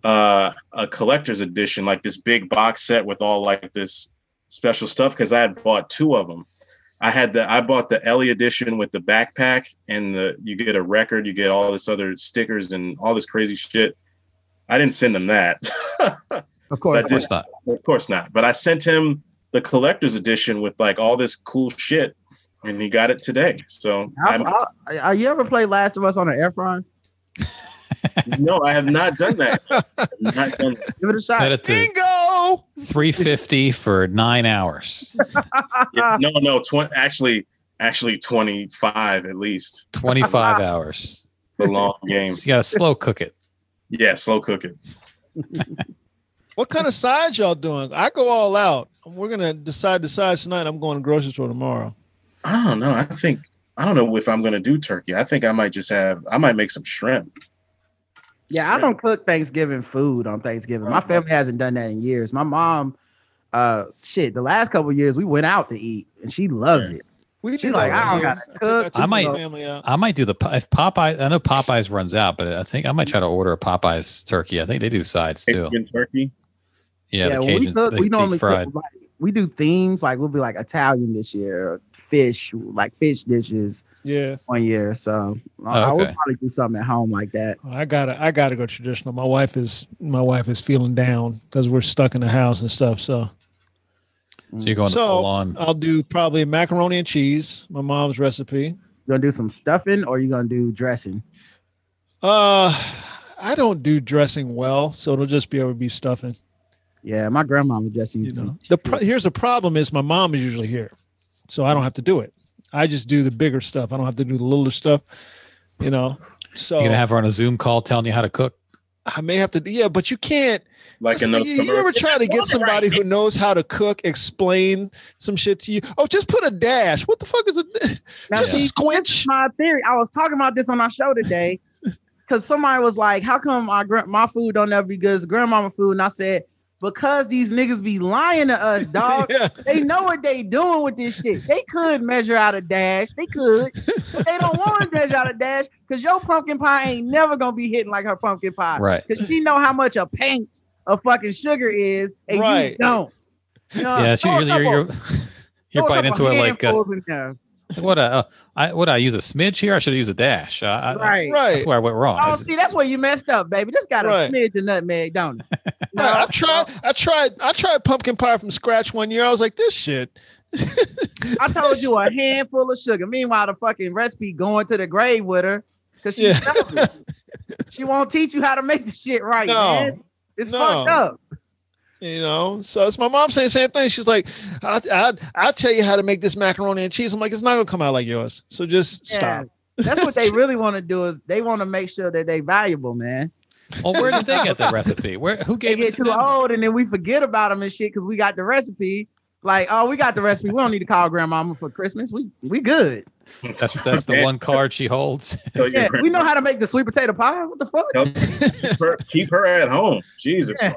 uh, a collector's edition, like this big box set with all like this special stuff, because I had bought two of them. I had the I bought the Ellie edition with the backpack and the you get a record, you get all this other stickers and all this crazy shit. I didn't send him that.
Of course.
But
Of course not.
Of course not. But I sent him the collector's edition with like all this cool shit, and he got it today. So
I,
I'm,
I, I, you ever play Last of Us on an Efron?
no, I have not done that. I've not done that.
Give it a
Set
shot.
it to
Bingo.
350 for nine hours.
Ah.
Yeah, no, no, tw- actually, actually twenty five at least.
25 hours.
The long game.
So you got to slow cook it.
Yeah, slow cooking.
What kind of sides y'all doing? I go all out. We're gonna decide the sides tonight. I'm going to grocery store tomorrow.
I don't know. I think I don't know if I'm gonna do turkey. I think I might just have. I might make some shrimp.
Yeah, I don't cook Thanksgiving food on Thanksgiving. My family hasn't done that in years. My mom, uh, shit, the last couple of years we went out to eat and she loves it.
We
She's like, I don't gotta cook.
I might-
Family out.
I might do the Pop- if Popeye. I know Popeyes runs out, but I think I might try to order a Popeyes turkey. I think they do sides too.
Cajun turkey.
Yeah, the Cajun,
we cook,
the
we normally
deep fried.
cook. Like, we do themes like we'll be like Italian this year, or fish, like fish dishes
Yeah,
one year. So I- I
Oh, okay.
would probably do something at home like that.
I gotta, I gotta go traditional. My wife is, my wife is feeling down because we're stuck in the house and stuff. So
so you're going
So-
to full
uh,
on.
I'll do probably macaroni and cheese, my mom's recipe.
You gonna do some stuffing or you gonna do dressing?
Uh, I don't do dressing well, so it'll just be able to be stuffing.
Yeah, my grandma would just
You
use
know,
them.
the pro- here's the problem is my mom is usually here, so I don't have to do it. I just do the bigger stuff. I don't have to do the littler stuff. You know, so
You're gonna have her on a Zoom call telling you how to cook.
I may have to. Yeah, but you can't.
Like in
you,
those
you ever
commercials.
try to get somebody who knows how to cook explain some shit to you? Oh, just put a dash. What the fuck is a
Now,
just a
see,
squinch?
my theory. I was talking about this on our show today because somebody was like, "How come our gran- my food don't ever be good as grandmama food?" And I said, "Because these niggas be lying to us, dog.
Yeah.
They know what they doing with this shit. They could measure out a dash. They could, but they don't want to measure out a dash because your pumpkin pie ain't never gonna be hitting like her pumpkin pie
Right.
because she know how much a paint of fucking sugar is, and you
Right.
don't." You know,
yeah, so
throw a
you're you're,
couple-
you're,
throw
you're
a
biting
couple
into it like uh,
handfuls in there.
what? Uh, I what I use a smidge here. I should use a dash. Uh, I,
Right.
That's where I went wrong. I
Oh,
just-
see, that's where you messed up, baby. This got a
Right.
smidge of nutmeg, don't it?
No, I've tried. I tried. I tried pumpkin pie from scratch one year. I was like, this shit.
I told you a handful of sugar. Meanwhile, the fucking recipe going to the grave with her because she
Yeah.
stubborn. she won't teach you how to make the shit right,
No.
man. It's
No.
fucked up.
You know, so it's my mom saying the same thing. She's like, I, I, I'll tell you how to make this macaroni and cheese. I'm like, it's not gonna come out like yours. So just
Yeah.
stop.
That's what they really want to do is they want to make sure that they valuable, man.
well, where did they get the recipe? Where who
They
gave it
get
to
too
them?
old and then we forget about them and shit because we got the recipe. Like, oh, we got the recipe. We don't need to call grandmama for Christmas. We we good.
That's that's the one card she holds.
So your
Yeah, we
grandma-
know how to make the sweet potato pie. What the fuck?
keep, her, keep her at home. Jesus.
Yeah.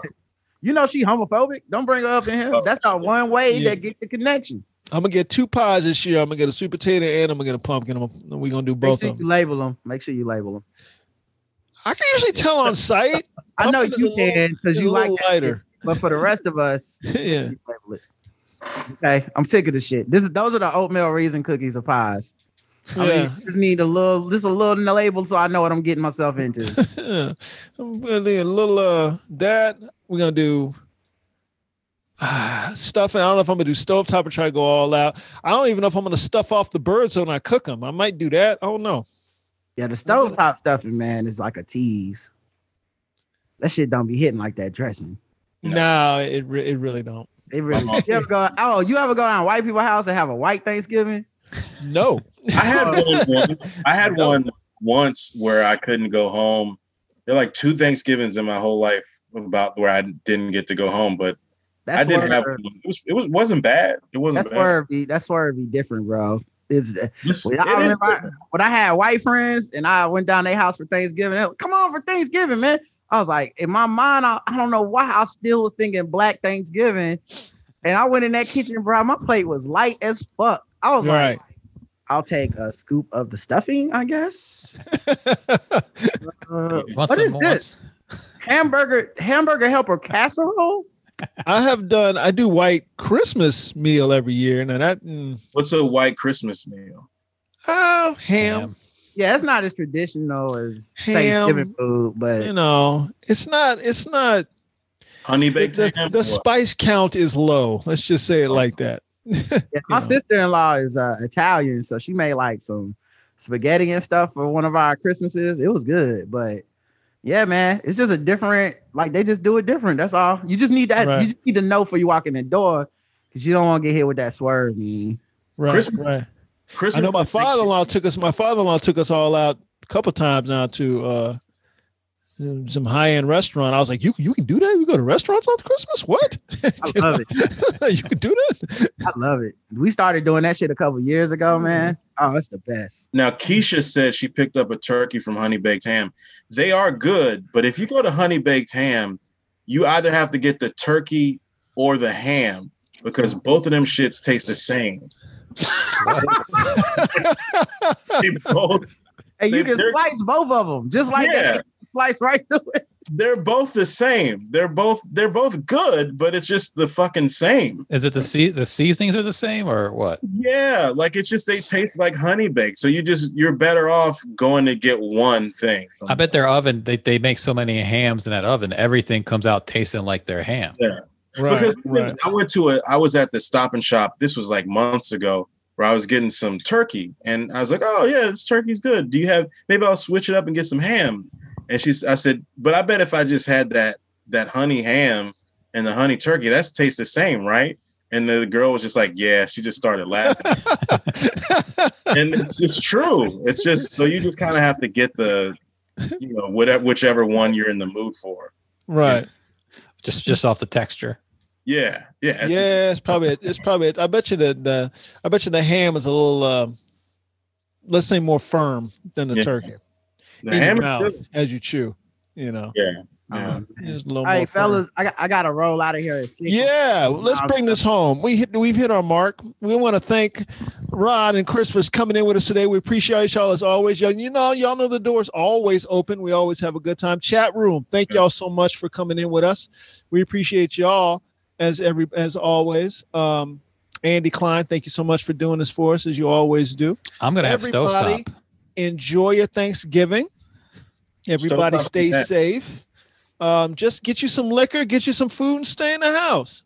You know she homophobic. Don't bring her up in here.
Oh.
That's our one way
Yeah.
that get the connection.
I'm gonna get two pies this year. I'm gonna get a sweet potato and I'm gonna get a pumpkin. I'm, we're gonna do
Make
both
sure
of
you
them.
label them. Make sure you label them.
I can usually tell on sight.
I know
Pumpkin is
you
a little-
can because
It's
you
a
like
little
that shit.
lighter.
but for the rest of us,
yeah.
you label it. Okay, I'm sick of this shit. This is those are the oatmeal raisin cookies or pies. I mean,
Yeah.
you just need a little, just a little in the label, so I know what I'm getting myself into.
yeah. I'm gonna do a little uh that. We're gonna do uh, stuffing. I don't know if I'm gonna do stovetop or try to go all out. I don't even know if I'm gonna stuff off the birds when I cook them. I might do that. I don't know.
yeah, the stovetop stuffing, man, is like a tease. That shit don't be hitting like that dressing.
No, it re- it really don't.
It really.
Uh-huh.
you ever go? Oh, you ever go down to white people house and have a white Thanksgiving?
No.
I had one once. I had one once where I couldn't go home. There are like two Thanksgivings in my whole life about where I didn't get to go home, but
That's
I didn't
where-
have. One. It was. It was. wasn't bad. It wasn't
That's
bad.
where it be. That's where it be different, bro. It's
It's-
when I
it is
remember I- when I had white friends and I went down their house for Thanksgiving. they were, Come on for Thanksgiving, man. I was like, in my mind, I, I don't know why I still was thinking black Thanksgiving. And I went in that kitchen, bro. My plate was light as fuck. I was like,
Right.
I'll take a scoop of the stuffing, I guess. Uh,
Want
what
some
is
more?
this? Hamburger, hamburger helper casserole?
I have done. I do white Christmas meal every year. Now that mm,
What's a white Christmas meal?
oh ham,
Ham.
Yeah, it's not as traditional as
Ham.
Thanksgiving food,
you
but
know it's not it's not
Honey
the,
baked
the,
ham. Oh.
the
Well,
spice count is low. Let's just say it like that.
yeah, my
know.
sister-in-law is uh, Italian, so she made like some spaghetti and stuff for one of our Christmases. It was good, but yeah, man, it's just a different. Like they just do it different. That's all. You just need that.
Right.
You just need to know for you walk in the door because you don't want to get hit with that swerve. Man.
Right.
Christmas-
right. I
Christmas
know my
is a big-
father-in-law took us. My father-in-law took us all out a couple times now to uh, some high-end restaurant. I was like, "You you can do that? We go to restaurants on Christmas? What?
I love it.
you can do that?
I love it. We started doing that shit a couple years ago,
Mm-hmm.
man. Oh, it's the best.
Now, Keisha said she picked up a turkey from Honey Baked Ham. They are good, but if you go to Honey Baked Ham, you either have to get the turkey or the ham because both of them shits taste the same. They both,
And you
They-
can
they're-
slice both of them, just like
Yeah.
that. Slice right through it.
they're both the same. They're both they're both good, but it's just the fucking same.
Is it the sea? The seasonings are the same or what?
Yeah, like it's just they taste like honey baked. So you just you're better off going to get one thing.
I bet their oven. They, they make so many hams in that oven. Everything comes out tasting like their ham.
Right.
because even-
right.
I went to a, I was at the Stop and Shop. This was like months ago, where I was getting some turkey, and I was like, "Oh yeah, this turkey's good. Do you have? Maybe I'll switch it up and get some ham." And she's, I said, "But I bet if I just had that that honey ham and the honey turkey, that tastes the same, right?" And the girl was just like, "Yeah." She just started laughing, and it's it's true. It's just so you just kind of have to get the, you know, whatever whichever one you're in the mood for.
right.
Just just off the texture.
Yeah, yeah, it's just-
Yeah, it's probably it's probably. I bet you the, the I bet you the ham is a little uh, let's say more firm than the
Yeah.
turkey
the
in your
ham. is
mouth
good.
as you chew. You know,
Yeah.
Um,
it's a little
all
more
right,
firm.
fellas, I got, I got to roll out of here. At six.
Yeah, let's bring this home. We hit, we've hit our mark. We want to thank Rod and Chris for coming in with us today. We appreciate y'all as always. Y'all, you know, y'all know the door's always open. We always have a good time. Chat room, thank y'all so much for coming in with us. We appreciate y'all as every as always. Um, Andy Klein, thank you so much for doing this for us as you always do.
I'm gonna have
Everybody-
stovetop.
Enjoy your Thanksgiving. Everybody,
Stovetop
stay
event.
safe. Um, just get you some liquor, get you some food, and stay in the house.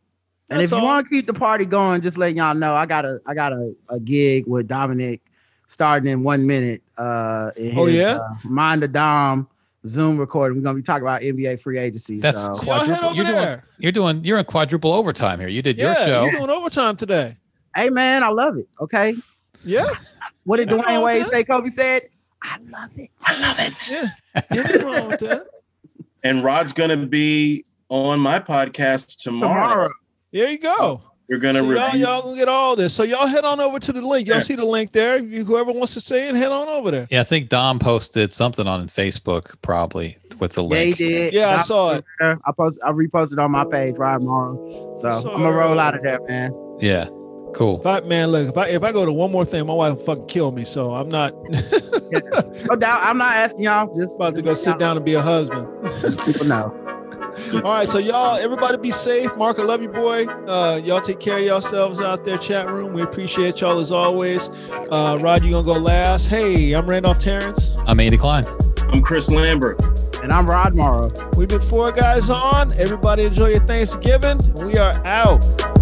And if
That's
you
all.
want to keep the party going, just letting y'all know, I got a I got a, a gig with Dominic starting in one minute. Uh, in
Oh,
his,
yeah?
uh, Mind the Dom Zoom recording. We're gonna be talking about NBA free agency.
That's
so.
Y'all head
quadruple.
over
You're doing,
there.
you're doing. You're in quadruple overtime here. You did your
yeah,
show.
You're doing overtime today.
hey man, I love it. Okay,
Yeah,
what did
Nothing wrong
Dwayne
with
Wade
that.
say? Kobe said, "I love it."
yeah. You're nothing wrong with that.
And Rod's gonna be on my podcast tomorrow.
Tomorrow,
There you go.
We're gonna
So y'all,
review.
y'all gonna get all this. So y'all head on over to the link. Y'all
Yeah.
see the link there. You, whoever wants to say it, head on over there.
Yeah, I think Dom posted something on Facebook probably with the
yeah, he
link.
did.
Yeah, I saw it.
I post, I reposted on my page right tomorrow. So
Saw
I'm gonna
it.
roll out of there, man.
Yeah, cool.
If I, man, look, if I if I go to one more thing, my wife will fucking kill me. So I'm not
No doubt, I'm not asking y'all. Just
about to go sit down and be a husband.
People know.
All right, so y'all, everybody be safe. Mark, I love you, boy. Uh, y'all take care of yourselves out there, chat room. We appreciate y'all as always. Uh, Rod, you gonna go last? Hey, I'm Randolph Terrence.
I'm Andy Klein.
I'm Chris Lambert.
And I'm Rod Morrow.
We've been four guys on. Everybody enjoy your Thanksgiving. We are out.